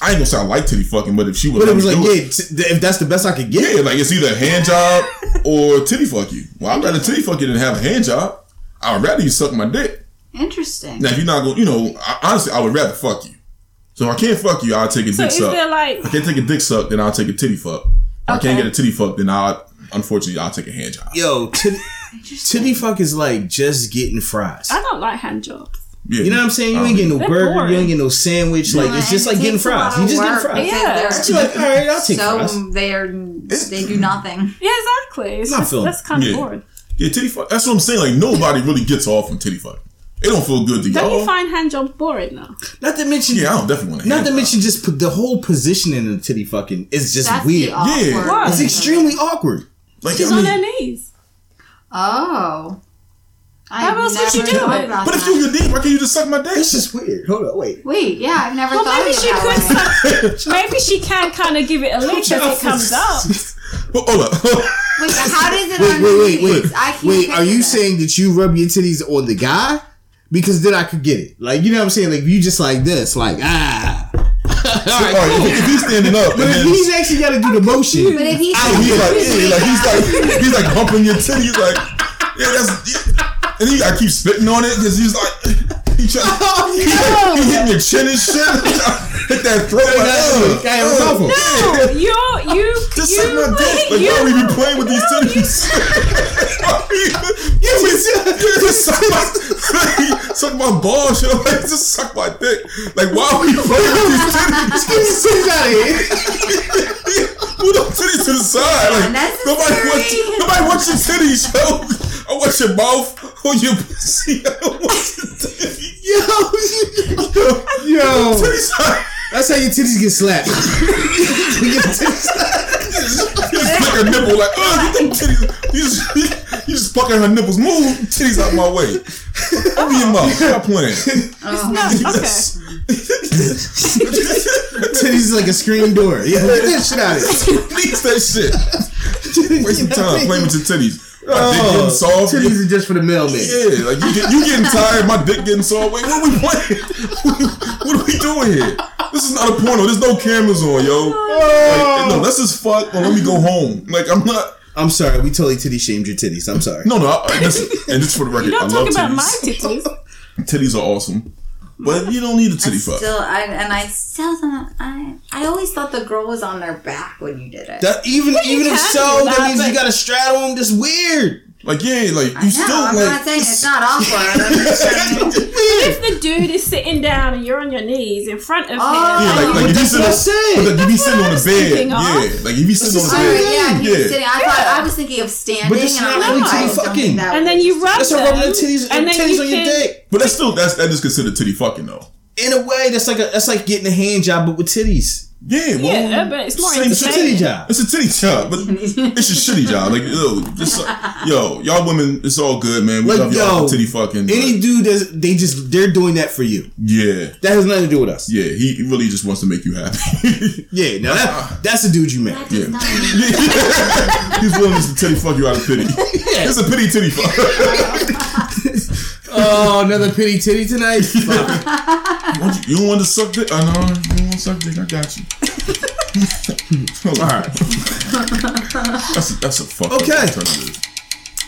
Speaker 5: I ain't gonna say I like titty fucking, but if she was,
Speaker 3: But it was like,
Speaker 5: do
Speaker 3: yeah, t- th- if that's the best I could get.
Speaker 5: yeah, like it's either a hand job or titty fuck you. Well, I'd rather titty fuck you than have a hand job. I'd rather you suck my dick.
Speaker 4: Interesting.
Speaker 5: Now, if you're not gonna, you know, I, honestly, I would rather fuck you. So if I can't fuck you, I'll take a
Speaker 2: So
Speaker 5: dick
Speaker 2: if they're
Speaker 5: suck.
Speaker 2: like
Speaker 5: If I can't take a dick suck, then I'll take a titty fuck. If I can't
Speaker 4: Okay.
Speaker 5: get a titty fuck, then I'll unfortunately I'll take a hand job.
Speaker 3: Yo, titty, titty fuck is like just getting fries.
Speaker 2: I don't like hand jobs.
Speaker 5: Yeah, Uh-huh.
Speaker 3: You know what I'm saying? You
Speaker 5: I
Speaker 3: ain't
Speaker 5: don't-
Speaker 3: getting no
Speaker 2: They're
Speaker 3: burger,
Speaker 2: boring.
Speaker 3: you ain't getting no sandwich. Like
Speaker 4: And
Speaker 3: it's just
Speaker 4: it
Speaker 3: like getting
Speaker 4: takes a lot
Speaker 3: fries. You
Speaker 4: of
Speaker 3: just getting
Speaker 4: work
Speaker 3: fries.
Speaker 2: Yeah.
Speaker 4: because
Speaker 3: She like, all right, I'll take
Speaker 4: They're,
Speaker 3: fries.
Speaker 4: so they're they do nothing.
Speaker 2: Yeah, exactly. It's
Speaker 3: Not
Speaker 2: just,
Speaker 3: feeling-
Speaker 2: that's kind of
Speaker 5: yeah.
Speaker 2: boring.
Speaker 5: Yeah, titty fuck. That's what I'm saying. Like nobody really gets off on titty fuck. It don't feel good to
Speaker 2: Don't
Speaker 5: go.
Speaker 2: you find hand jobs boring though?
Speaker 3: Not to mention,
Speaker 5: yeah, I don't definitely want to.
Speaker 3: not to mention, just put the whole positioning of titty fucking is just
Speaker 4: That's
Speaker 3: weird.
Speaker 4: the awkward.
Speaker 5: Yeah.
Speaker 2: Why?
Speaker 3: It's extremely awkward.
Speaker 5: like
Speaker 2: She's
Speaker 5: I
Speaker 2: on
Speaker 5: mean,
Speaker 2: her knees.
Speaker 4: Oh. I
Speaker 2: How else would she
Speaker 4: never
Speaker 2: do
Speaker 4: thought
Speaker 2: it?
Speaker 4: about
Speaker 5: But if
Speaker 4: that.
Speaker 5: you your dick, why can't you just suck my dick?
Speaker 3: It's just weird. Hold on, wait.
Speaker 4: Wait, yeah, I've never
Speaker 2: Well,
Speaker 4: thought
Speaker 2: maybe
Speaker 4: of
Speaker 2: she
Speaker 4: it
Speaker 2: could.
Speaker 4: that way.
Speaker 2: Suck, maybe she can kind of give it a lick as it comes up.
Speaker 5: Well, hold up.
Speaker 4: Wait, how does it
Speaker 3: Wait,
Speaker 4: on
Speaker 3: wait, wait,
Speaker 4: knees?
Speaker 3: wait.
Speaker 4: I can't
Speaker 3: Wait,
Speaker 4: picture
Speaker 3: are you
Speaker 4: that.
Speaker 3: saying that you rub your titties on the guy? Because then I could get it. Like, you know what I'm saying? Like, you just like this, like, ah. All
Speaker 5: All right,
Speaker 3: right,
Speaker 5: if, if he's standing up, and
Speaker 3: But if
Speaker 5: then
Speaker 3: he's actually got to do the motion.
Speaker 4: But if he's
Speaker 3: I
Speaker 5: and
Speaker 3: would
Speaker 5: he's like,
Speaker 3: be
Speaker 5: yeah, like he's like he's like humping your titty, he's like, yeah, that's, yeah. and he I keep spitting on it because he's like, he trying,
Speaker 3: Oh,
Speaker 5: he,
Speaker 3: no.
Speaker 5: he hitting your chin and shit, hit that throat, like,
Speaker 3: Like,
Speaker 5: ugh,
Speaker 3: I have a
Speaker 5: ugh.
Speaker 3: mouthful.
Speaker 2: No, you're you
Speaker 5: Just
Speaker 2: you
Speaker 5: suck my dick. Like,
Speaker 2: you-
Speaker 5: why we be playing with these
Speaker 2: No, you-
Speaker 5: titties? You just- you just suck my- suck my balls, yo. Like, just suck my dick. Like, why are we fucking these titties?
Speaker 3: Get these titties out of here.
Speaker 5: Put them titties to the side. Like,
Speaker 4: Unnecessary.
Speaker 5: nobody wants, nobody wants your titties, yo. I want your mouth or your pussy. I don't want your titties. Yo,
Speaker 3: Yo,
Speaker 5: titties out.
Speaker 3: that's how your titties get slapped. Your titties slapped.
Speaker 5: You just flick her nipple like, oh, get them titties. You just, you just fucking her nipples. Move titties out my way. Open your mouth. Stop playing.
Speaker 2: No, okay.
Speaker 3: Titties is like a screen door. Yeah, get that shit out of here.
Speaker 5: Please that shit. Waste some time playing with your titties. My dick
Speaker 3: Oh,
Speaker 5: getting soft.
Speaker 3: titties are just for the mailman.
Speaker 5: Yeah, like you, get, you getting tired, my dick getting soft. Wait, what are we playing? what are we doing here? This is not a porno. There's no cameras on, yo.
Speaker 4: Oh.
Speaker 5: Like, no, let's just fuck or let me go home. Like I'm not.
Speaker 3: I'm sorry, we totally titty shamed your titties. I'm sorry.
Speaker 5: No, no. I, I- listen, and just for the record,
Speaker 2: You're
Speaker 5: I
Speaker 2: not
Speaker 5: love
Speaker 2: talking about
Speaker 5: titties.
Speaker 2: my titties.
Speaker 5: titties are awesome, but you don't need a titty fuck.
Speaker 4: Still, I, and I still don't. I I always thought the girl was on their back when you did it.
Speaker 3: That, even
Speaker 2: you
Speaker 3: even
Speaker 2: can
Speaker 3: if so,
Speaker 2: do
Speaker 3: that,
Speaker 2: that,
Speaker 3: means you
Speaker 2: but-
Speaker 3: gotta straddle them. That's weird.
Speaker 5: Like yeah, like
Speaker 4: no,
Speaker 5: you still
Speaker 4: I'm
Speaker 5: like.
Speaker 4: not saying it's not awkward. I'm just saying-
Speaker 2: If the dude is sitting down and you're on your knees in front of him,
Speaker 4: Oh.
Speaker 5: yeah,
Speaker 2: and
Speaker 5: like,
Speaker 2: you-
Speaker 5: like
Speaker 3: But
Speaker 5: if you
Speaker 3: that's
Speaker 5: sit
Speaker 3: what I'm
Speaker 5: on,
Speaker 3: saying.
Speaker 5: but, like if you sitting on the
Speaker 2: was
Speaker 5: bed,
Speaker 2: thinking of.
Speaker 5: yeah, like if you sitting on
Speaker 3: All
Speaker 5: the
Speaker 3: right,
Speaker 5: bed,
Speaker 4: yeah, he was
Speaker 5: Yeah.
Speaker 4: sitting. I thought I was thinking of standing,
Speaker 3: But it's
Speaker 4: and
Speaker 3: not
Speaker 4: I'm
Speaker 2: really
Speaker 4: like, no, I
Speaker 2: titty
Speaker 4: don't
Speaker 3: fucking.
Speaker 4: think that
Speaker 2: and then
Speaker 4: was-
Speaker 2: you rub
Speaker 3: That's
Speaker 2: them,
Speaker 3: a rubbing the titties,
Speaker 2: and then
Speaker 3: titties
Speaker 2: you
Speaker 3: on your
Speaker 2: can-
Speaker 3: dick.
Speaker 5: but that's still that's that is considered titty fucking though.
Speaker 3: In a way, that's like a that's like getting a hand job but with titties.
Speaker 5: Yeah, well,
Speaker 2: Yeah, but it's more
Speaker 5: same
Speaker 3: It's a
Speaker 5: shit.
Speaker 3: titty
Speaker 2: entertaining.
Speaker 3: job.
Speaker 5: It's a titty job, but it's a shitty job. Like yo, this, yo, y'all women, it's all good, man. We
Speaker 3: Like,
Speaker 5: love y'all
Speaker 3: yo,
Speaker 5: for titty fucking. but
Speaker 3: Any dude that's they just they're doing that for you.
Speaker 5: yeah,
Speaker 3: That has nothing to do with us.
Speaker 5: yeah, he really just wants to make you happy.
Speaker 3: Yeah, now that that's a dude you met.
Speaker 4: That does not mean-
Speaker 5: He's willing just to titty fuck you out of pity. It's a pity titty fuck.
Speaker 3: Oh, another pity titty tonight. Fuck.
Speaker 5: Don't you, you don't want to suck dick? I know. You don't want to suck dick. I got you. all right. that's a, that's a fuck.
Speaker 3: Okay.
Speaker 5: Alternative.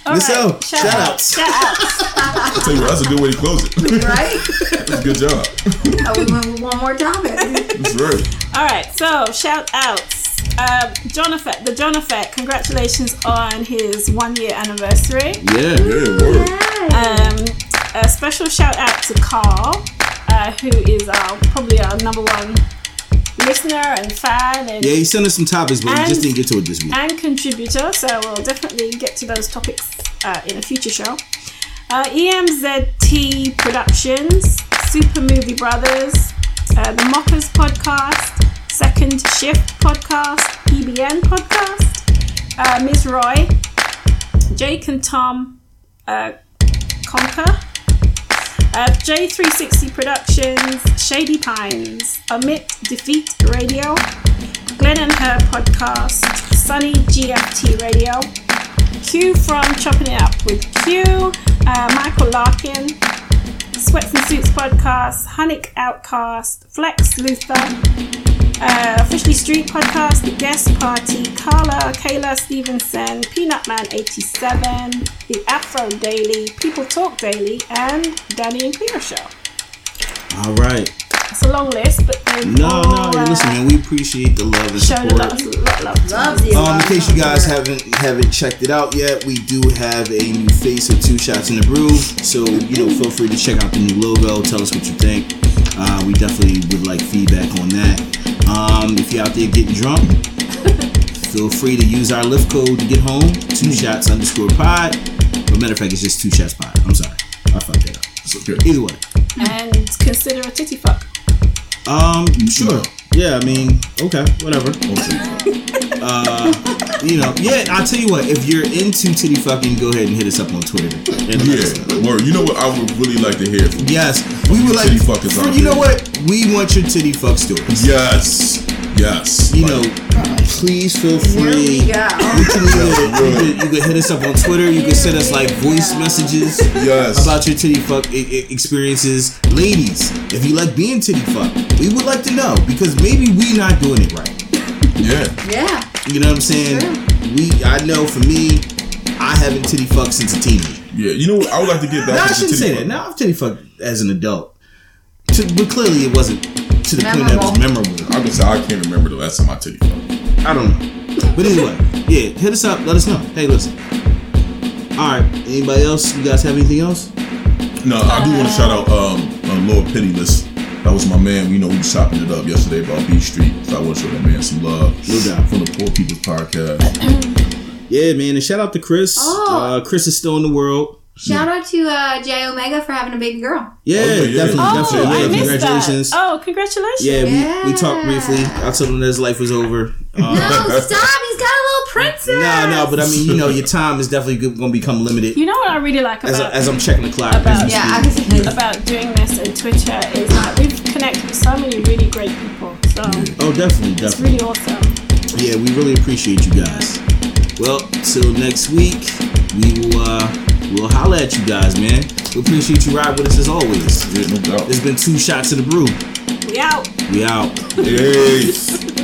Speaker 2: All
Speaker 3: Miss
Speaker 2: right,
Speaker 3: O,
Speaker 2: shout
Speaker 3: shout
Speaker 2: out.
Speaker 3: outs.
Speaker 2: Shout out.
Speaker 5: I tell you what, that's a good way to close it.
Speaker 4: right?
Speaker 5: that's a good job.
Speaker 4: Oh, we went with one more topic.
Speaker 5: That's right.
Speaker 2: All right, so shout outs. Um, John Effect, the John Effect, congratulations on his one year anniversary.
Speaker 3: yeah.
Speaker 5: Yeah, word.
Speaker 2: Um, a special shout out to Carl, uh, who is our probably our number one listener and fan and,
Speaker 3: Yeah, he sent us some topics, but we
Speaker 2: And-
Speaker 3: just didn't get to it this week.
Speaker 2: and contributor. So we'll definitely get to those topics uh, in a future show. Uh, EMZT Productions, Super Movie Brothers, uh, the Mockers Podcast, Second Shift Podcast, EBN Podcast, uh, Ms. Roy, Jake and Tom uh, Conker. Uh, J360 Productions, Shady Pines, Omit Defeat Radio, Glenn and Her Podcast, Sunny GFT Radio, Q from Chopping It Up with Q, uh, Michael Larkin, Sweats and Suits Podcast, Hunnick Outcast, Flex Luther, uh, Officially Street Podcast, The Guest Party, Carla, Kayla Stevenson, Peanut Man 87, The Afro Daily, People Talk Daily, and Danny and Peter Show.
Speaker 3: All right.
Speaker 2: It's a long list, but they
Speaker 3: No, no,
Speaker 2: all
Speaker 3: hey,
Speaker 2: uh,
Speaker 3: listen, man, we appreciate the love and
Speaker 2: showed a
Speaker 3: support.
Speaker 2: lot of lot of love. to us.
Speaker 4: Loves you.
Speaker 3: Um, in case you guys haven't haven't checked it out yet, we do have a new face of Two Shots in the Brew. So you know, feel free to check out the new logo. Tell us what you think. Uh, we definitely would like feedback on that. Um, if you're out there getting drunk, feel free to use our lift code to get home. Two shots underscore pod. But matter of fact, it's just two shots pod. I'm sorry, I fucked that up.
Speaker 5: It's okay.
Speaker 3: Either way,
Speaker 2: and consider a titty fuck.
Speaker 3: um, sure. Yeah, I mean, okay, whatever. You know, yeah. I'll tell you what. If you're into titty fucking, go ahead and hit us up on Twitter. And let us know.
Speaker 5: Yeah, word. You know what I would really like to hear from
Speaker 3: Yes, we would like
Speaker 5: Titty fuckers
Speaker 3: for-
Speaker 5: out
Speaker 3: You
Speaker 5: there.
Speaker 3: know what? We want your titty fuck stories.
Speaker 5: Yes. Yes.
Speaker 3: You
Speaker 5: Like,
Speaker 3: know, please feel
Speaker 4: Here
Speaker 3: free. You
Speaker 4: we go.
Speaker 3: can, either, you, can, you can hit us up on Twitter. You can send us like voice messages
Speaker 5: Yes.
Speaker 3: about your titty fuck I- I- experiences, ladies. If you like being titty fuck, we would like to know because maybe we not doing it right.
Speaker 5: yeah.
Speaker 4: Yeah.
Speaker 3: You know what I'm saying? We, I know for me, I haven't titty fucked since a teenager.
Speaker 5: Yeah. You know what? I would like to get back
Speaker 3: No, I
Speaker 5: into
Speaker 3: shouldn't say
Speaker 5: titty
Speaker 3: that.
Speaker 5: fuck.
Speaker 3: Now I've titty fucked as an adult, to, but clearly it wasn't to the point that it was memorable.
Speaker 5: I can say I can't remember the last time I titty fucked.
Speaker 3: I don't know, but anyway, yeah, hit us up. Let us know. Hey, listen. All right, anybody else? You guys have anything else?
Speaker 5: I No, I do want to shout out um, um Lord Pitiless. That was my man. You know, we was chopping it up yesterday about B Street. So I want to show that man some love.
Speaker 3: No doubt.
Speaker 5: From the Poor People's Podcast.
Speaker 3: Yeah, man. And shout out to Chris.
Speaker 4: Oh.
Speaker 3: Uh, Chris is still in the world.
Speaker 4: Shout out to uh, J Omega for having a baby girl.
Speaker 3: Yeah,
Speaker 5: yeah, yeah.
Speaker 3: definitely,
Speaker 2: Oh,
Speaker 3: definitely.
Speaker 2: I
Speaker 3: Yeah,
Speaker 2: missed
Speaker 3: congratulations.
Speaker 2: that. Oh, congratulations.
Speaker 3: Yeah, we, we
Speaker 4: Yeah.
Speaker 3: talked briefly. I told him that his life was over.
Speaker 4: No,
Speaker 3: Uh,
Speaker 4: Oh, stop! He's got a little princess.
Speaker 3: nah, nah, but I mean, you know, your time is definitely going to become limited
Speaker 2: You know what I really like about
Speaker 3: as, I, as I'm checking the clock.
Speaker 2: About-
Speaker 3: as we
Speaker 4: yeah, I
Speaker 3: speak.
Speaker 4: can see that.
Speaker 2: about doing this and Twitter is that we've connected with so many really great people. So
Speaker 3: Oh, definitely,
Speaker 2: it's really
Speaker 3: definitely.
Speaker 2: awesome.
Speaker 3: Yeah, we really appreciate you guys. Well, till next week, we will uh, we'll holla at you guys, man. We appreciate you riding with us as always.
Speaker 5: Yeah, no doubt.
Speaker 3: It's been two shots of the brew.
Speaker 2: We out.
Speaker 3: We out.
Speaker 5: Yes.